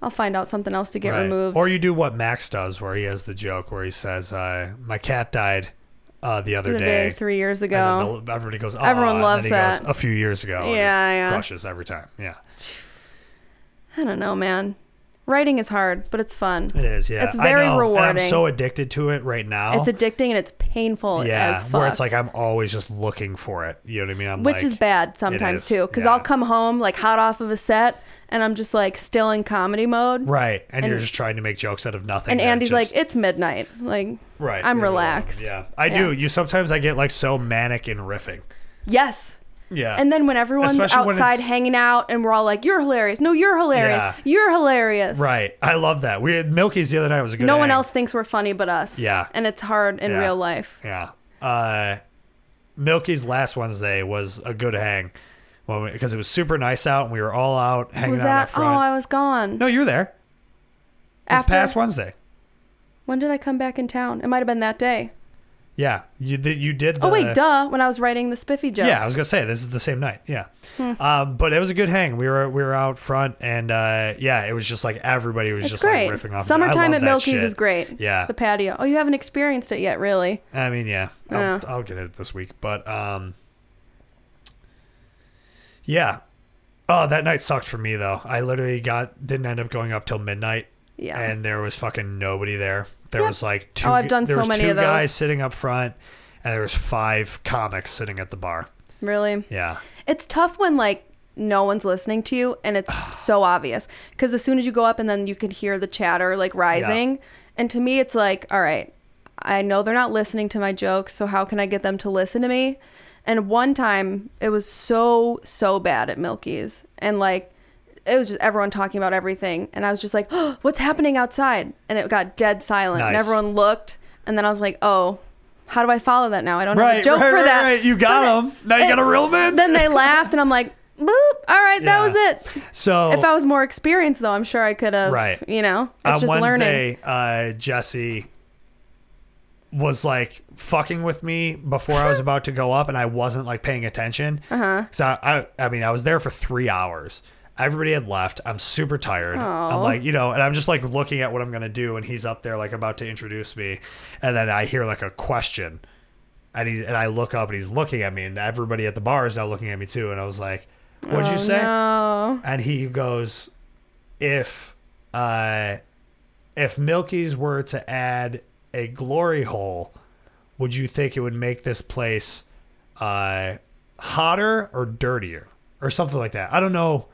Speaker 12: I'll find out something else to get
Speaker 11: Right.
Speaker 12: removed.
Speaker 11: Or you do what Max does, where he has the joke where he says, uh, "My cat died uh, the other
Speaker 12: the
Speaker 11: day."
Speaker 12: day, three years
Speaker 11: And then
Speaker 12: ago.
Speaker 11: the- everybody goes. "Aw,"
Speaker 12: Everyone
Speaker 11: and then
Speaker 12: loves
Speaker 11: he goes,
Speaker 12: that.
Speaker 11: A few years ago. and it
Speaker 12: Yeah, yeah.
Speaker 11: Crushes every time. Yeah.
Speaker 12: I don't know, man. Writing is hard, but it's fun.
Speaker 11: It is, yeah.
Speaker 12: It's very
Speaker 11: I know,
Speaker 12: rewarding.
Speaker 11: And I'm so addicted to it right now.
Speaker 12: it's addicting and it's painful
Speaker 11: yeah,
Speaker 12: as fuck.
Speaker 11: where it's like I'm always just looking for it. You know what I mean? I'm
Speaker 12: which
Speaker 11: like,
Speaker 12: is bad
Speaker 11: is,
Speaker 12: sometimes too, because
Speaker 11: yeah.
Speaker 12: I'll come home like hot off of a set, and I'm just like still in comedy mode.
Speaker 11: Right, and, you're
Speaker 12: And-
Speaker 11: just trying to make jokes out of nothing.
Speaker 12: And
Speaker 11: that
Speaker 12: Andy's
Speaker 11: just-
Speaker 12: like, "It's midnight." Like,
Speaker 11: right,
Speaker 12: I'm
Speaker 11: leave it alone.
Speaker 12: relaxed.
Speaker 11: Yeah, I do. You sometimes I get like so manic in riffing.
Speaker 12: Yes,
Speaker 11: Yeah,
Speaker 12: And then when everyone's
Speaker 11: Especially when
Speaker 12: outside
Speaker 11: it's-
Speaker 12: hanging out and we're all like, you're hilarious. No, you're hilarious.
Speaker 11: Yeah.
Speaker 12: You're hilarious.
Speaker 11: right, I love that. We had Milky's the other night was a good.
Speaker 12: No one
Speaker 11: hang.
Speaker 12: else thinks we're funny but us.
Speaker 11: Yeah.
Speaker 12: And it's hard in
Speaker 11: Yeah.
Speaker 12: real life.
Speaker 11: Yeah. Uh, Milky's last Wednesday was a good hang, because it was super nice out and we were all out hanging
Speaker 12: was
Speaker 11: out out
Speaker 12: that? Oh,
Speaker 11: front.
Speaker 12: I was gone.
Speaker 11: no, you were there. It was
Speaker 12: After-
Speaker 11: past Wednesday.
Speaker 12: When did I come back in town? It might have been that day.
Speaker 11: Yeah, you did. You did. The,
Speaker 12: oh, wait, duh. When I was writing the spiffy jokes. Hmm.
Speaker 11: Yeah, I was gonna say this is the same night. Yeah, um, but it was a good hang. We were we were out front, and uh, yeah, it was just like everybody was
Speaker 12: It's
Speaker 11: just
Speaker 12: great.
Speaker 11: like riffing off. each other. I
Speaker 12: Summertime
Speaker 11: love
Speaker 12: at
Speaker 11: that
Speaker 12: Milky's
Speaker 11: shit.
Speaker 12: is great.
Speaker 11: Yeah,
Speaker 12: The patio. Oh, you haven't experienced it yet, really.
Speaker 11: I mean, yeah, I'll,
Speaker 12: Yeah.
Speaker 11: I'll get it this week, but um, yeah. Oh, that night sucked for me though. I literally got didn't end up going up till midnight,
Speaker 12: Yeah.
Speaker 11: and there was fucking nobody there. There
Speaker 12: Yeah.
Speaker 11: was like two.
Speaker 12: Oh, I've done
Speaker 11: there
Speaker 12: so
Speaker 11: was
Speaker 12: many
Speaker 11: two
Speaker 12: of those.
Speaker 11: guys sitting up front, and there was five comics sitting at the bar.
Speaker 12: Really?
Speaker 11: Yeah.
Speaker 12: It's tough when like no one's listening to you and it's so obvious because as soon as you go up and then you can hear the chatter like rising and to me it's like all right i know they're not listening to my jokes so how can i get them to listen to me and one time it was so so bad at milky's and like it was just everyone talking about everything and i was just like what's happening outside and it got dead silent and
Speaker 11: Nice.
Speaker 12: everyone looked and then i was like oh how do i follow that now i don't have a
Speaker 11: Right,
Speaker 12: joke
Speaker 11: right,
Speaker 12: for
Speaker 11: right,
Speaker 12: that
Speaker 11: right. You got
Speaker 12: But-
Speaker 11: 'em. Now you got a real man.
Speaker 12: then they laughed and i'm like boop all right
Speaker 11: Yeah.
Speaker 12: that was it
Speaker 11: So
Speaker 12: if I was more experienced, though, I'm sure I could have.
Speaker 11: Right.
Speaker 12: You know, it's
Speaker 11: on
Speaker 12: just learning.
Speaker 11: Wednesday, uh, Jesse was like fucking with me before I was about to go up, and I wasn't like paying attention.
Speaker 12: Uh-huh.
Speaker 11: So I, I, I mean, I was there for three hours. Everybody had left. I'm super tired. I'm
Speaker 12: Aw.
Speaker 11: like, you know, and I'm just like looking at what I'm gonna do, and he's up there like about to introduce me, and then I hear like a question, and he and I look up and he's looking at me, and everybody at the bar is now looking at me too, and I was like, what'd you
Speaker 12: Oh,
Speaker 11: say?
Speaker 12: no.
Speaker 11: and he goes, if uh, if Milky's were to add a glory hole, would you think it would make this place uh, hotter or dirtier or something like that? I don't know.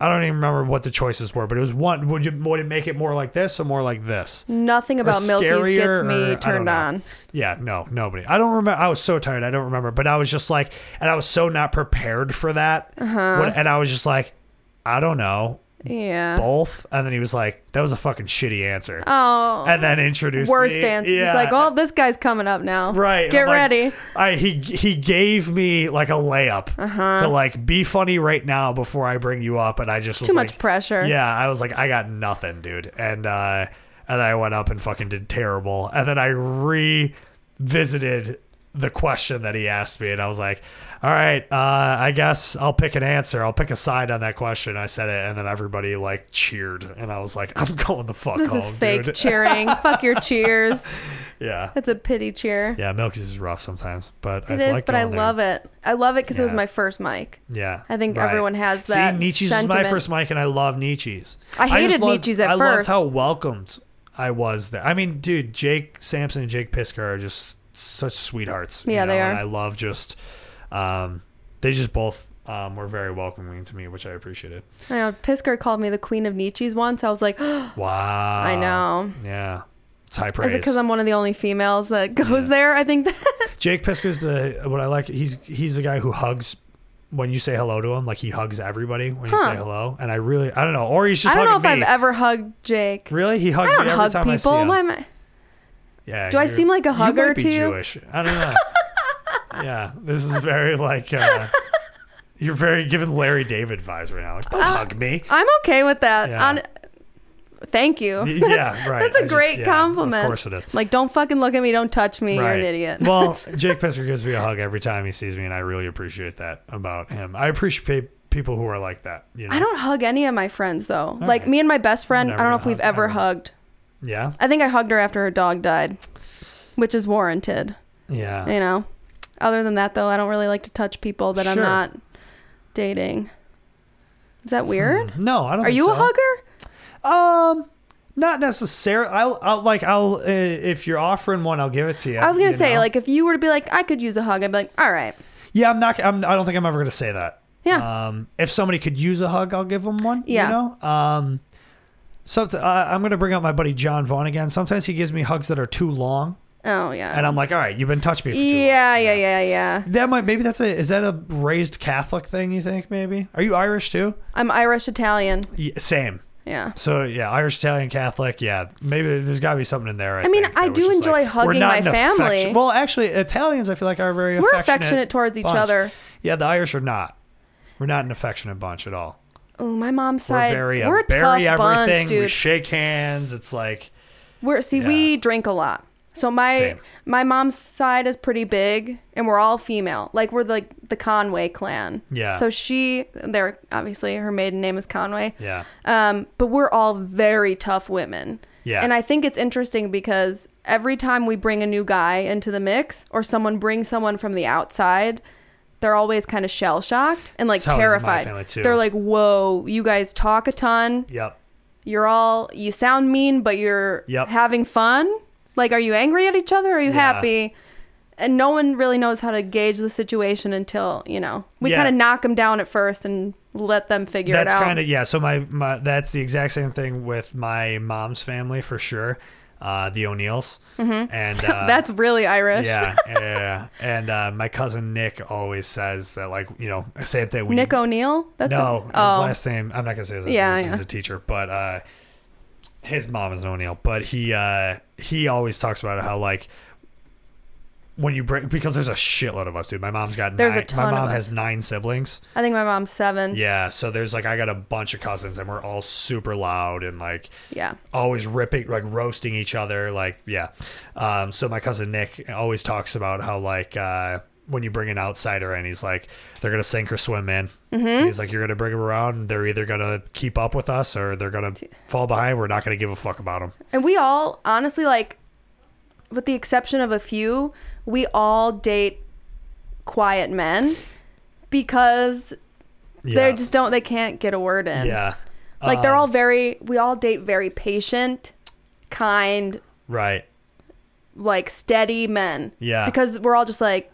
Speaker 11: I don't even remember what the choices were, but it was one. Would you would it make it more like this or more like this?
Speaker 12: Nothing
Speaker 11: Or
Speaker 12: about Milky's gets
Speaker 11: scarier, or- I
Speaker 12: me
Speaker 11: don't
Speaker 12: turned
Speaker 11: know.
Speaker 12: on.
Speaker 11: Yeah, no, nobody. I don't remember. I was so tired. I don't remember. But I was just like, and I was so not prepared for that.
Speaker 12: Uh-huh.
Speaker 11: What- And I was just like, I don't know,
Speaker 12: Yeah.
Speaker 11: both. And then he was like, that was a fucking shitty answer.
Speaker 12: Oh.
Speaker 11: and then introduced
Speaker 12: worst
Speaker 11: me.
Speaker 12: dance.
Speaker 11: Yeah.
Speaker 12: He's like, oh, this guy's coming up now.
Speaker 11: Right.
Speaker 12: Get
Speaker 11: I'm like-
Speaker 12: ready.
Speaker 11: I he he gave me like a layup
Speaker 12: Uh-huh.
Speaker 11: to like be funny right now before I bring you up, and I just was
Speaker 12: Too much
Speaker 11: like-
Speaker 12: pressure.
Speaker 11: Yeah, I was like, I got nothing, dude, and uh, and I went up and fucking did terrible, and then I revisited the question that he asked me, and I was like, all right, uh, I guess I'll pick an answer. I'll pick a side on that question. I said it, and then everybody like cheered, and I was like, I'm going the fuck
Speaker 12: This
Speaker 11: home,
Speaker 12: is fake
Speaker 11: dude.
Speaker 12: cheering. Fuck your cheers.
Speaker 11: yeah.
Speaker 12: That's a pity cheer.
Speaker 11: Yeah, Milky's is rough sometimes, but
Speaker 12: It
Speaker 11: I
Speaker 12: is,
Speaker 11: like
Speaker 12: but I
Speaker 11: going there.
Speaker 12: love it. I love it because it was
Speaker 11: Yeah.
Speaker 12: my first mic.
Speaker 11: Yeah,
Speaker 12: I think everyone has that
Speaker 11: See, Nietzsche's is my
Speaker 12: sentiment.
Speaker 11: first mic, and I love Nietzsche's.
Speaker 12: I
Speaker 11: just
Speaker 12: hated
Speaker 11: loved-
Speaker 12: Nietzsche's at
Speaker 11: I loved
Speaker 12: first.
Speaker 11: how welcomed I was there. I mean, dude, Jake Sampson and Jake Pisker are just such sweethearts. you
Speaker 12: Yeah, they
Speaker 11: know, and
Speaker 12: are.
Speaker 11: I love just um, they just both um, were very welcoming to me, which I appreciated.
Speaker 12: I know. Pisker called me the queen of Nietzsche's once. I was like,
Speaker 11: Wow,
Speaker 12: I know.
Speaker 11: Yeah, it's high
Speaker 12: Is
Speaker 11: praise.
Speaker 12: it because I'm one of the only females that goes there? I think that.
Speaker 11: Jake Pisker's the what I like. He's he's the guy who hugs when you say hello to him. Like he hugs everybody when you
Speaker 12: Huh.
Speaker 11: say hello. And I really I don't know. Or he's just
Speaker 12: I don't know if
Speaker 11: hugging
Speaker 12: I've
Speaker 11: me.
Speaker 12: ever hugged Jake.
Speaker 11: Really, he hugs
Speaker 12: I don't
Speaker 11: me every
Speaker 12: hug
Speaker 11: time I see
Speaker 12: people.
Speaker 11: him.
Speaker 12: Why am I-
Speaker 11: yeah,
Speaker 12: do I
Speaker 11: you're-
Speaker 12: seem like a
Speaker 11: you
Speaker 12: hugger
Speaker 11: might be
Speaker 12: to you?
Speaker 11: Jewish. I don't know. yeah, this is very like uh, you're very giving Larry David vibes right now. Like, don't
Speaker 12: Uh,
Speaker 11: hug me.
Speaker 12: I'm okay with that.
Speaker 11: Yeah.
Speaker 12: On, thank you.
Speaker 11: Y-
Speaker 12: That's-
Speaker 11: yeah, right.
Speaker 12: That's
Speaker 11: I
Speaker 12: a
Speaker 11: just-
Speaker 12: great
Speaker 11: yeah, of
Speaker 12: compliment.
Speaker 11: course it is.
Speaker 12: Like, don't fucking look at me. Don't touch me. You're
Speaker 11: Right.
Speaker 12: an idiot.
Speaker 11: well, Jake Pisker gives me a hug every time he sees me, and I really appreciate that about him. I appreciate people who are like that. You know?
Speaker 12: I don't hug any of my friends though. like
Speaker 11: right.
Speaker 12: me and my best friend. I
Speaker 11: never
Speaker 12: don't know
Speaker 11: gonna
Speaker 12: if we've
Speaker 11: hug
Speaker 12: ever
Speaker 11: anyone.
Speaker 12: hugged.
Speaker 11: Yeah.
Speaker 12: I think I hugged her after her dog died, which is warranted.
Speaker 11: Yeah.
Speaker 12: You know. Other than that, though, I don't really like to touch people that I'm
Speaker 11: Sure.
Speaker 12: not dating. Is that weird?
Speaker 11: No, Hmm. I don't.
Speaker 12: Are
Speaker 11: think
Speaker 12: you
Speaker 11: so.
Speaker 12: a hugger?
Speaker 11: Um, not necessarily. I'll, I'll like, I'll uh, if you're offering one, I'll give it to you.
Speaker 12: I was gonna
Speaker 11: you
Speaker 12: say,
Speaker 11: know?
Speaker 12: like, if you were to be like, I could use a hug, I'd be like, all right,
Speaker 11: yeah, I'm not. I'm, I don't think I'm ever gonna say that.
Speaker 12: Yeah.
Speaker 11: Um, if somebody could use a hug, I'll give them one.
Speaker 12: Yeah.
Speaker 11: You know. Um, so uh, I'm gonna bring up my buddy John Vaughn again. Sometimes he gives me hugs that are too long,
Speaker 12: oh yeah,
Speaker 11: and I'm like, all right, you've been touching me. For too long.
Speaker 12: yeah, yeah, yeah, yeah.
Speaker 11: That might maybe that's a is that a raised Catholic thing? You think maybe? Are you Irish too?
Speaker 12: I'm Irish Italian.
Speaker 11: Yeah, same.
Speaker 12: Yeah.
Speaker 11: So yeah, Irish, Italian, Catholic. Yeah, maybe there's got to be something in there. I,
Speaker 12: mean,
Speaker 11: think, that
Speaker 12: I
Speaker 11: was
Speaker 12: do
Speaker 11: just
Speaker 12: enjoy
Speaker 11: like, we're
Speaker 12: hugging
Speaker 11: not
Speaker 12: my
Speaker 11: an affection-
Speaker 12: family.
Speaker 11: Well, actually, Italians I feel like are very
Speaker 12: We're
Speaker 11: affectionate,
Speaker 12: affectionate towards each
Speaker 11: bunch.
Speaker 12: other.
Speaker 11: Yeah, the Irish are not. We're not an affectionate bunch at all.
Speaker 12: Oh, my mom's
Speaker 11: We're
Speaker 12: side.
Speaker 11: very uh,
Speaker 12: we're a
Speaker 11: bury
Speaker 12: tough
Speaker 11: everything.
Speaker 12: bunch, dude.
Speaker 11: We shake hands. It's like
Speaker 12: We're see,
Speaker 11: Yeah.
Speaker 12: we drink a lot. So my
Speaker 11: Same.
Speaker 12: my mom's side is pretty big, and we're all female. Like we're like the Conway clan.
Speaker 11: Yeah.
Speaker 12: So she, there obviously her maiden name is Conway.
Speaker 11: yeah,
Speaker 12: Um, but we're all very tough women.
Speaker 11: Yeah.
Speaker 12: And I think it's interesting because every time we bring a new guy into the mix, or someone brings someone from the outside. They're always kind of shell shocked and like
Speaker 11: That's how it is in my
Speaker 12: terrified.
Speaker 11: family, too.
Speaker 12: They're like, "Whoa, you guys talk a ton
Speaker 11: yep.
Speaker 12: you're all you sound mean but you're
Speaker 11: Yep.
Speaker 12: having fun like are you angry at each other are you
Speaker 11: Yeah.
Speaker 12: happy and no one really knows how to gauge the situation until you know we
Speaker 11: Yeah.
Speaker 12: kind of knock them down at first and let them figure
Speaker 11: that's
Speaker 12: it out.
Speaker 11: kind of yeah so my, my that's the exact same thing with my mom's family for sure uh the o'neills
Speaker 12: Mhm.
Speaker 11: and uh,
Speaker 12: that's really Irish.
Speaker 11: yeah, yeah, yeah. and uh, my cousin Nick always says that, like, you know, say if they we
Speaker 12: Nick O'Neill. That's
Speaker 11: no, his
Speaker 12: a, oh.
Speaker 11: last name. I'm not gonna say his last
Speaker 12: Yeah,
Speaker 11: name. 'cause He's
Speaker 12: yeah.
Speaker 11: a teacher, but uh, his mom is an O'Neill. But he uh, he always talks about how like when you break because there's a shitload of us, dude. My mom's got
Speaker 12: There's a
Speaker 11: nine,
Speaker 12: ton
Speaker 11: my
Speaker 12: of
Speaker 11: mom
Speaker 12: us. Mm-hmm.
Speaker 11: has nine siblings.
Speaker 12: I think my mom's seven.
Speaker 11: Yeah, so there's like I got a bunch of cousins and we're all super loud and like
Speaker 12: Yeah.
Speaker 11: always ripping like roasting each other like yeah. Um so my cousin Nick always talks about how like uh when you bring an outsider in he's like they're going to sink or swim man.
Speaker 12: Mhm.
Speaker 11: He's like you're going to bring them around they're either going to keep up with us or they're going to fall behind we're not going to give a fuck about them.
Speaker 12: And we all, honestly, like, with the exception of a few, we all date quiet men because
Speaker 11: Yeah.
Speaker 12: they just don't, they can't get a word in.
Speaker 11: yeah.
Speaker 12: Like, they're
Speaker 11: Um,
Speaker 12: all very, we all date very patient, kind,
Speaker 11: right.
Speaker 12: like, steady men.
Speaker 11: Yeah.
Speaker 12: Because we're all just, like,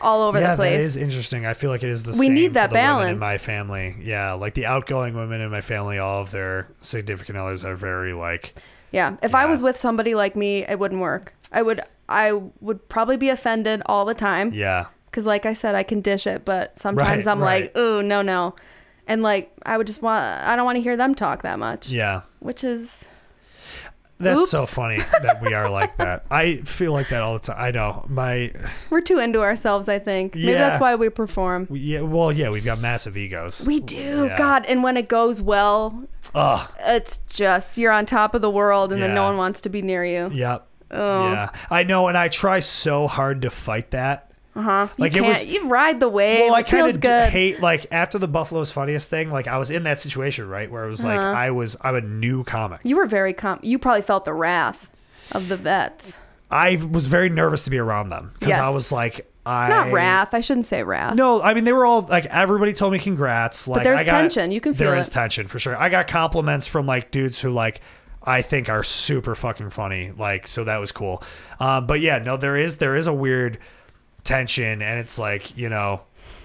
Speaker 12: all over
Speaker 11: yeah,
Speaker 12: the place.
Speaker 11: that is interesting. I feel like it is the
Speaker 12: We
Speaker 11: same
Speaker 12: need
Speaker 11: for
Speaker 12: that
Speaker 11: the women in
Speaker 12: balance.
Speaker 11: my family. Yeah, like the outgoing women in my family, all of their significant others are very like
Speaker 12: Yeah. If I was with somebody like me, it wouldn't work. I would, I would probably be offended all the time.
Speaker 11: yeah.
Speaker 12: Cause like I said, I can dish it, but sometimes
Speaker 11: Right,
Speaker 12: I'm like, ooh, no, no. And like, I would just want, I don't want to hear them talk that much.
Speaker 11: Yeah.
Speaker 12: Which is,
Speaker 11: That's so
Speaker 12: Oops.
Speaker 11: funny that we are like that. I feel like that all the time. I know. My
Speaker 12: we're too into ourselves, I think. Maybe
Speaker 11: Yeah.
Speaker 12: that's why we perform.
Speaker 11: we- yeah, well, yeah, we've got massive egos.
Speaker 12: We do.
Speaker 11: Yeah.
Speaker 12: God. And when it goes well,
Speaker 11: Ugh.
Speaker 12: it's just, you're on top of the world and then no
Speaker 11: Yeah.
Speaker 12: one wants to be near you.
Speaker 11: Yep.
Speaker 12: Oh.
Speaker 11: Yeah. I know and I try so hard to fight that.
Speaker 12: Uh huh. You
Speaker 11: Like, it
Speaker 12: can't,
Speaker 11: was-
Speaker 12: you ride the wave.
Speaker 11: Well, I
Speaker 12: it feels
Speaker 11: kind
Speaker 12: good.
Speaker 11: of hate like after the Buffalo's funniest thing, like I was in that situation, right, where it was like
Speaker 12: Uh-huh.
Speaker 11: I was I'm a new comic.
Speaker 12: you were very calm. You probably felt the wrath of the vets.
Speaker 11: I was very nervous to be around them because
Speaker 12: Yes.
Speaker 11: I was like, I
Speaker 12: Not wrath. I shouldn't say wrath.
Speaker 11: No, I mean they were all like everybody told me congrats. Like
Speaker 12: there's
Speaker 11: I got,
Speaker 12: tension. You can feel
Speaker 11: There is
Speaker 12: it.
Speaker 11: tension for sure. I got compliments from like dudes who like I think are super fucking funny. Like so that was cool. Um, but yeah, no, there is there is a weird tension, and it's like you know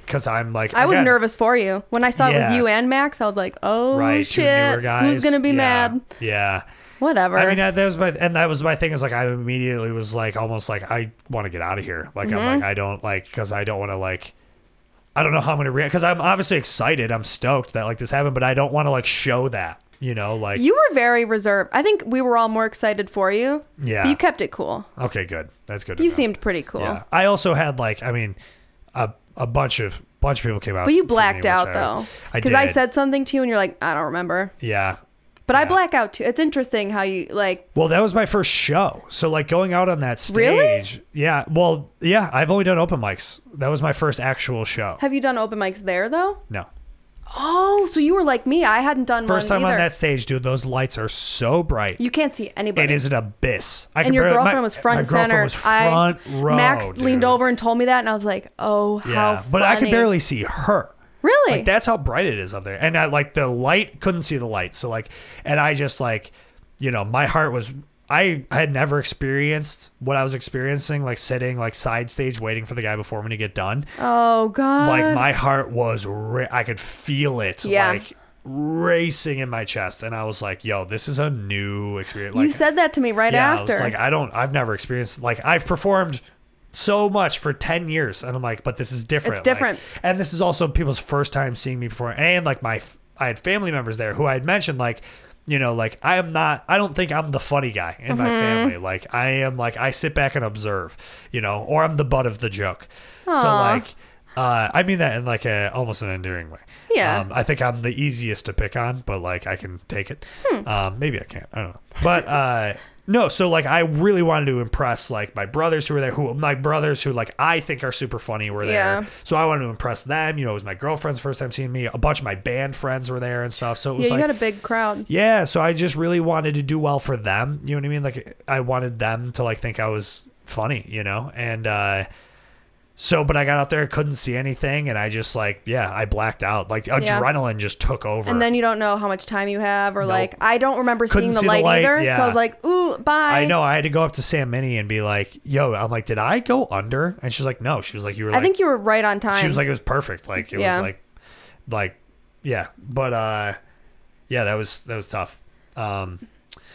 Speaker 11: because I'm like
Speaker 12: I was
Speaker 11: again,
Speaker 12: nervous for you when I saw it
Speaker 11: Yeah.
Speaker 12: was you and Max. I was like, "Oh
Speaker 11: Right, two newer
Speaker 12: shit,
Speaker 11: guys.
Speaker 12: who's gonna be
Speaker 11: Yeah,
Speaker 12: mad?"
Speaker 11: Yeah.
Speaker 12: Whatever.
Speaker 11: I mean, that that was my and that was my thing. Is like I immediately was like almost like I want to get out of here. Like I'm
Speaker 12: Mhm.
Speaker 11: like I don't like because I don't want to like I don't know how I'm gonna react because I'm obviously excited. I'm stoked that like this happened, but I don't want to like show that. You know, like
Speaker 12: you were very reserved. I think we were all more excited for you.
Speaker 11: Yeah.
Speaker 12: but you kept it cool.
Speaker 11: okay, good. That's good. to
Speaker 12: You
Speaker 11: know.
Speaker 12: seemed pretty cool.
Speaker 11: Yeah. I also had like I mean a a bunch of bunch of people came out,
Speaker 12: But you
Speaker 11: for me,
Speaker 12: blacked
Speaker 11: which
Speaker 12: out
Speaker 11: I
Speaker 12: though,
Speaker 11: was- I
Speaker 12: because
Speaker 11: did.
Speaker 12: I, said something to you and you're like, "I don't remember."
Speaker 11: yeah.
Speaker 12: But I black out too. It's interesting how you like.
Speaker 11: Well, that was my first show. So like going out on that stage.
Speaker 12: Really?
Speaker 11: Yeah. Well, yeah, I've only done open mics. That was my first actual show.
Speaker 12: Have you done open mics there though?
Speaker 11: No.
Speaker 12: Oh, so you were like me. I hadn't done
Speaker 11: First
Speaker 12: one
Speaker 11: time
Speaker 12: either.
Speaker 11: on that stage, dude. Those lights are so bright.
Speaker 12: You can't see anybody.
Speaker 11: it is an abyss. I
Speaker 12: and your
Speaker 11: barely- my-
Speaker 12: girlfriend was front
Speaker 11: my
Speaker 12: and center.
Speaker 11: Girlfriend was front
Speaker 12: I
Speaker 11: row,
Speaker 12: Max
Speaker 11: dude.
Speaker 12: leaned over and told me that, and I was like, "Oh, how
Speaker 11: Yeah, but I could
Speaker 12: funny.
Speaker 11: barely see her.
Speaker 12: Really?
Speaker 11: Like that's how bright it is up there. And I like the light couldn't see the light. So like and I just like you know, my heart was I had never experienced what I was experiencing, like sitting like side stage waiting for the guy before me to get done.
Speaker 12: Oh God!
Speaker 11: like my heart was ra- I could feel it
Speaker 12: Yeah.
Speaker 11: like racing in my chest and I was like, yo, this is a new experience. Like
Speaker 12: you said that to me right
Speaker 11: yeah,
Speaker 12: after.
Speaker 11: I was like, I don't, I've never experienced, like, I've performed so much for 10 years. And I'm like, but this is different.
Speaker 12: It's different.
Speaker 11: Like, and this is also people's first time seeing me before. And like, my, f- I had family members there who I had mentioned, like, you know, like, I am not, I don't think I'm the funny guy in my
Speaker 12: Mhm.
Speaker 11: family. Like, I am, like, I sit back and observe, you know, or I'm the butt of the joke. So,
Speaker 12: Aw.
Speaker 11: like, uh, I mean that in like a almost an endearing way.
Speaker 12: Yeah.
Speaker 11: Um, I think I'm the easiest to pick on, but like I can take it. Um, maybe I can't. I don't know. But uh, no, so like I really wanted to impress like my brothers who were there, who my brothers who like I think are super funny were there.
Speaker 12: Yeah.
Speaker 11: So I wanted to impress them. You know, it was my girlfriend's first time seeing me. A bunch of my band friends were there and stuff. So it
Speaker 12: yeah,
Speaker 11: was
Speaker 12: you
Speaker 11: like
Speaker 12: had a big crowd.
Speaker 11: yeah, so I just really wanted to do well for them. You know what I mean? Like I wanted them to like think I was funny, you know? And uh So, but I got out there, couldn't see anything, and I just like, yeah, I blacked out. Like
Speaker 12: Yeah.
Speaker 11: adrenaline just took over.
Speaker 12: And then you don't know how much time you have, or like I don't remember seeing
Speaker 11: Couldn't
Speaker 12: the,
Speaker 11: see
Speaker 12: light
Speaker 11: the light,
Speaker 12: either. So
Speaker 11: yeah.
Speaker 12: I was like, "Ooh, bye."
Speaker 11: I know I had to go up to Sam Minnie and be like, "Yo," I'm like, "Did I go under?" And she's like, "No." She was like, "You were."
Speaker 12: I
Speaker 11: Like,
Speaker 12: think you were right on time.
Speaker 11: She was like, "It was perfect." Like it
Speaker 12: Yeah.
Speaker 11: was like, like, yeah. But uh, yeah, that was that was tough. Um,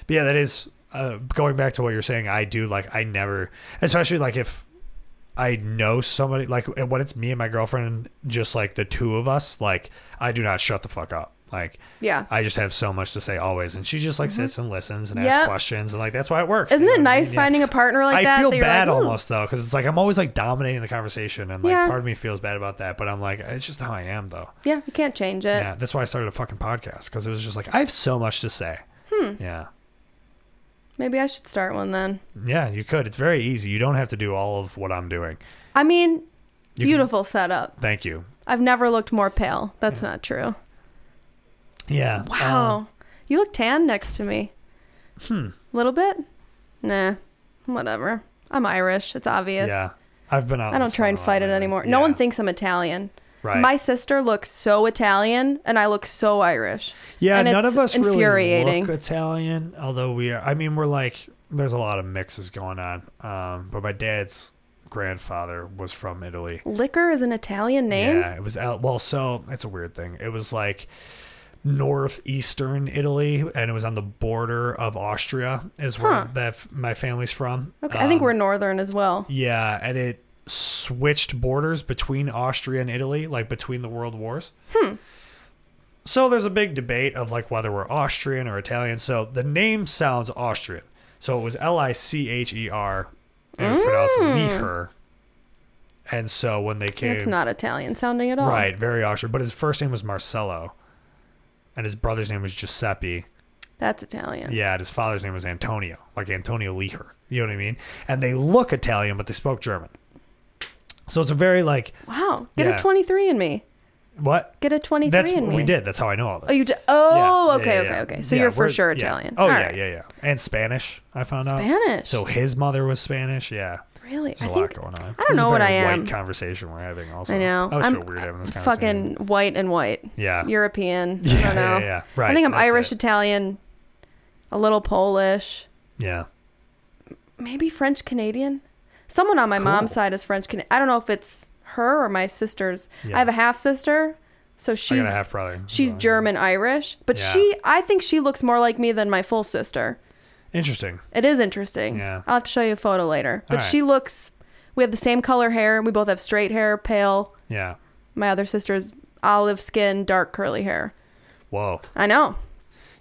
Speaker 11: but yeah, that is uh, going back to what you're saying. I do like I never, especially like if I know somebody like when it's me and my girlfriend, just like the two of us, like I do not shut the fuck up. Like
Speaker 12: Yeah.
Speaker 11: I just have so much to say always, and she just like sits and listens and
Speaker 12: Mm-hmm. Yep.
Speaker 11: asks questions, and like that's why it works.
Speaker 12: Isn't
Speaker 11: you know
Speaker 12: it
Speaker 11: what I mean?
Speaker 12: nice
Speaker 11: Yeah.
Speaker 12: finding a partner like
Speaker 11: I
Speaker 12: that?
Speaker 11: feel
Speaker 12: that you're
Speaker 11: bad
Speaker 12: like, "Hmm, "Ooh."
Speaker 11: almost though, because it's like I'm always like dominating the conversation, and like
Speaker 12: Yeah.
Speaker 11: part of me feels bad about that. But I'm like, it's just how I am though.
Speaker 12: Yeah, you can't change it.
Speaker 11: Yeah, that's why I started a fucking podcast because it was just like I have so much to say.
Speaker 12: Hmm.
Speaker 11: Yeah,
Speaker 12: Maybe I should start one then.
Speaker 11: yeah, you could. It's very easy. You don't have to do all of what I'm doing.
Speaker 12: I mean,
Speaker 11: You can-
Speaker 12: beautiful setup.
Speaker 11: Thank you.
Speaker 12: I've never looked more pale. That's not true.
Speaker 11: Yeah.
Speaker 12: Wow.
Speaker 11: um,
Speaker 12: you look tan next to me.
Speaker 11: Hmm.
Speaker 12: little bit? Nah. Whatever. I'm Irish. It's obvious.
Speaker 11: Yeah. I've been out.
Speaker 12: I
Speaker 11: in
Speaker 12: don't
Speaker 11: the
Speaker 12: try
Speaker 11: sun
Speaker 12: and
Speaker 11: a lot
Speaker 12: fight it
Speaker 11: lately.
Speaker 12: anymore. No
Speaker 11: Yeah.
Speaker 12: one thinks I'm Italian.
Speaker 11: Right.
Speaker 12: My sister looks so Italian, and I look so Irish.
Speaker 11: Yeah,
Speaker 12: and
Speaker 11: none
Speaker 12: it's
Speaker 11: of us really
Speaker 12: infuriating.
Speaker 11: look Italian, although we are. I mean, we're like there's a lot of mixes going on. Um, but my dad's grandfather was from Italy.
Speaker 12: Liquor is an Italian name.
Speaker 11: Yeah, it was out. Well, so it's a weird thing. It was like northeastern Italy, and it was on the border of Austria, is where
Speaker 12: Huh.
Speaker 11: that f- my family's from.
Speaker 12: Okay, I think
Speaker 11: Um,
Speaker 12: we're northern as well.
Speaker 11: Yeah, and it switched borders between Austria and Italy, like between the world wars. Hmm. So there's a big debate of like whether we're Austrian or Italian. So the name sounds Austrian. So it was L I C H E R, and it's pronounced Licher. And so when they came,
Speaker 12: It's Mm. not Italian sounding at all.
Speaker 11: Right, very Austrian. But his first name was Marcello, and his brother's name was Giuseppe.
Speaker 12: That's Italian.
Speaker 11: Yeah, and his father's name was Antonio, like Antonio Leher. You know what I mean? And they look Italian, but they spoke German. So it's a very like
Speaker 12: Wow. Get
Speaker 11: Yeah.
Speaker 12: a 23 in me.
Speaker 11: what?
Speaker 12: Get a 23
Speaker 11: That's
Speaker 12: in
Speaker 11: what
Speaker 12: me.
Speaker 11: we did. That's how I know all this.
Speaker 12: Oh, you. D-
Speaker 11: Yeah,
Speaker 12: oh,
Speaker 11: yeah,
Speaker 12: okay,
Speaker 11: yeah,
Speaker 12: okay,
Speaker 11: yeah.
Speaker 12: okay. So
Speaker 11: Yeah,
Speaker 12: you're for
Speaker 11: we're-
Speaker 12: sure
Speaker 11: yeah.
Speaker 12: Italian.
Speaker 11: Oh
Speaker 12: All
Speaker 11: yeah,
Speaker 12: right.
Speaker 11: yeah, yeah. And Spanish, I found out.
Speaker 12: Spanish.
Speaker 11: So his mother was Spanish. Yeah.
Speaker 12: really,
Speaker 11: There's a
Speaker 12: I
Speaker 11: lot
Speaker 12: think
Speaker 11: going on.
Speaker 12: I
Speaker 11: This
Speaker 12: don't
Speaker 11: is a
Speaker 12: know what I
Speaker 11: very
Speaker 12: am.
Speaker 11: White conversation we're having. Also,
Speaker 12: I know.
Speaker 11: I always
Speaker 12: am
Speaker 11: feel weird having this conversation.
Speaker 12: fucking white and white.
Speaker 11: Yeah.
Speaker 12: European. I
Speaker 11: Yeah,
Speaker 12: don't know.
Speaker 11: yeah, yeah. Right,
Speaker 12: I think I'm
Speaker 11: that's
Speaker 12: Irish,
Speaker 11: it.
Speaker 12: Italian, a little Polish,
Speaker 11: Yeah.
Speaker 12: maybe French Canadian. Someone on my mom's
Speaker 11: Cool.
Speaker 12: side is French Canadian. I don't know if it's her or my sister's.
Speaker 11: Yeah.
Speaker 12: I have a half sister, so
Speaker 11: I
Speaker 12: she's
Speaker 11: got a half brother.
Speaker 12: she's German Irish, but
Speaker 11: Yeah.
Speaker 12: she I think she looks more like me than my full sister.
Speaker 11: Interesting.
Speaker 12: It is interesting.
Speaker 11: Yeah.
Speaker 12: I'll have to show you a photo later. But
Speaker 11: All right.
Speaker 12: she looks we have the same color hair. We both have straight hair, pale.
Speaker 11: Yeah.
Speaker 12: My other sister's olive skin, dark curly hair.
Speaker 11: Whoa.
Speaker 12: I know.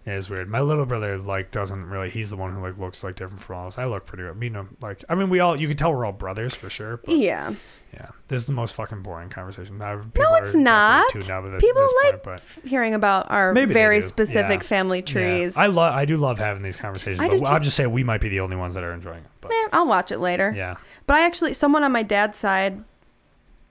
Speaker 11: Yeah, it's weird. My little brother like doesn't really. He's the one who like looks like different from all of us. I look pretty good. You know, like I mean, we all you can tell we're all brothers for sure. But
Speaker 12: Yeah.
Speaker 11: yeah, this is the most fucking boring conversation. Now, people
Speaker 12: No,
Speaker 11: are
Speaker 12: it's
Speaker 11: definitely
Speaker 12: not.
Speaker 11: tuned out at this-
Speaker 12: People
Speaker 11: this point,
Speaker 12: like
Speaker 11: but-
Speaker 12: hearing about our
Speaker 11: Maybe they
Speaker 12: very
Speaker 11: do.
Speaker 12: specific
Speaker 11: Yeah.
Speaker 12: family
Speaker 11: Yeah.
Speaker 12: trees.
Speaker 11: I love. I do love having these conversations.
Speaker 12: I do
Speaker 11: but I'm
Speaker 12: too.
Speaker 11: just saying we might be the only ones that are enjoying it. But
Speaker 12: Eh, I'll watch it later.
Speaker 11: yeah,
Speaker 12: But I actually, someone on my dad's side,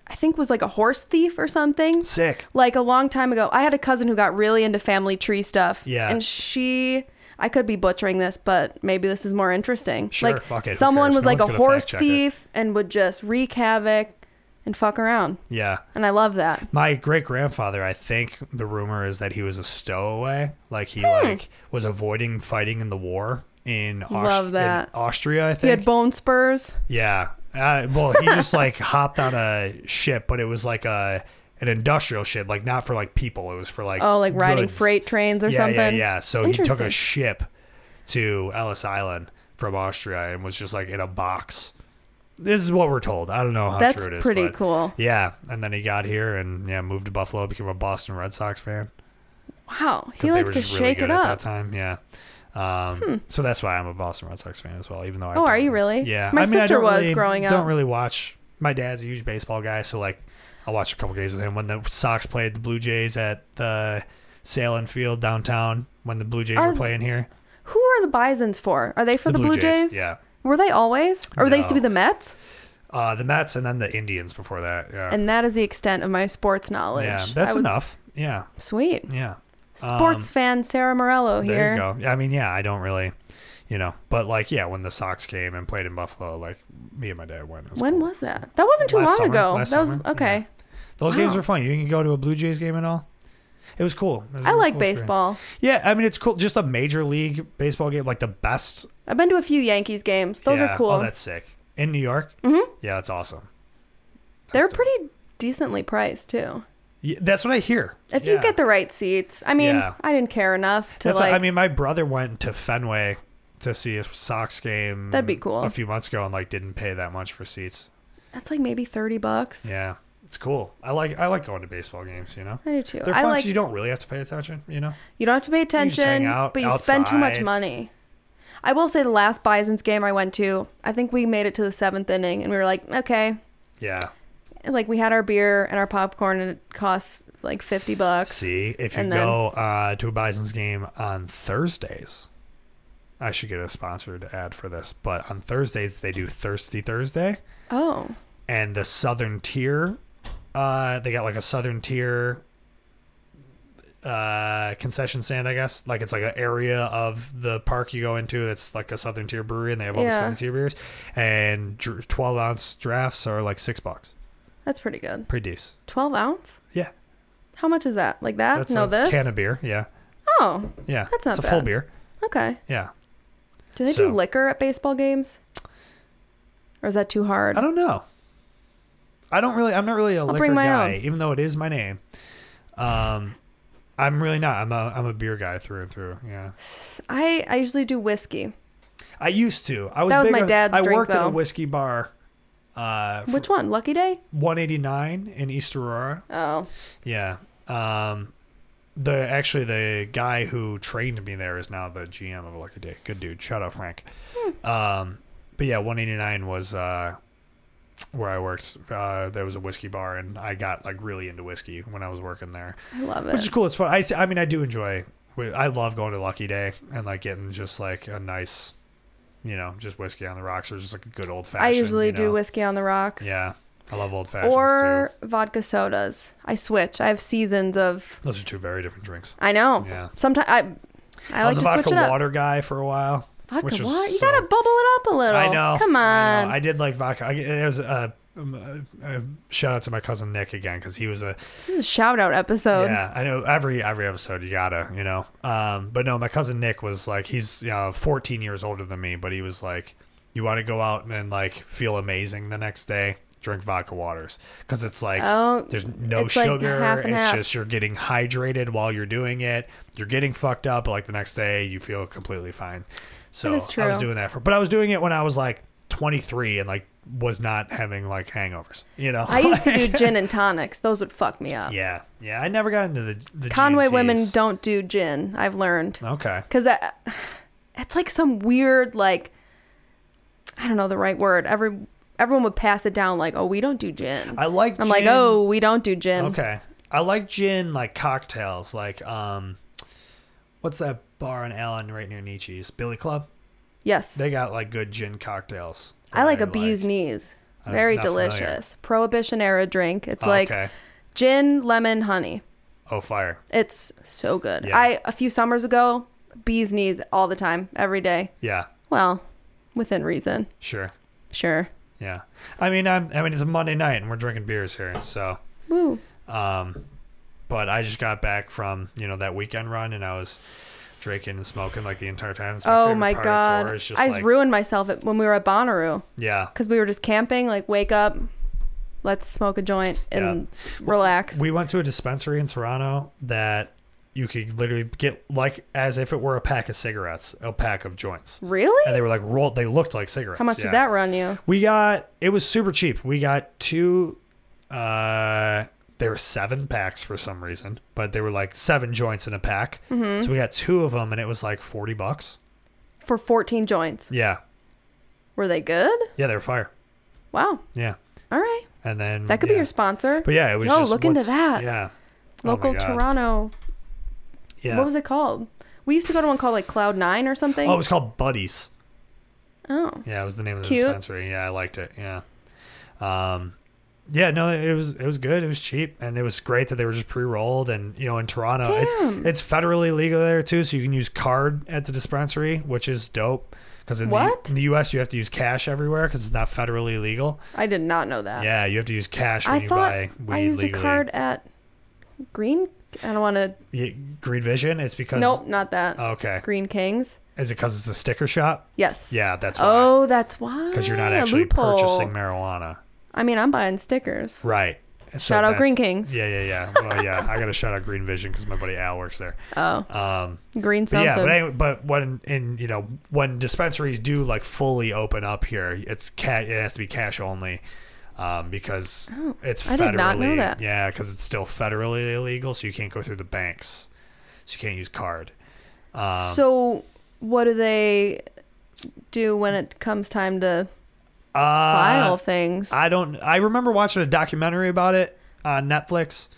Speaker 12: I think was like a horse thief or something.
Speaker 11: sick.
Speaker 12: Like a long time ago, I had a cousin who got really into family tree stuff.
Speaker 11: Yeah.
Speaker 12: And she, I could be butchering this, but maybe this is more interesting.
Speaker 11: Sure,
Speaker 12: like,
Speaker 11: fuck it, who
Speaker 12: Someone
Speaker 11: cares?
Speaker 12: was
Speaker 11: No
Speaker 12: like
Speaker 11: one's
Speaker 12: a
Speaker 11: gonna
Speaker 12: horse
Speaker 11: fact check it.
Speaker 12: thief and would just wreak havoc and fuck around.
Speaker 11: Yeah.
Speaker 12: And I love that.
Speaker 11: My great grandfather, I think the rumor is that he was a stowaway. Like he like was avoiding fighting in the war in, Aust-
Speaker 12: Hmm. Love that.
Speaker 11: in Austria. I think
Speaker 12: He had bone spurs.
Speaker 11: Yeah. Uh, well, he just like hopped on a ship, but it was like a an industrial ship, like not for like people. It was for like
Speaker 12: Oh, like riding
Speaker 11: goods.
Speaker 12: freight trains or
Speaker 11: yeah,
Speaker 12: something.
Speaker 11: Yeah, yeah. So he took
Speaker 12: Interesting.
Speaker 11: a ship to Ellis Island from Austria and was just like in a box. This is what we're told. I don't know how
Speaker 12: That's
Speaker 11: true it is.
Speaker 12: pretty
Speaker 11: but-
Speaker 12: cool.
Speaker 11: Yeah, and then he got here and yeah, moved to Buffalo, became a Boston Red Sox fan.
Speaker 12: Wow, he
Speaker 11: 'cause they
Speaker 12: likes
Speaker 11: were
Speaker 12: to
Speaker 11: just really
Speaker 12: shake
Speaker 11: good
Speaker 12: it
Speaker 11: at
Speaker 12: up. Hmm.
Speaker 11: that time. Yeah. Um, So that's why I'm a Boston Red Sox fan as well. Even though I
Speaker 12: Oh, are
Speaker 11: don't-
Speaker 12: you really?
Speaker 11: Yeah,
Speaker 12: My
Speaker 11: I mean, I
Speaker 12: sister
Speaker 11: don't
Speaker 12: was
Speaker 11: really-
Speaker 12: growing up.
Speaker 11: Don't really watch. My dad's a huge baseball guy, so like I watched a couple games with him when the Sox played the Blue Jays at the Salem Field downtown when the Blue Jays
Speaker 12: Are-
Speaker 11: were playing here.
Speaker 12: Who are the Bisons for? Are they for the, Blue, Jays?
Speaker 11: Yeah,
Speaker 12: Were they always? Or they used to
Speaker 11: No.
Speaker 12: be the Mets?
Speaker 11: uh, the Mets and then the Indians before that. Yeah,
Speaker 12: And that is the extent of my sports knowledge.
Speaker 11: yeah,
Speaker 12: I
Speaker 11: that's
Speaker 12: was-
Speaker 11: enough. Yeah,
Speaker 12: Sweet.
Speaker 11: yeah.
Speaker 12: Sports fan Sarah Morello
Speaker 11: There
Speaker 12: here.
Speaker 11: you go. I mean, yeah, I don't really, you know. But like, yeah, when the Sox came and played in Buffalo, like me and my dad went. It was
Speaker 12: When
Speaker 11: cool.
Speaker 12: was that? That wasn't too
Speaker 11: Last
Speaker 12: long
Speaker 11: summer-
Speaker 12: ago.
Speaker 11: last
Speaker 12: that was
Speaker 11: summer,
Speaker 12: okay.
Speaker 11: Those
Speaker 12: Wow.
Speaker 11: games were fun. You can go to a Blue Jays game and all. It was cool. It was a
Speaker 12: I
Speaker 11: really
Speaker 12: like
Speaker 11: cool experience.
Speaker 12: baseball.
Speaker 11: Yeah, I mean it's cool. Just a major league baseball game, like the best.
Speaker 12: I've been to a few Yankees games. Those
Speaker 11: Yeah.
Speaker 12: are cool.
Speaker 11: Oh, that's sick. In New York.
Speaker 12: Mhm.
Speaker 11: Yeah, that's awesome.
Speaker 12: They're pretty decently priced too.
Speaker 11: Yeah, that's what I hear.
Speaker 12: If
Speaker 11: Yeah.
Speaker 12: you get the right seats. I mean,
Speaker 11: Yeah.
Speaker 12: I didn't care enough to
Speaker 11: That's
Speaker 12: like.
Speaker 11: I mean, my brother went to Fenway to see a Sox game.
Speaker 12: That'd be cool.
Speaker 11: A few months ago, and like didn't pay that much for seats.
Speaker 12: that's like maybe thirty bucks.
Speaker 11: Yeah, it's cool. I like I like going to baseball games. You know,
Speaker 12: I do too.
Speaker 11: they're
Speaker 12: I
Speaker 11: fun. 'cause
Speaker 12: like-
Speaker 11: you don't really have to pay attention. You know,
Speaker 12: You don't have to pay
Speaker 11: can just hang
Speaker 12: attention,
Speaker 11: out
Speaker 12: but you spend too much
Speaker 11: outside.
Speaker 12: money. I will say the last Bison's game I went to, I think we made it to the seventh inning, and we were like, okay,
Speaker 11: yeah.
Speaker 12: like we had our beer and our popcorn, and it costs like fifty bucks.
Speaker 11: See, if you
Speaker 12: And then-
Speaker 11: go uh, to a Bison's game on Thursdays, I should get a sponsored ad for this. But on Thursdays, they do Thirsty Thursday,
Speaker 12: Oh,
Speaker 11: and the Southern Tier. Uh, they got like a Southern Tier uh, concession stand, I guess. Like it's like an area of the park you go into that's like a Southern Tier brewery, and they have all the
Speaker 12: Yeah.
Speaker 11: Southern Tier beers. And dr- twelve ounce drafts are like six bucks,
Speaker 12: that's pretty good.
Speaker 11: pretty decent.
Speaker 12: Twelve ounce?
Speaker 11: Yeah,
Speaker 12: How much is that? Like that?
Speaker 11: that's
Speaker 12: no,
Speaker 11: a
Speaker 12: this.
Speaker 11: can of beer. Yeah,
Speaker 12: oh,
Speaker 11: yeah,
Speaker 12: That's not
Speaker 11: it's a full
Speaker 12: bad.
Speaker 11: beer.
Speaker 12: okay.
Speaker 11: Yeah.
Speaker 12: Do they
Speaker 11: So-
Speaker 12: do liquor at baseball games? Or is that too hard?
Speaker 11: I don't know. I don't really. I'm not really a liquor
Speaker 12: bring my
Speaker 11: guy,
Speaker 12: own.
Speaker 11: even though it is my name. Um, I'm really not. I'm a I'm a beer guy through and through. Yeah,
Speaker 12: I, I usually do whiskey.
Speaker 11: I used to. I was.
Speaker 12: That was
Speaker 11: big
Speaker 12: my
Speaker 11: on-
Speaker 12: dad's
Speaker 11: I
Speaker 12: drink,
Speaker 11: worked at a
Speaker 12: though.
Speaker 11: whiskey bar, uh, for
Speaker 12: Which one? Lucky Day?
Speaker 11: 189 in East Aurora.
Speaker 12: Oh,
Speaker 11: Yeah. Um, the actually the guy who trained me there is now the GM of Lucky Day. Good dude. Shout out Frank.
Speaker 12: Hmm.
Speaker 11: Um, but yeah, 189 was uh, where I worked. Uh, there was a whiskey bar, and I got like really into whiskey when I was working there,
Speaker 12: I love
Speaker 11: which is
Speaker 12: it.
Speaker 11: cool. It's fun. I I mean I do enjoy. I love going to Lucky Day and like getting just like a nice, you know, just whiskey on the rocks or just like a good old
Speaker 12: I
Speaker 11: fashioned.
Speaker 12: usually
Speaker 11: you know?
Speaker 12: do whiskey on the rocks.
Speaker 11: Yeah, I love old fashions
Speaker 12: Or vodka sodas. I switch. I have seasons of.
Speaker 11: too. Those are two very different drinks.
Speaker 12: I know.
Speaker 11: Yeah.
Speaker 12: Sometimes I. I, like
Speaker 11: was a
Speaker 12: to
Speaker 11: vodka
Speaker 12: switch it up.
Speaker 11: water guy for a while.
Speaker 12: vodka
Speaker 11: which was
Speaker 12: water. You
Speaker 11: so-
Speaker 12: gotta bubble it up a little.
Speaker 11: I know.
Speaker 12: Come
Speaker 11: I,
Speaker 12: on.
Speaker 11: know. I did like vodka. I, it was uh, um, uh, uh, shout out to my cousin Nick again because he was a
Speaker 12: this is a shout out episode.
Speaker 11: yeah. I know every every episode you gotta you know. Um, but no, my cousin Nick was like he's you know, 14 years older than me, but he was like, you want to go out and, like feel amazing the next day. Drink vodka waters because it's like
Speaker 12: Oh,
Speaker 11: there's no
Speaker 12: it's like
Speaker 11: sugar.
Speaker 12: half
Speaker 11: it's
Speaker 12: and half.
Speaker 11: just you're getting hydrated while you're doing it. You're getting fucked up, but like the next day you feel completely fine. So
Speaker 12: That is
Speaker 11: I
Speaker 12: true.
Speaker 11: was doing that for, but I was doing it when I was like 23 and like was not having like hangovers. You know,
Speaker 12: I used to do
Speaker 11: Like,
Speaker 12: gin and tonics. Those would fuck me up.
Speaker 11: yeah, yeah. I never got into the, the
Speaker 12: Uh, Conway women
Speaker 11: G&Ts.
Speaker 12: don't do gin. I've learned.
Speaker 11: Okay.
Speaker 12: because it's like some weird like i don't know the right word every everyone would pass it down like oh we don't do gin
Speaker 11: I like.
Speaker 12: i'm like
Speaker 11: gin.
Speaker 12: oh we don't do gin
Speaker 11: Okay. I like gin like cocktails like um, what's that bar in Allen right near Nietzsche's Billy Club?
Speaker 12: yes
Speaker 11: They got like good gin cocktails.
Speaker 12: i like
Speaker 11: a
Speaker 12: a bee's knees
Speaker 11: I'm
Speaker 12: very
Speaker 11: not familiar.
Speaker 12: delicious prohibition era drink it's
Speaker 11: Oh,
Speaker 12: like
Speaker 11: okay.
Speaker 12: gin lemon honey
Speaker 11: Oh fire.
Speaker 12: it's so good
Speaker 11: Yeah.
Speaker 12: i a few summers ago bee's knees all the time every day
Speaker 11: Yeah.
Speaker 12: well within reason
Speaker 11: Sure.
Speaker 12: sure
Speaker 11: Yeah. I mean, I'm. I mean, it's a Monday night and we're drinking beers here, so.
Speaker 12: Woo.
Speaker 11: Um, but I just got back from you know that weekend run and I was drinking and smoking like the entire time. It's
Speaker 12: oh
Speaker 11: favorite
Speaker 12: my
Speaker 11: part of
Speaker 12: god
Speaker 11: tour. It's just
Speaker 12: i just
Speaker 11: like-
Speaker 12: ruined myself at, when we were at bonnaroo
Speaker 11: Yeah.
Speaker 12: because we were just camping. Like, wake up, let's smoke a joint and relax.
Speaker 11: We went to a dispensary in Toronto that you could literally get like as if it were a pack of cigarettes, a pack of joints.
Speaker 12: really?
Speaker 11: And they were like rolled. They looked like cigarettes.
Speaker 12: How much
Speaker 11: Uh, yeah.
Speaker 12: did that run you?
Speaker 11: We got it was super cheap. We got two. Uh, there were seven packs for some reason, but they were like seven joints in a pack.
Speaker 12: Mm-hmm.
Speaker 11: So we got two of them, and it was like forty bucks.
Speaker 12: For 14 joints.
Speaker 11: Yeah,
Speaker 12: Were they good?
Speaker 11: yeah, they were fire.
Speaker 12: Wow.
Speaker 11: Yeah,
Speaker 12: All right.
Speaker 11: and then
Speaker 12: That could
Speaker 11: yeah.
Speaker 12: be your sponsor.
Speaker 11: But yeah, it was.
Speaker 12: Yo,
Speaker 11: just
Speaker 12: look into
Speaker 11: what's-
Speaker 12: that.
Speaker 11: Yeah. Oh my
Speaker 12: Local
Speaker 11: God.
Speaker 12: Toronto.
Speaker 11: Yeah.
Speaker 12: What was it called? We used to go to one called like Cloud Nine or something.
Speaker 11: Oh, it was called Buddies.
Speaker 12: Oh.
Speaker 11: Yeah, it was the name of the
Speaker 12: Cute.
Speaker 11: dispensary. Yeah, I liked it. Yeah. Um, yeah, no, it was it was good. It was cheap, and it was great that they were just pre-rolled. And you know, in Toronto,
Speaker 12: Damn.
Speaker 11: it's it's federally legal there too, so you can use card at the dispensary, which is dope. Because in, the-
Speaker 12: What?
Speaker 11: in the U.S., you have to use cash everywhere because it's not federally legal.
Speaker 12: I did not know that.
Speaker 11: Yeah, you have to use cash when
Speaker 12: Uh, I
Speaker 11: you
Speaker 12: thought
Speaker 11: buy weed
Speaker 12: I used
Speaker 11: legally.
Speaker 12: a card at Green. I don't want to.
Speaker 11: Yeah, Green Vision is because
Speaker 12: Nope, not that.
Speaker 11: Oh, Okay.
Speaker 12: Green Kings.
Speaker 11: Is it because it's a sticker shop?
Speaker 12: Yes.
Speaker 11: Yeah, that's why.
Speaker 12: Oh, that's why.
Speaker 11: Because you're not
Speaker 12: A
Speaker 11: actually
Speaker 12: Ah, loophole.
Speaker 11: purchasing marijuana.
Speaker 12: I mean, I'm buying stickers.
Speaker 11: Right. So
Speaker 12: Shout out
Speaker 11: that's-
Speaker 12: Green Kings.
Speaker 11: Yeah, yeah, yeah. Well, yeah, I got to shout out Green Vision because my buddy Al works there.
Speaker 12: Oh.
Speaker 11: Um,
Speaker 12: Green
Speaker 11: but
Speaker 12: something.
Speaker 11: yeah, but, anyway, but when in you know when dispensaries do like fully open up here, it's ca- it has to be cash only, um, because
Speaker 12: Oh,
Speaker 11: it's federally
Speaker 12: I did not know that.
Speaker 11: yeah because it's still federally illegal, so you can't go through the banks, so you can't use card. Um,
Speaker 12: so, what do they do when it comes time to
Speaker 11: Uh,
Speaker 12: file things?
Speaker 11: I don't. I remember watching a documentary about it on Netflix.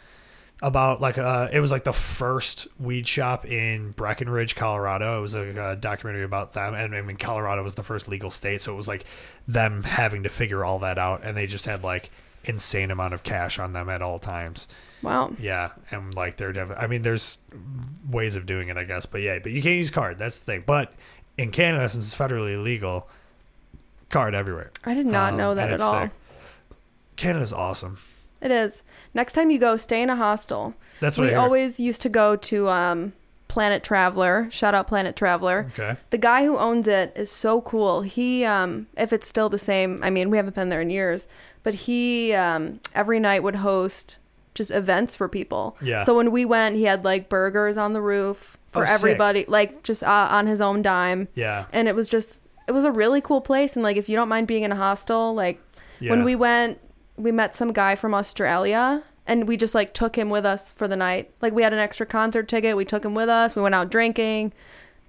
Speaker 11: About like uh, it was like the first weed shop in Breckenridge, Colorado. It was like a documentary about them, and I mean Colorado was the first legal state, so it was like them having to figure all that out, and they just had like insane amount of cash on them at all times.
Speaker 12: wow.
Speaker 11: Yeah, and like they're definitely. I mean, there's ways of doing it, I guess, but yeah, but you can't use card. That's the thing. But in Canada, since it's federally illegal, card everywhere.
Speaker 12: I did not
Speaker 11: Um,
Speaker 12: know that
Speaker 11: and
Speaker 12: at
Speaker 11: it's
Speaker 12: all.
Speaker 11: sick. Canada's awesome.
Speaker 12: It is. Next time you go, stay in a hostel.
Speaker 11: That's what I
Speaker 12: we
Speaker 11: hear.
Speaker 12: always used to go to um, Planet Traveler. Shout out Planet Traveler.
Speaker 11: Okay.
Speaker 12: The guy who owns it is so cool. He, um, if it's still the same, I mean, we haven't been there in years, but he um, every night would host just events for people.
Speaker 11: Yeah.
Speaker 12: So when we went, he had like burgers on the roof
Speaker 11: Oh,
Speaker 12: for
Speaker 11: sick.
Speaker 12: everybody, like just uh, on his own dime.
Speaker 11: Yeah.
Speaker 12: And it was just, it was a really cool place. And like, if you don't mind being in a hostel, like
Speaker 11: Yeah.
Speaker 12: when we went, we met some guy from Australia and we just like took him with us for the night. Like we had an extra concert ticket. We took him with us. We went out drinking.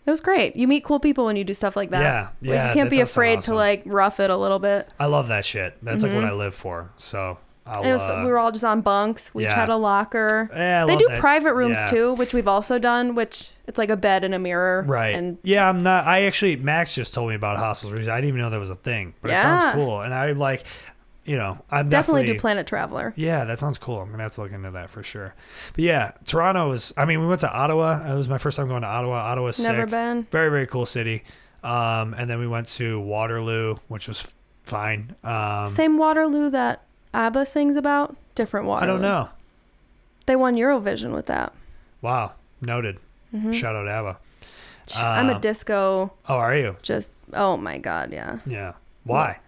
Speaker 12: It was great. You meet cool people when you do stuff like that.
Speaker 11: Yeah,
Speaker 12: Like,
Speaker 11: yeah,
Speaker 12: you can't
Speaker 11: that
Speaker 12: be
Speaker 11: does sound
Speaker 12: afraid
Speaker 11: awesome.
Speaker 12: to like rough it a little bit.
Speaker 11: I love that shit. That's like what
Speaker 12: Mhm.
Speaker 11: I live for. So I'll,
Speaker 12: And it was,
Speaker 11: uh,
Speaker 12: we were all just on bunks. We each
Speaker 11: yeah.
Speaker 12: had a locker.
Speaker 11: Yeah, I
Speaker 12: they
Speaker 11: love
Speaker 12: do
Speaker 11: that.
Speaker 12: private rooms
Speaker 11: Yeah.
Speaker 12: too, which we've also done. Which it's like a bed and a mirror.
Speaker 11: right.
Speaker 12: And
Speaker 11: yeah, I'm not. I actually Max just told me about hostels recently. I didn't even know that was a thing, but it sounds
Speaker 12: Yeah.
Speaker 11: cool. And I like, you know, I'm
Speaker 12: definitely,
Speaker 11: definitely,
Speaker 12: do Planet Traveler.
Speaker 11: Yeah, that sounds cool. I'm gonna have to look into that for sure. But yeah, Toronto is. I mean, we went to Ottawa. It was my first time going to Ottawa. Ottawa's
Speaker 12: Never
Speaker 11: sick.
Speaker 12: been.
Speaker 11: Very very cool city. Um, and then we went to Waterloo, which was f- fine. Um,
Speaker 12: Same Waterloo that ABBA sings about. Different
Speaker 11: I
Speaker 12: Waterloo.
Speaker 11: don't know.
Speaker 12: They won Eurovision with that.
Speaker 11: Wow, noted.
Speaker 12: Mhm.
Speaker 11: Shout out ABBA.
Speaker 12: I'm a
Speaker 11: Um,
Speaker 12: disco.
Speaker 11: Oh, are you?
Speaker 12: Just oh my god, yeah.
Speaker 11: Yeah. Why?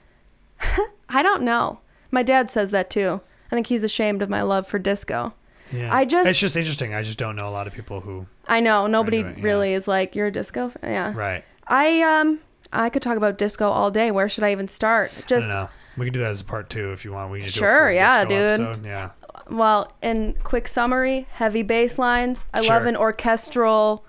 Speaker 12: I don't know. My dad says that too. I think he's ashamed of my love for disco.
Speaker 11: Yeah.
Speaker 12: I just-
Speaker 11: It's just interesting. I just don't know a lot of people who.
Speaker 12: I know nobody
Speaker 11: Right, right, yeah.
Speaker 12: really is like you're a disco. Fan? Yeah.
Speaker 11: Right.
Speaker 12: I um I could talk about disco all day. Where should I even start?
Speaker 11: I
Speaker 12: Just
Speaker 11: don't know. We can do that as a part two if you want. We can just do a
Speaker 12: Sure,
Speaker 11: full
Speaker 12: yeah,
Speaker 11: disco
Speaker 12: dude.
Speaker 11: episode. Yeah.
Speaker 12: well, in quick summary, heavy bass lines. I
Speaker 11: Sure.
Speaker 12: love an orchestral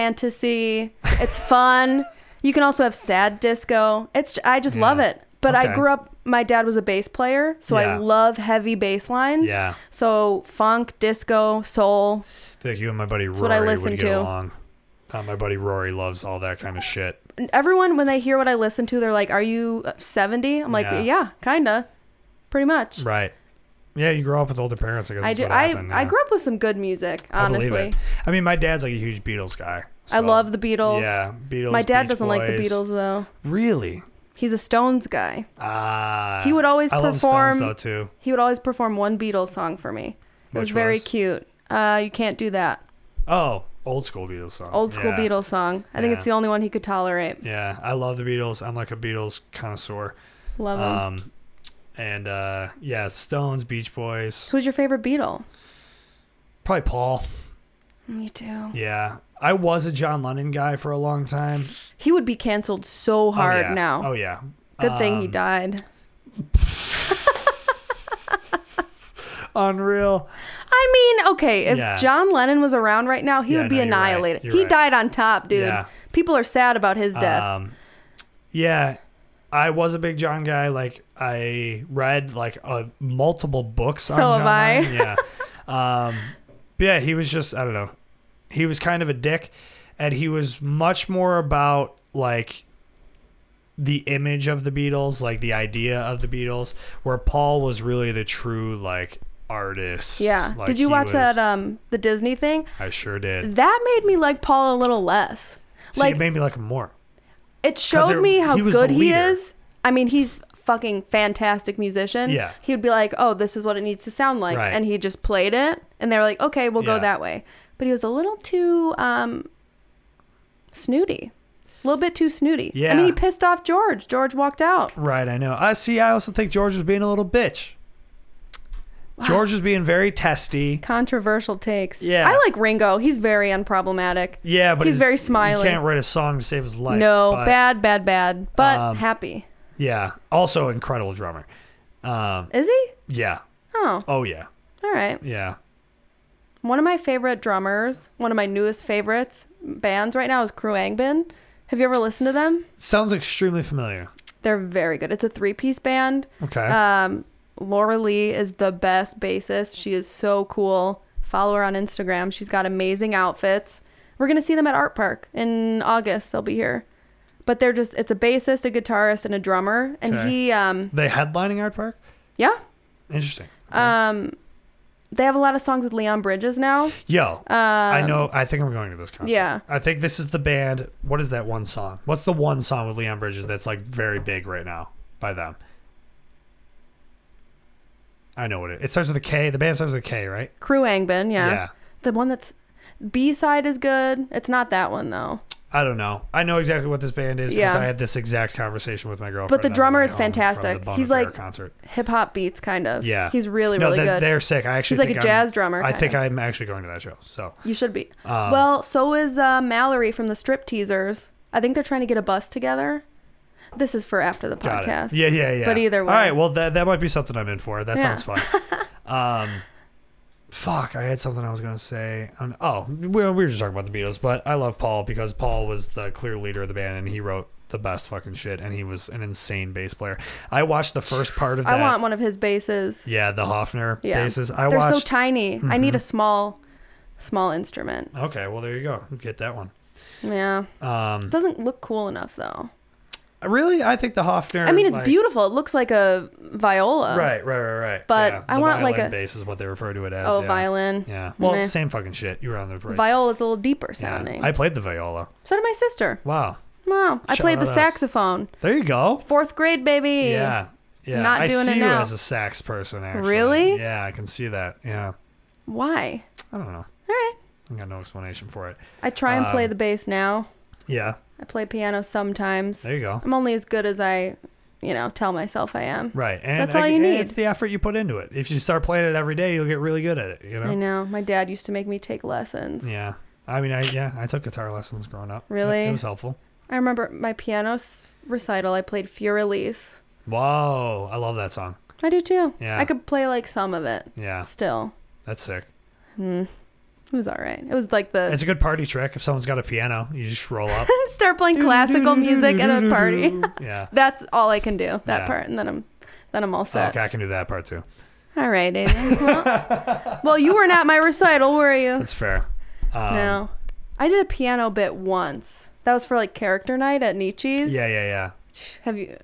Speaker 12: fantasy. It's fun. you can also have sad disco. It's I just love it. But
Speaker 11: Okay.
Speaker 12: I grew up my dad was a bass player, so
Speaker 11: Yeah.
Speaker 12: I love heavy bass lines.
Speaker 11: Yeah.
Speaker 12: So funk, disco, soul.
Speaker 11: I feel like you and my buddy
Speaker 12: what
Speaker 11: Rory
Speaker 12: I
Speaker 11: would
Speaker 12: listen
Speaker 11: get
Speaker 12: to.
Speaker 11: along. Uh, my buddy Rory loves all that kind of shit.
Speaker 12: And everyone when they hear what I listen to, they're like, "Are you 70?" I'm like,
Speaker 11: Yeah.
Speaker 12: "Yeah, kinda, pretty much."
Speaker 11: Right. Yeah, you grow up with older parents, I guess.
Speaker 12: I
Speaker 11: is
Speaker 12: do.
Speaker 11: What
Speaker 12: I
Speaker 11: happened,
Speaker 12: I
Speaker 11: yeah.
Speaker 12: grew up with some good music,
Speaker 11: I
Speaker 12: honestly.
Speaker 11: believe it. I mean, my dad's like a huge Beatles guy.
Speaker 12: I
Speaker 11: so-
Speaker 12: love the Beatles.
Speaker 11: Yeah, Beatles.
Speaker 12: My dad
Speaker 11: Beach
Speaker 12: doesn't like the
Speaker 11: Boys.
Speaker 12: Beatles though.
Speaker 11: Really?
Speaker 12: He's a Stones guy.
Speaker 11: Ah.
Speaker 12: He would always
Speaker 11: I Love
Speaker 12: perform-
Speaker 11: Stones, though, too.
Speaker 12: He would always perform one Beatles song for me. It was
Speaker 11: Which
Speaker 12: very
Speaker 11: was?
Speaker 12: cute. Uh, you can't do that.
Speaker 11: Oh, old school Beatles song.
Speaker 12: Old school
Speaker 11: yeah.
Speaker 12: Beatles song. I think
Speaker 11: Yeah.
Speaker 12: it's the only one he could tolerate.
Speaker 11: Yeah, I love the Beatles. I'm like a Beatles connoisseur.
Speaker 12: Love him.
Speaker 11: Um, and uh, yeah, Stones, Beach Boys,
Speaker 12: Who's your favorite Beatle?
Speaker 11: probably Paul.
Speaker 12: Me too.
Speaker 11: Yeah, I was a John Lennon guy for a long time.
Speaker 12: He would be canceled so
Speaker 11: Oh,
Speaker 12: hard
Speaker 11: yeah.
Speaker 12: now.
Speaker 11: Oh yeah.
Speaker 12: Good thing he
Speaker 11: Um,
Speaker 12: died.
Speaker 11: Unreal.
Speaker 12: I mean, okay, if
Speaker 11: Yeah.
Speaker 12: John Lennon was around right now, he
Speaker 11: Yeah,
Speaker 12: would be
Speaker 11: no, you're right.
Speaker 12: annihilated.
Speaker 11: You're
Speaker 12: He
Speaker 11: right.
Speaker 12: died on top, dude.
Speaker 11: Yeah.
Speaker 12: People are sad about his death.
Speaker 11: Um, yeah, I was a big John guy. Like I read like uh, multiple books. on
Speaker 12: So have
Speaker 11: John
Speaker 12: I.
Speaker 11: Lennon. Yeah. um, but yeah, he was just I don't know. He was kind of a dick, and he was much more about like the image of the Beatles, like the idea of the Beatles, where Paul was really the true like artist.
Speaker 12: Yeah.
Speaker 11: Like,
Speaker 12: did you
Speaker 11: he
Speaker 12: watch
Speaker 11: was-
Speaker 12: that um the Disney thing?
Speaker 11: I sure did.
Speaker 12: That made me like Paul a little less.
Speaker 11: See,
Speaker 12: like
Speaker 11: it made me like him more.
Speaker 12: it showed
Speaker 11: it-
Speaker 12: me how
Speaker 11: he was
Speaker 12: good
Speaker 11: the
Speaker 12: he
Speaker 11: leader.
Speaker 12: is. I mean, he's fucking fantastic musician.
Speaker 11: Yeah.
Speaker 12: He would be like, "Oh, this is what it needs to sound like."
Speaker 11: Right.
Speaker 12: And he just played it and they were like, "Okay, we'll
Speaker 11: Yeah.
Speaker 12: go that way." But he was a little too um snooty. A little bit too snooty. I
Speaker 11: Yeah.
Speaker 12: mean, he pissed off George. George walked out.
Speaker 11: Right, I know. I see. I also think George was being a little bitch. George was being very testy.
Speaker 12: Controversial takes.
Speaker 11: Yeah.
Speaker 12: I like Ringo. He's very unproblematic.
Speaker 11: Yeah, but
Speaker 12: he's very
Speaker 11: You
Speaker 12: smiley.
Speaker 11: can't write a song to save his life.
Speaker 12: no,
Speaker 11: but-
Speaker 12: bad, bad, bad, but
Speaker 11: Um,
Speaker 12: happy.
Speaker 11: Yeah, also incredible drummer. Um,
Speaker 12: Is he?
Speaker 11: yeah.
Speaker 12: Oh,
Speaker 11: Oh yeah.
Speaker 12: all right.
Speaker 11: Yeah.
Speaker 12: One of my favorite drummers, one of my newest favorites bands right now is Crew Angbin. Have you ever listened to them?
Speaker 11: Sounds extremely familiar.
Speaker 12: They're very good. It's a three piece band.
Speaker 11: Okay.
Speaker 12: Um, Laura Lee is the best bassist. She is so cool. Follow her on Instagram. She's got amazing outfits. We're going to see them at Art Park in August. They'll be here. But they're just, it's a bassist, a guitarist, and a drummer. And
Speaker 11: Okay.
Speaker 12: he, um,
Speaker 11: they headlining Art Park.
Speaker 12: yeah.
Speaker 11: Interesting.
Speaker 12: Um, they have a lot of songs with Leon Bridges now.
Speaker 11: Yo, I know. I think I'm going to this concert.
Speaker 12: Um, yeah.
Speaker 11: I think this is the band. What is that one song? What's the one song with Leon Bridges that's like very big right now by them? I know what it. It starts with a K. The band starts with a K, right?
Speaker 12: Crew Angbin, yeah.
Speaker 11: Yeah.
Speaker 12: The one that's B side is good. It's not that one though.
Speaker 11: I don't know. I know exactly what this band is because
Speaker 12: Yeah.
Speaker 11: I had this exact conversation with my girlfriend.
Speaker 12: But the
Speaker 11: on
Speaker 12: drummer
Speaker 11: way
Speaker 12: is
Speaker 11: home from the
Speaker 12: fantastic.
Speaker 11: Bon
Speaker 12: He's
Speaker 11: Iver
Speaker 12: like
Speaker 11: concert.
Speaker 12: hip hop beats kind of.
Speaker 11: Yeah,
Speaker 12: He's really
Speaker 11: No,
Speaker 12: really
Speaker 11: they-
Speaker 12: good.
Speaker 11: They're sick. I actually
Speaker 12: He's like
Speaker 11: think
Speaker 12: a
Speaker 11: I'm-
Speaker 12: jazz drummer,
Speaker 11: I
Speaker 12: kinda.
Speaker 11: think I'm actually going to that show. So
Speaker 12: You should be.
Speaker 11: Um,
Speaker 12: well, so is uh, Mallory from the Strip Teasers. I think they're trying to get a bus together. This is for after the
Speaker 11: got
Speaker 12: podcast.
Speaker 11: it. Yeah, yeah, yeah.
Speaker 12: But either way,
Speaker 11: all right. Well, that that might be something I'm in for. That
Speaker 12: Yeah.
Speaker 11: sounds fun. um, fuck, I had something I was gonna say. Um, oh, we, we were just talking about the Beatles, but I love Paul because Paul was the clear leader of the band and he wrote the best fucking shit and he was an insane bass player. I watched the first part of that.
Speaker 12: I want one of his bases.
Speaker 11: Yeah, the Hofner
Speaker 12: Yeah.
Speaker 11: basses. I
Speaker 12: they're
Speaker 11: watched. Mm-hmm.
Speaker 12: so tiny. I need a small, small instrument.
Speaker 11: okay, well there you go. Get that one.
Speaker 12: Yeah.
Speaker 11: Um,
Speaker 12: doesn't look cool enough though.
Speaker 11: really, I think the Hofner.
Speaker 12: I mean, it's
Speaker 11: like-
Speaker 12: beautiful. It looks like a viola.
Speaker 11: Right, right, right, right.
Speaker 12: But
Speaker 11: yeah,
Speaker 12: I
Speaker 11: the
Speaker 12: want, like,
Speaker 11: violin
Speaker 12: a-
Speaker 11: bass is what they refer to it as.
Speaker 12: Oh,
Speaker 11: yeah.
Speaker 12: violin.
Speaker 11: Yeah. Well,
Speaker 12: Meh.
Speaker 11: same fucking shit. You were on the right.
Speaker 12: Viola's a little deeper
Speaker 11: Yeah.
Speaker 12: sounding.
Speaker 11: I played the viola.
Speaker 12: so did my sister.
Speaker 11: Wow.
Speaker 12: Wow. I played the
Speaker 11: Shout out.
Speaker 12: saxophone.
Speaker 11: There you go.
Speaker 12: Fourth grade, baby.
Speaker 11: Yeah. Yeah.
Speaker 12: Not
Speaker 11: I
Speaker 12: doing
Speaker 11: see
Speaker 12: it
Speaker 11: you
Speaker 12: now.
Speaker 11: as a sax person, actually.
Speaker 12: Really?
Speaker 11: Yeah, I can see that. Yeah.
Speaker 12: Why?
Speaker 11: I don't
Speaker 12: All
Speaker 11: know.
Speaker 12: right.
Speaker 11: I got no explanation for it.
Speaker 12: I try and play
Speaker 11: Um,
Speaker 12: the bass now.
Speaker 11: Yeah.
Speaker 12: I play piano sometimes.
Speaker 11: There you go.
Speaker 12: I'm only as good as I, you know, tell myself I am.
Speaker 11: Right. And
Speaker 12: That's all
Speaker 11: I-
Speaker 12: you
Speaker 11: and
Speaker 12: need.
Speaker 11: It's the effort you put into it. If you start playing it every day, you'll get really good at it, you know?
Speaker 12: I know. My dad used to make me take lessons.
Speaker 11: Yeah. I mean, I yeah, I took guitar lessons growing up. It-
Speaker 12: Really?
Speaker 11: It was helpful.
Speaker 12: I remember my piano s- recital. I played Fear Release.
Speaker 11: Whoa, I love that song.
Speaker 12: I do too.
Speaker 11: Yeah.
Speaker 12: I could play like some of it
Speaker 11: Yeah,
Speaker 12: still. Hmm.
Speaker 11: that's sick.
Speaker 12: It was all right. It was like the
Speaker 11: It's a good party trick. If someone's got a piano, you just roll up.
Speaker 12: start playing classical music at a party.
Speaker 11: yeah.
Speaker 12: That's all I can do. That
Speaker 11: Yeah.
Speaker 12: part, and then I'm then I'm all set.
Speaker 11: Okay, I can do that part too.
Speaker 12: All right, Aiden. Well, well, you were not my recital, were you?
Speaker 11: That's fair. Um,
Speaker 12: no, I did a piano bit once. That was for like character night at Nietzsche's.
Speaker 11: Yeah, yeah, yeah.
Speaker 12: Have you?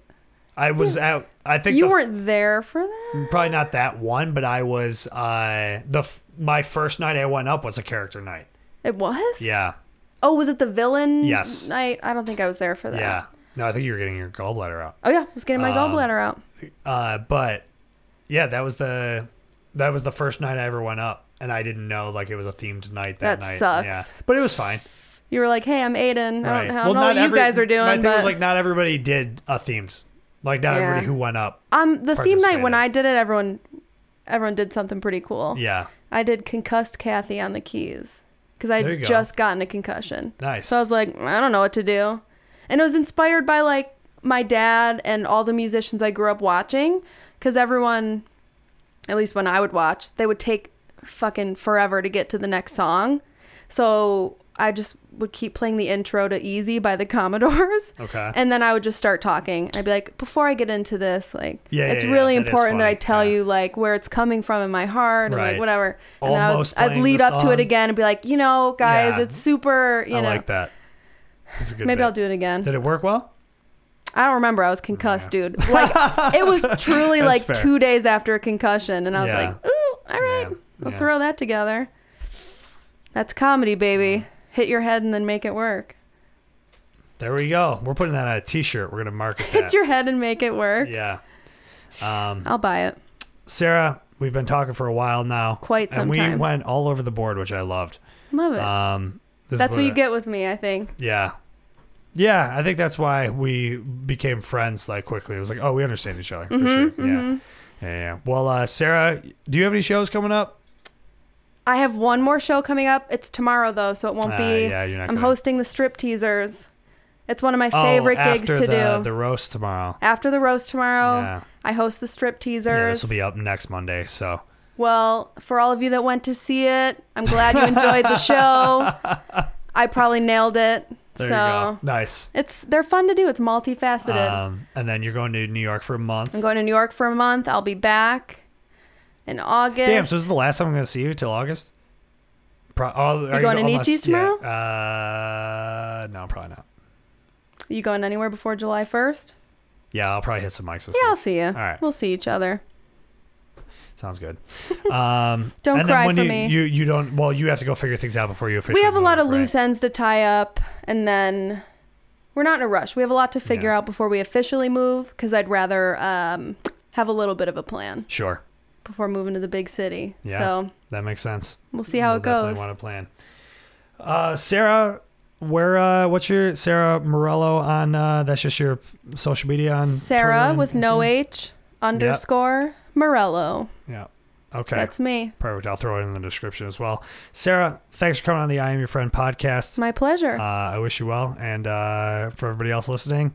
Speaker 11: I was out. I think
Speaker 12: You
Speaker 11: the- Mm.
Speaker 12: weren't there for that.
Speaker 11: probably not that one, but I was. Uh, the f- my first night I went up was a character night.
Speaker 12: It was.
Speaker 11: Yeah,
Speaker 12: Oh, was it the villain?
Speaker 11: Yes.
Speaker 12: Night. I don't think I was there for that.
Speaker 11: yeah. No, I think you were getting your gallbladder out.
Speaker 12: Oh yeah, I was getting my
Speaker 11: Um,
Speaker 12: gallbladder out.
Speaker 11: Uh, but yeah, that was the that was the first night I ever went up, and I didn't know like it was a themed night that,
Speaker 12: That
Speaker 11: night.
Speaker 12: sucks.
Speaker 11: Yeah, but it was fine.
Speaker 12: You were like, "Hey, I'm Aiden. I
Speaker 11: Right.
Speaker 12: don't, I don't know what you
Speaker 11: every-
Speaker 12: guys are
Speaker 11: My
Speaker 12: doing,
Speaker 11: thing
Speaker 12: but
Speaker 11: was like not everybody did a themed. Like not
Speaker 12: Yeah.
Speaker 11: everybody who went up.
Speaker 12: um, the theme night when
Speaker 11: participated.
Speaker 12: I did it, everyone, everyone did something pretty cool.
Speaker 11: Yeah.
Speaker 12: I did concussed Kathy on the keys because I
Speaker 11: There you
Speaker 12: had
Speaker 11: go.
Speaker 12: just gotten a concussion.
Speaker 11: Nice.
Speaker 12: So I was like, I don't know what to do, and it was inspired by like my dad and all the musicians I grew up watching, because everyone, at least when I would watch, they would take fucking forever to get to the next song, so I just would keep playing the intro to Easy by the Commodores.
Speaker 11: Okay.
Speaker 12: And then I would just start talking. I'd be like, before I get into this, like,
Speaker 11: Yeah,
Speaker 12: it's
Speaker 11: yeah, yeah.
Speaker 12: really
Speaker 11: That is
Speaker 12: important that
Speaker 11: funny.
Speaker 12: I tell
Speaker 11: Yeah.
Speaker 12: you like where it's coming from in my heart and
Speaker 11: Right.
Speaker 12: like whatever. And
Speaker 11: Almost
Speaker 12: then I would, I'd
Speaker 11: playing
Speaker 12: lead
Speaker 11: the
Speaker 12: up to
Speaker 11: song.
Speaker 12: it again and be like, you know, guys,
Speaker 11: Yeah.
Speaker 12: it's super. You
Speaker 11: I
Speaker 12: know,
Speaker 11: like that. That's a good
Speaker 12: maybe
Speaker 11: bit.
Speaker 12: I'll do it again.
Speaker 11: Did it work well?
Speaker 12: I don't remember. I was concussed, dude. Like it was truly
Speaker 11: That's
Speaker 12: like
Speaker 11: fair.
Speaker 12: two days after a concussion, and I was
Speaker 11: Yeah.
Speaker 12: like, "Ooh, all right, we'll
Speaker 11: yeah.
Speaker 12: throw that together." That's comedy, baby. Hit your head and then make it work.
Speaker 11: There we go. We're putting that on a T-shirt. We're gonna market that.
Speaker 12: Hit your head and make it work.
Speaker 11: yeah. Um,
Speaker 12: I'll buy it.
Speaker 11: Sarah, we've been talking for a while now.
Speaker 12: Quite some
Speaker 11: and we
Speaker 12: time.
Speaker 11: went all over the board, which I loved.
Speaker 12: Love it.
Speaker 11: Um, this is
Speaker 12: That's what you
Speaker 11: I-
Speaker 12: get with me, I think.
Speaker 11: Yeah. Yeah, I think that's why we became friends like quickly. It was like, oh, we understand each other for
Speaker 12: Mm-hmm,
Speaker 11: sure. Yeah. yeah, yeah. Well, uh, Sarah, do you have any shows coming up?
Speaker 12: I have one more show coming up. It's tomorrow though, so it won't
Speaker 11: Ah,
Speaker 12: be.
Speaker 11: yeah, you're not
Speaker 12: I'm
Speaker 11: gonna-
Speaker 12: hosting the strip teasers. It's one of my favorite
Speaker 11: oh,
Speaker 12: gigs
Speaker 11: after
Speaker 12: to
Speaker 11: the,
Speaker 12: do.
Speaker 11: the roast tomorrow.
Speaker 12: After the roast tomorrow,
Speaker 11: Yeah.
Speaker 12: I host the strip teasers.
Speaker 11: Yeah, this will be up next Monday. So
Speaker 12: Well, for all of you that went to see it, I'm glad you enjoyed the show. I probably nailed it.
Speaker 11: there
Speaker 12: so
Speaker 11: you go. Nice.
Speaker 12: it's they're fun to do. It's multifaceted.
Speaker 11: Um, and then you're going to New York for a month.
Speaker 12: I'm going to New York for a month. I'll be back in August.
Speaker 11: Damn, so this is the last time I'm going to see you till August? Pro- oh, are you
Speaker 12: going to
Speaker 11: unless-
Speaker 12: Nietzsche's
Speaker 11: yeah. Uh, no, probably not.
Speaker 12: you going anywhere before July 1st?
Speaker 11: Yeah, I'll probably hit some mics this
Speaker 12: Yeah,
Speaker 11: week.
Speaker 12: I'll see you. All
Speaker 11: right.
Speaker 12: We'll see each other.
Speaker 11: Sounds good. Um,
Speaker 12: Don't
Speaker 11: and
Speaker 12: cry
Speaker 11: then when
Speaker 12: for
Speaker 11: you,
Speaker 12: me.
Speaker 11: You you don't. Well, you have to go figure things out before you officially.
Speaker 12: we have a
Speaker 11: move,
Speaker 12: lot of
Speaker 11: right?
Speaker 12: loose ends to tie up and then we're not in a rush we have a lot to figure
Speaker 11: Yeah.
Speaker 12: out before we officially move because i'd rather um, have a little bit of a plan
Speaker 11: Sure.
Speaker 12: before moving to the big city
Speaker 11: Yeah.
Speaker 12: so
Speaker 11: that makes sense.
Speaker 12: we'll see how it
Speaker 11: Definitely
Speaker 12: goes.
Speaker 11: want to plan. Uh, Sarah, where? Uh, what's your Sarah Morello on? Uh, that's just your social media on Twitter
Speaker 12: sarah
Speaker 11: and
Speaker 12: with no
Speaker 11: Instagram?
Speaker 12: h underscore morello
Speaker 11: Yeah. Okay.
Speaker 12: that's me
Speaker 11: perfect. I'll throw it in the description as well. Sarah, thanks for coming on the I Am Your Friend podcast.
Speaker 12: it's my pleasure
Speaker 11: Uh, I wish you well, and uh, for everybody else listening,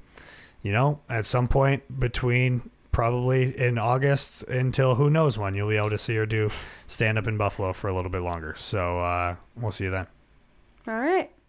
Speaker 11: you know, at some point between probably in August until who knows when, you'll be able to see her do stand up in Buffalo for a little bit longer. So uh, we'll see you then.
Speaker 12: all right